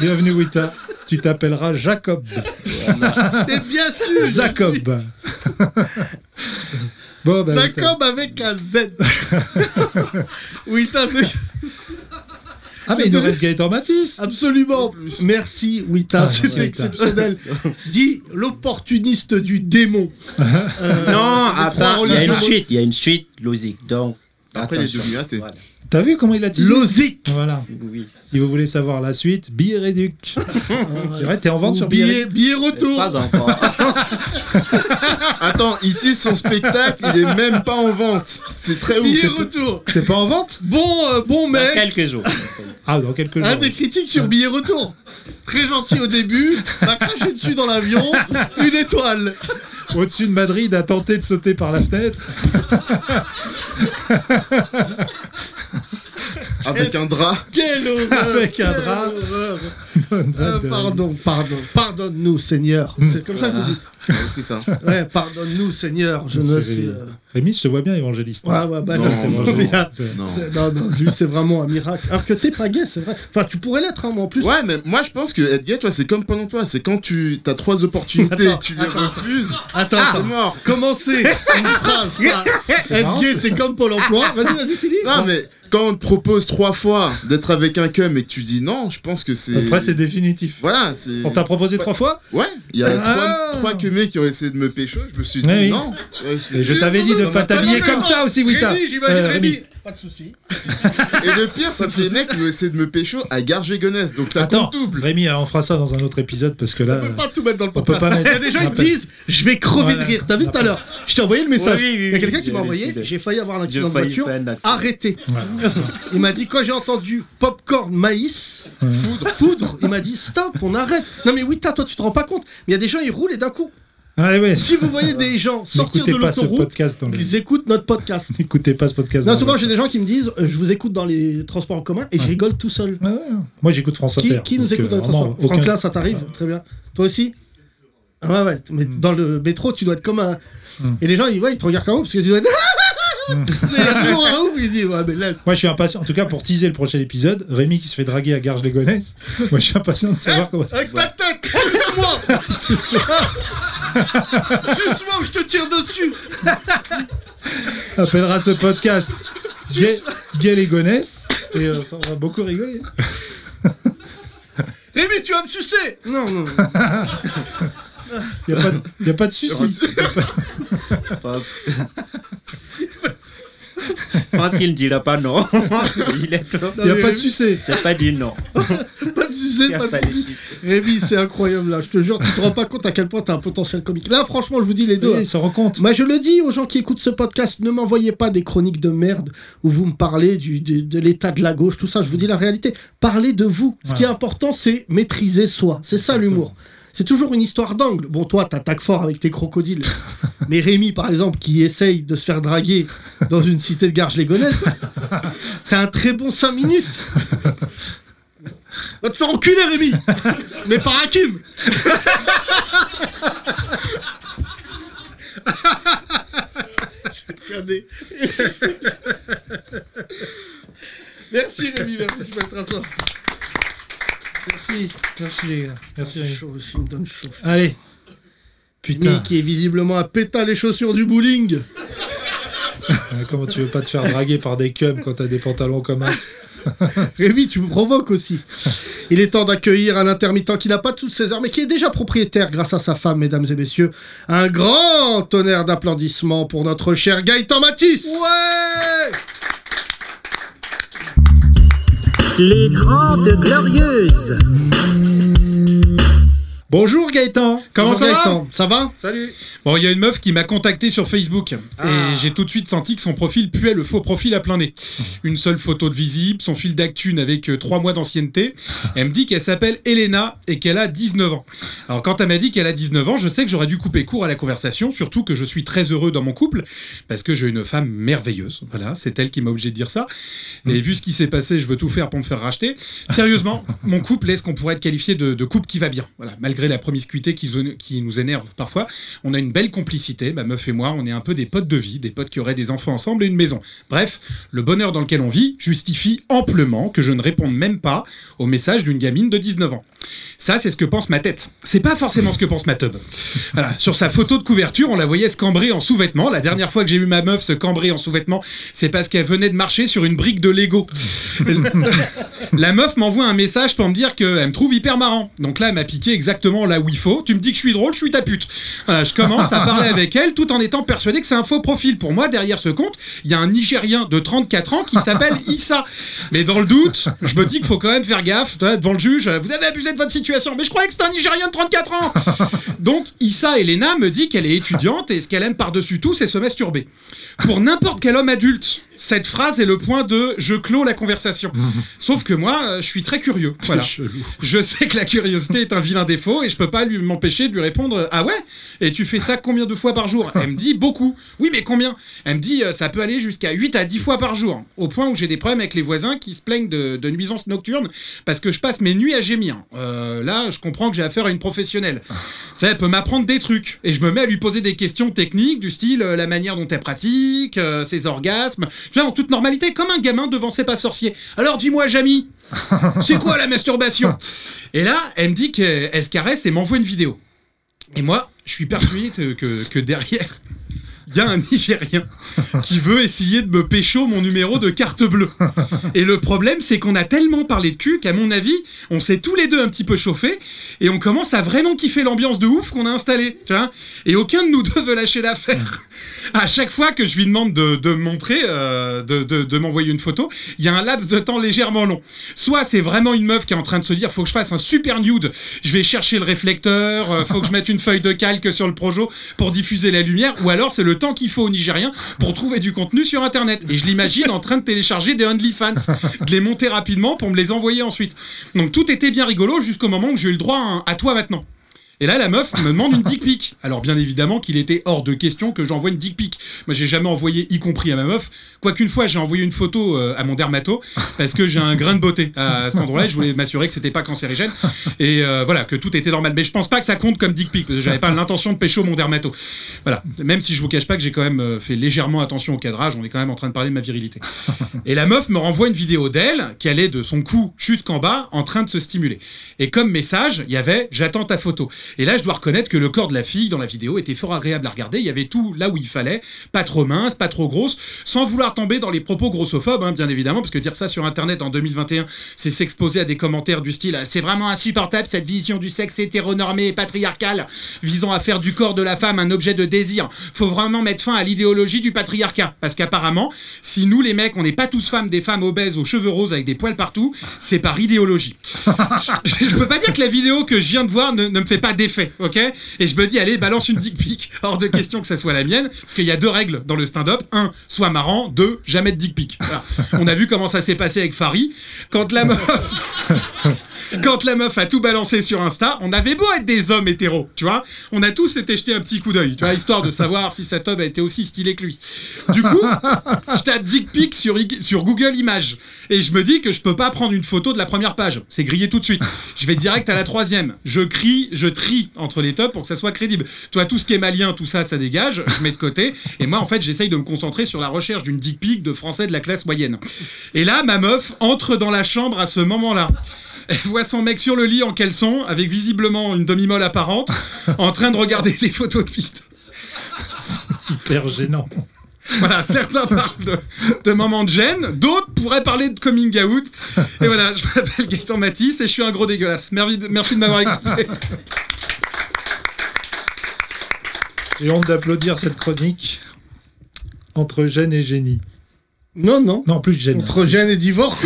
Speaker 4: Bienvenue Wita. Tu t'appelleras Jacob.
Speaker 3: Et bien sûr,
Speaker 4: Jacob. bon, ben, Wita.
Speaker 3: Jacob avec un Z. oui, t'as
Speaker 4: Ah mais il nous reste Gaëtan Matisse.
Speaker 3: Absolument. Merci, Wita.
Speaker 4: Ah,
Speaker 3: C'était
Speaker 4: Wita.
Speaker 3: exceptionnel. Dit l'opportuniste du démon. Euh,
Speaker 6: Non,
Speaker 3: les trois
Speaker 6: attends. Il y a une
Speaker 3: religions.
Speaker 6: suite. Il y a une suite logique. Donc.
Speaker 7: Après, il est
Speaker 6: attention.
Speaker 7: devenu athée.
Speaker 6: Voilà.
Speaker 4: T'as vu comment il a teasé
Speaker 3: Lozic.
Speaker 4: Voilà.
Speaker 6: Oui.
Speaker 4: Si vous voulez savoir la suite, billet réduc. C'est vrai, t'es en vente sur billet.
Speaker 3: Ah, Billet, billet
Speaker 6: Pas
Speaker 3: retour.
Speaker 6: encore.
Speaker 7: Attends, il tisse son spectacle, il est même pas en vente. C'est très ouf.
Speaker 3: Billet retour.
Speaker 4: T'es pas en vente
Speaker 3: Bon, euh, bon
Speaker 6: Dans
Speaker 3: mec.
Speaker 6: quelques jours.
Speaker 4: Ah dans quelques jours.
Speaker 3: Ah, des critiques sur billet retour. Très gentil au début, m'a craché dessus dans l'avion, une étoile.
Speaker 4: Au-dessus de Madrid a tenté de sauter par la fenêtre.
Speaker 7: Avec un drap.
Speaker 3: Quelle horreur
Speaker 4: Avec un
Speaker 3: quelle
Speaker 4: drap.
Speaker 3: horreur.
Speaker 4: Bonne
Speaker 3: Ah,
Speaker 4: vanne de Hmm. Rémi.
Speaker 3: pardon, pardon, pardonne-nous, Seigneur. C'est comme ça que vous dites.
Speaker 7: Ah, C'est ça.
Speaker 3: Ouais, pardonne-nous, Seigneur. Je ne
Speaker 4: C'est
Speaker 3: suis.
Speaker 4: Rémi.
Speaker 3: euh,
Speaker 4: Rémi, je te vois bien évangéliste.
Speaker 3: Ouais, ouais, bah,
Speaker 7: Non,
Speaker 3: non, c'est
Speaker 7: non,
Speaker 3: bon,
Speaker 7: non.
Speaker 3: bien.
Speaker 4: C'est-
Speaker 7: Non.
Speaker 3: C'est- non, non, lui, c'est vraiment un miracle. Alors que t'es pas gay, c'est vrai. Enfin, tu pourrais l'être, hein, moi en plus.
Speaker 7: Ouais, mais moi je pense que être gay, tu vois, c'est comme Pôle emploi. C'est quand tu as trois opportunités et
Speaker 3: Attends,
Speaker 7: que tu les
Speaker 3: attends.
Speaker 7: refuses, Ah,
Speaker 3: Attends,
Speaker 4: Ah.
Speaker 7: c'est mort.
Speaker 3: commencez une phrase. par Être
Speaker 4: marrant,
Speaker 3: gay,
Speaker 4: ça. Ah.
Speaker 3: c'est comme Pôle emploi. Vas-y, vas-y, finis.
Speaker 7: Non, mais quand on te propose trois fois d'être avec un cum et que tu dis non, je pense que c'est.
Speaker 4: Après, c'est définitif.
Speaker 7: Voilà, c'est.
Speaker 4: On t'a proposé trois fois
Speaker 7: Ouais, il y a
Speaker 4: Ah.
Speaker 7: trois, trois cumés qui ont essayé de me pécho, je me suis dit
Speaker 4: Ouais, oui.
Speaker 7: non. Ouais, c'est-
Speaker 4: Et je t'avais dit de
Speaker 3: Non, non,
Speaker 4: pas
Speaker 3: non,
Speaker 4: t'habiller
Speaker 3: non,
Speaker 4: comme
Speaker 3: non.
Speaker 4: ça aussi, Wita.
Speaker 3: Rémi, j'imagine
Speaker 4: Euh,
Speaker 3: Rémi. Pas de soucis.
Speaker 7: Et le pire, c'est que les mecs ils ont essayé de me pécho à Gargé-Gonesse, donc ça
Speaker 4: Attends,
Speaker 7: compte double.
Speaker 4: Rémi, hein, on fera ça dans un autre épisode parce que là,
Speaker 3: On peut pas tout mettre dans le
Speaker 4: Euh, on peut
Speaker 3: podcast.
Speaker 4: pas
Speaker 3: Il y
Speaker 4: mettre.
Speaker 3: a des gens qui me
Speaker 4: Rappel.
Speaker 3: disent Je vais crever de
Speaker 4: Voilà.
Speaker 3: rire. T'as vu tout à l'heure Je t'ai envoyé le message.
Speaker 6: Oui, oui, oui,
Speaker 3: Il y a quelqu'un
Speaker 6: oui,
Speaker 3: qui m'a
Speaker 6: je
Speaker 3: envoyé
Speaker 6: décide.
Speaker 3: J'ai failli avoir un
Speaker 6: Je
Speaker 3: accident de
Speaker 6: faillis
Speaker 3: voiture. Ah,
Speaker 6: faire un accident.
Speaker 3: Arrêtez.
Speaker 4: Voilà.
Speaker 3: Il m'a dit Quand j'ai entendu popcorn, maïs, foudre, foudre, il m'a dit Stop, on arrête. Non mais Wita, toi tu te rends pas compte. Mais il y a des gens, ils roulent et d'un coup.
Speaker 4: Ah ouais,
Speaker 3: Si vous voyez des gens sortir
Speaker 4: n'écoutez
Speaker 3: de
Speaker 4: pas ce
Speaker 3: l'autoroute,
Speaker 4: podcast. dans les-
Speaker 3: ils écoutent notre podcast.
Speaker 4: N'écoutez pas ce podcast.
Speaker 3: Non,
Speaker 4: dans
Speaker 3: souvent
Speaker 4: les-
Speaker 3: j'ai des gens qui me disent euh, je vous écoute dans les transports en commun et je
Speaker 4: Ouais.
Speaker 3: rigole tout seul.
Speaker 4: Ah ouais, Moi, j'écoute France
Speaker 3: Qui,
Speaker 4: Inter.
Speaker 3: qui nous
Speaker 4: donc,
Speaker 3: écoute dans
Speaker 4: euh,
Speaker 3: les
Speaker 4: vraiment,
Speaker 3: transports
Speaker 4: aucun-
Speaker 3: Franklin, ça t'arrive Très bien. Toi aussi Ah ouais, ouais. Mais dans le métro, tu dois être comme un.
Speaker 4: Mm.
Speaker 3: Et les gens, ils, ouais, ils te regardent comme un ouf parce que tu dois être. Il y a toujours un ouf, il dit ouais, mais laisse.
Speaker 4: Moi, je suis impatient. En tout cas, pour teaser le prochain épisode, Rémi qui se fait draguer à garges les gonesses Moi, je suis impatient de savoir comment ça
Speaker 3: Avec ta tête Suce-moi Suce-moi ou je te tire dessus
Speaker 4: appellera ce podcast. Gay, Gay les gonesses Et euh, ça, on va beaucoup rigoler.
Speaker 3: Rémi, tu vas me sucer Non, non.
Speaker 4: Il n'y a, pas de souci.
Speaker 6: Je pense, Je pense qu'il ne dira pas non. Il est trop.
Speaker 4: Il n'y
Speaker 3: Ah
Speaker 4: a pas de sucé.
Speaker 6: C'est pas dit non.
Speaker 3: Pas de sucer,
Speaker 6: Il a
Speaker 3: pas de
Speaker 6: fallu-
Speaker 3: sucer. Rémi, c'est incroyable là. Je te jure, tu te rends pas compte à quel point t'as un potentiel comique. Là, franchement, je vous dis les deux.
Speaker 4: Oui, Ils s'en rendent compte.
Speaker 3: Moi, Bah, je le dis aux gens qui écoutent ce podcast, ne m'envoyez pas des chroniques de merde où vous me parlez du, du- de l'état de la gauche, tout ça. Je vous dis la réalité. Parlez de vous. Ce qui est
Speaker 4: Voilà.
Speaker 3: important, c'est maîtriser soi. C'est ça
Speaker 4: Exactement.
Speaker 3: l'humour. C'est toujours une histoire d'angle. Bon, toi, t'attaques fort avec tes crocodiles. Mais Rémi, par exemple, qui essaye de se faire draguer dans une cité de garges légonaise, t'as un très bon 5 minutes. Va te faire enculer, Rémi Mais par Hakim Regardez. merci Rémi, merci, je mettrai ça. Merci.
Speaker 4: Merci les gars. Merci
Speaker 3: Rémi.
Speaker 4: Rémi.
Speaker 3: Chaud, aussi, il me donne chaud.
Speaker 4: Ah, Allez. Putain,
Speaker 3: Rémi qui est visiblement à péta les chaussures du bowling.
Speaker 4: euh, comment tu veux pas te faire draguer par des cums quand t'as des pantalons comme as
Speaker 3: Rémi, tu me provoques aussi. Il est temps d'accueillir un intermittent qui n'a pas toutes ses heures, mais qui est déjà propriétaire grâce à sa femme, mesdames et messieurs. Un grand tonnerre d'applaudissements pour notre cher Gaëtan Matisse. Ouais
Speaker 1: Les Grandes Glorieuses.
Speaker 4: Bonjour Gaëtan
Speaker 8: Comment ça va
Speaker 3: Ça va
Speaker 8: Salut Bon, il y a une meuf qui m'a contacté sur Facebook et j'ai tout de suite senti que son profil puait le faux profil à plein nez. Une seule photo de visible, son fil d'actu n'avait que 3 mois d'ancienneté. Elle me dit qu'elle s'appelle Elena et qu'elle a 19 ans. Alors quand elle m'a dit qu'elle a 19 ans, je sais que j'aurais dû couper court à la conversation, surtout que je suis très heureux dans mon couple parce que j'ai une femme merveilleuse. Voilà, c'est elle qui m'a obligé de dire ça. Et vu ce qui s'est passé, je veux tout faire pour me faire racheter. Sérieusement, mon couple est ce qu'on pourrait être qualifié de, de couple qui va bien. Voilà, malgré la promiscuité qui, zone- qui nous énerve parfois, on a une belle complicité. Ma meuf et moi, on est un peu des potes de vie, des potes qui auraient des enfants ensemble et une maison. Bref, le bonheur dans lequel on vit justifie amplement que je ne réponde même pas au message d'une gamine de 19 ans. Ça, c'est ce que pense ma tête. C'est pas forcément ce que pense ma teub. Voilà, sur sa photo de couverture, on la voyait se cambrer en sous-vêtements. La dernière fois que j'ai vu ma meuf se cambrer en sous-vêtements, c'est parce qu'elle venait de marcher sur une brique de Lego. La meuf m'envoie un message pour me dire qu'elle me trouve hyper marrant. Donc là, elle m'a piqué exactement là où il faut. Tu me dis que je suis drôle, je suis ta pute. Voilà, je commence à parler avec elle tout en étant persuadé que c'est un faux profil. Pour moi, derrière ce compte, il y a un Nigérien de 34 ans qui s'appelle Issa. Mais dans le doute, je me dis qu'il faut quand même faire gaffe. Tu vois, Devant le juge, vous avez abusé de votre situation. Mais je croyais que c'était un Nigérien de 34 ans. Donc Issa Elena me dit qu'elle est étudiante et ce qu'elle aime par-dessus tout, c'est se masturber. Pour n'importe quel homme adulte, cette phrase est le point de je clôt la conversation. Sauf que moi, euh, je suis très curieux. Voilà. Je sais que la curiosité est un vilain défaut et je peux pas lui m'empêcher de lui répondre euh, ah ouais et tu fais ça combien de fois par jour Elle me dit beaucoup. Oui, mais combien Elle me dit euh, ça peut aller jusqu'à 8 à 10 fois par jour au point où j'ai des problèmes avec les voisins qui se plaignent de, de nuisances nocturnes parce que je passe mes nuits à gémir. Euh, là, je comprends que j'ai affaire à une professionnelle. Tu sais, elle peut m'apprendre des trucs. Et je me mets à lui poser des questions techniques du style euh, la manière dont elle pratique, euh, ses orgasmes. Tu vois, en toute normalité, comme un gamin devant ses pas sorciers. Alors dis-moi, Jamy, c'est quoi la masturbation Et là, elle me dit qu'elle elle se caresse et m'envoie une vidéo. Et moi, je suis persuadé que, que- que derrière, il y a un Nigérien qui veut essayer de me pécho mon numéro de carte bleue. Et le problème, c'est qu'on a tellement parlé de cul qu'à mon avis, on s'est tous les deux un petit peu chauffés et on commence à vraiment kiffer l'ambiance de ouf qu'on a installée. Tu vois et aucun de nous deux veut lâcher l'affaire. À chaque fois que je lui demande de, de me montrer, euh, de, de- de m'envoyer une photo, il y a un laps de temps légèrement long. Soit c'est vraiment une meuf qui est en train de se dire faut que je fasse un super nude, je vais chercher le réflecteur, euh, faut que je mette une feuille de calque sur le projo pour diffuser la lumière, ou alors c'est le temps qu'il faut aux Nigériens pour trouver du contenu sur internet. Et je l'imagine en train de télécharger des OnlyFans, de les monter rapidement pour me les envoyer ensuite. Donc tout était bien rigolo jusqu'au moment où j'ai eu le droit à, un à toi maintenant. Et là, la meuf me demande une dick pic. Alors, bien évidemment qu'il était hors de question que j'envoie une dick pic. Moi, j'ai jamais envoyé, y compris à ma meuf. Quoiqu'une fois, j'ai envoyé une photo euh, à mon dermato parce que j'ai un grain de beauté à cet endroit-là. et Je voulais m'assurer que c'était pas cancérigène et euh, voilà, que tout était normal. Mais je pense pas que ça compte comme dick pic parce que j'avais pas l'intention de pécho mon dermato. Voilà. Même si je vous cache pas que j'ai quand même euh, fait légèrement attention au cadrage, on est quand même en train de parler de ma virilité. Et la meuf me renvoie une vidéo d'elle, qui allait de son cou jusqu'en bas, en train de se stimuler. Et comme message, il y avait J'attends ta photo. Et là, je dois reconnaître que le corps de la fille dans la vidéo était fort agréable à regarder. Il y avait tout là où il fallait, pas trop mince, pas trop grosse, sans vouloir tomber dans les propos grossophobes, hein, bien évidemment, parce que dire ça sur Internet en 2021, c'est s'exposer à des commentaires du style C'est vraiment insupportable cette vision du sexe hétéronormé et patriarcal, visant à faire du corps de la femme un objet de désir. Faut vraiment mettre fin à l'idéologie du patriarcat. Parce qu'apparemment, si nous les mecs, on n'est pas tous femmes, des femmes obèses aux cheveux roses avec des poils partout, c'est par idéologie. je, je peux pas dire que la vidéo que je viens de voir ne, ne me fait pas d'effet, ok Et je me dis, allez, balance une dick pic. Hors de question que ça soit la mienne, parce qu'il y a deux règles dans le stand-up. Un, sois marrant. Deux, jamais de dick pic. Voilà. On a vu comment ça s'est passé avec Farid. Quand la meuf... Quand la meuf a tout balancé sur Insta, on avait beau être des hommes hétéros, tu vois, on a tous été jetés un petit coup d'œil, tu vois, histoire de savoir si cet homme a été aussi stylé que lui. Du coup, je tape dick pic sur, Ig- sur Google Images et je me dis que je peux pas prendre une photo de la première page. C'est grillé tout de suite. Je vais direct à la troisième. Je crie, je trie entre les tops pour que ça soit crédible. Toi, tout ce qui est malien, tout ça, ça dégage. Je mets de côté. Et moi, en fait, j'essaye de me concentrer sur la recherche d'une dick pic de français de la classe moyenne. Et là, ma meuf entre dans la chambre à ce moment-là. Elle voit son mec sur le lit en caleçon, avec visiblement une demi-molle apparente, en train de regarder des photos de pite.
Speaker 4: Hyper gênant.
Speaker 8: Voilà, certains parlent de, de moments de gêne, d'autres pourraient parler de coming out. Et voilà, je m'appelle Gaëtan Matisse et je suis un gros dégueulasse. Merci de, merci de m'avoir écouté.
Speaker 4: J'ai honte d'applaudir cette chronique entre gêne et génie.
Speaker 3: Non, non.
Speaker 4: Non, en plus gêne.
Speaker 3: Entre gêne et divorce,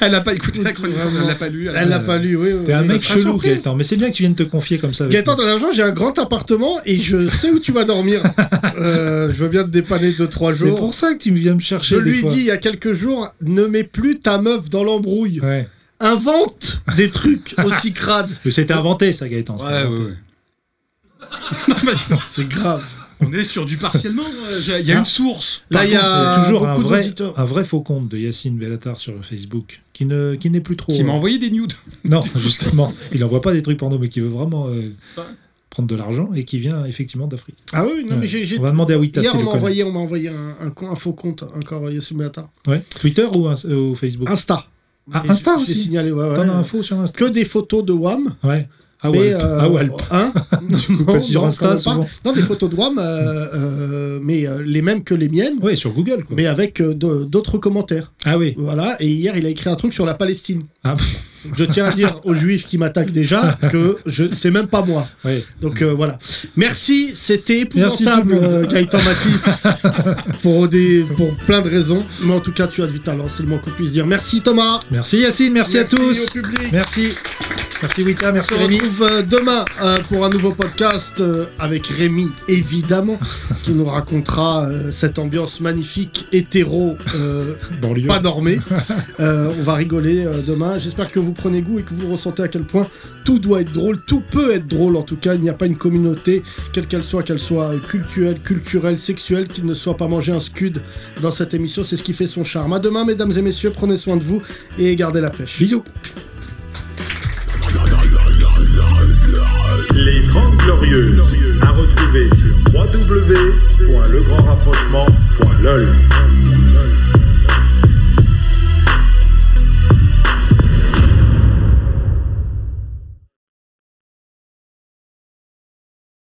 Speaker 8: Elle n'a pas écouté la chronique, elle l'a pas lu.
Speaker 3: elle l'a pas lu, oui. oui.
Speaker 4: T'es un
Speaker 3: Mais
Speaker 4: mec
Speaker 3: ça sera
Speaker 4: chelou,
Speaker 3: surprise.
Speaker 4: Gaëtan. Mais c'est bien que tu viennes te confier comme ça. Avec
Speaker 3: Gaëtan, dans l'argent, j'ai un grand appartement et je sais où tu vas dormir. Euh, je veux bien te dépanner 2-3
Speaker 4: nous. c'est
Speaker 3: jours.
Speaker 4: pour ça que tu viens me chercher.
Speaker 3: Je
Speaker 4: des
Speaker 3: lui
Speaker 4: fois.
Speaker 3: dis il y a quelques jours, ne mets plus ta meuf dans l'embrouille.
Speaker 4: Ouais.
Speaker 3: Invente des trucs aussi crades.
Speaker 4: Mais c'était inventé, ça, Gaëtan. c'était
Speaker 8: Ouais, ouais,
Speaker 4: inventé.
Speaker 8: ouais.
Speaker 3: C'est grave.
Speaker 8: On est sur du partiellement. euh, j'ai- Il y a une source.
Speaker 3: Là, il y a
Speaker 4: Il y a toujours un
Speaker 3: Ah, beaucoup
Speaker 4: vrai,
Speaker 3: d'auditeurs.
Speaker 4: un vrai faux compte de Yacine Bellatar sur Facebook qui ne qui n'est plus trop. hein.
Speaker 8: Qui m'a envoyé des nudes.
Speaker 4: Non, justement, il envoie pas des trucs porno, mais qui veut vraiment euh,
Speaker 8: Ouais.
Speaker 4: prendre de l'argent et qui vient effectivement d'Afrique.
Speaker 3: Ah oui, non,
Speaker 4: Ouais.
Speaker 3: mais j'ai. j'ai-
Speaker 4: On va demander à Wita
Speaker 3: Hier,
Speaker 4: s'il
Speaker 3: on
Speaker 4: le
Speaker 3: m'a
Speaker 4: connaît.
Speaker 3: envoyé, on m'a envoyé un, un con- un faux compte, encore Yassine Beatar.
Speaker 4: Ouais. Twitter ou, ins- euh, ou Facebook
Speaker 3: Insta.
Speaker 4: Ah,
Speaker 3: Et
Speaker 4: Insta
Speaker 3: j'ai- j'ai
Speaker 4: aussi.
Speaker 3: signalé, ouais, ouais.
Speaker 4: T'en as info sur Insta
Speaker 3: Que des photos de WAM.
Speaker 4: Ouais. Ah
Speaker 3: mais,
Speaker 4: ouais.
Speaker 3: euh,
Speaker 4: Ah ouais.
Speaker 3: hein
Speaker 4: coupes
Speaker 3: Non,
Speaker 4: pas sur
Speaker 3: non,
Speaker 4: Insta,
Speaker 3: quand même
Speaker 4: souvent.
Speaker 3: Non, des photos de WAM, euh, euh, mais euh, les mêmes que les miennes,
Speaker 4: Ouais, sur Google quoi.
Speaker 3: mais avec euh, de- d'autres commentaires.
Speaker 4: Ah oui.
Speaker 3: Voilà, et hier, il a écrit un truc sur la Palestine.
Speaker 4: Ah.
Speaker 3: Je tiens à dire aux juifs qui m'attaquent déjà que je c'est même pas moi.
Speaker 4: Ouais.
Speaker 3: Donc euh, voilà. Merci, c'était
Speaker 4: Merci tout
Speaker 3: épouvantable
Speaker 4: le monde.
Speaker 3: euh, Gaëtan Matisse pour des pour plein de raisons, mais en tout cas tu as du talent, c'est le moins qu'on puisse dire. Merci Thomas.
Speaker 4: Merci Yacine, merci, à
Speaker 3: au
Speaker 4: tous.
Speaker 3: public.
Speaker 4: Merci. Merci Wita, merci
Speaker 3: On se
Speaker 4: Rémi.
Speaker 3: retrouve euh, demain euh, pour un nouveau podcast euh, avec Rémi, évidemment, qui nous racontera euh, cette ambiance magnifique, hétéro, euh,
Speaker 4: Banlieue.
Speaker 3: pas normée. Euh, on va rigoler euh, demain. J'espère que vous prenez goût et que vous ressentez à quel point tout doit être drôle, tout peut être drôle en tout cas. Il n'y a pas une communauté, quelle qu'elle soit, qu'elle soit culturelle, culturelle, sexuelle, qu'il ne soit pas mangé un scud dans cette émission. C'est ce qui fait son charme. À demain, mesdames et messieurs, prenez soin de vous et gardez la pêche.
Speaker 4: Bisous.
Speaker 9: Les 30 Glorieuses, à retrouver sur www.legrandrapprochement.lol.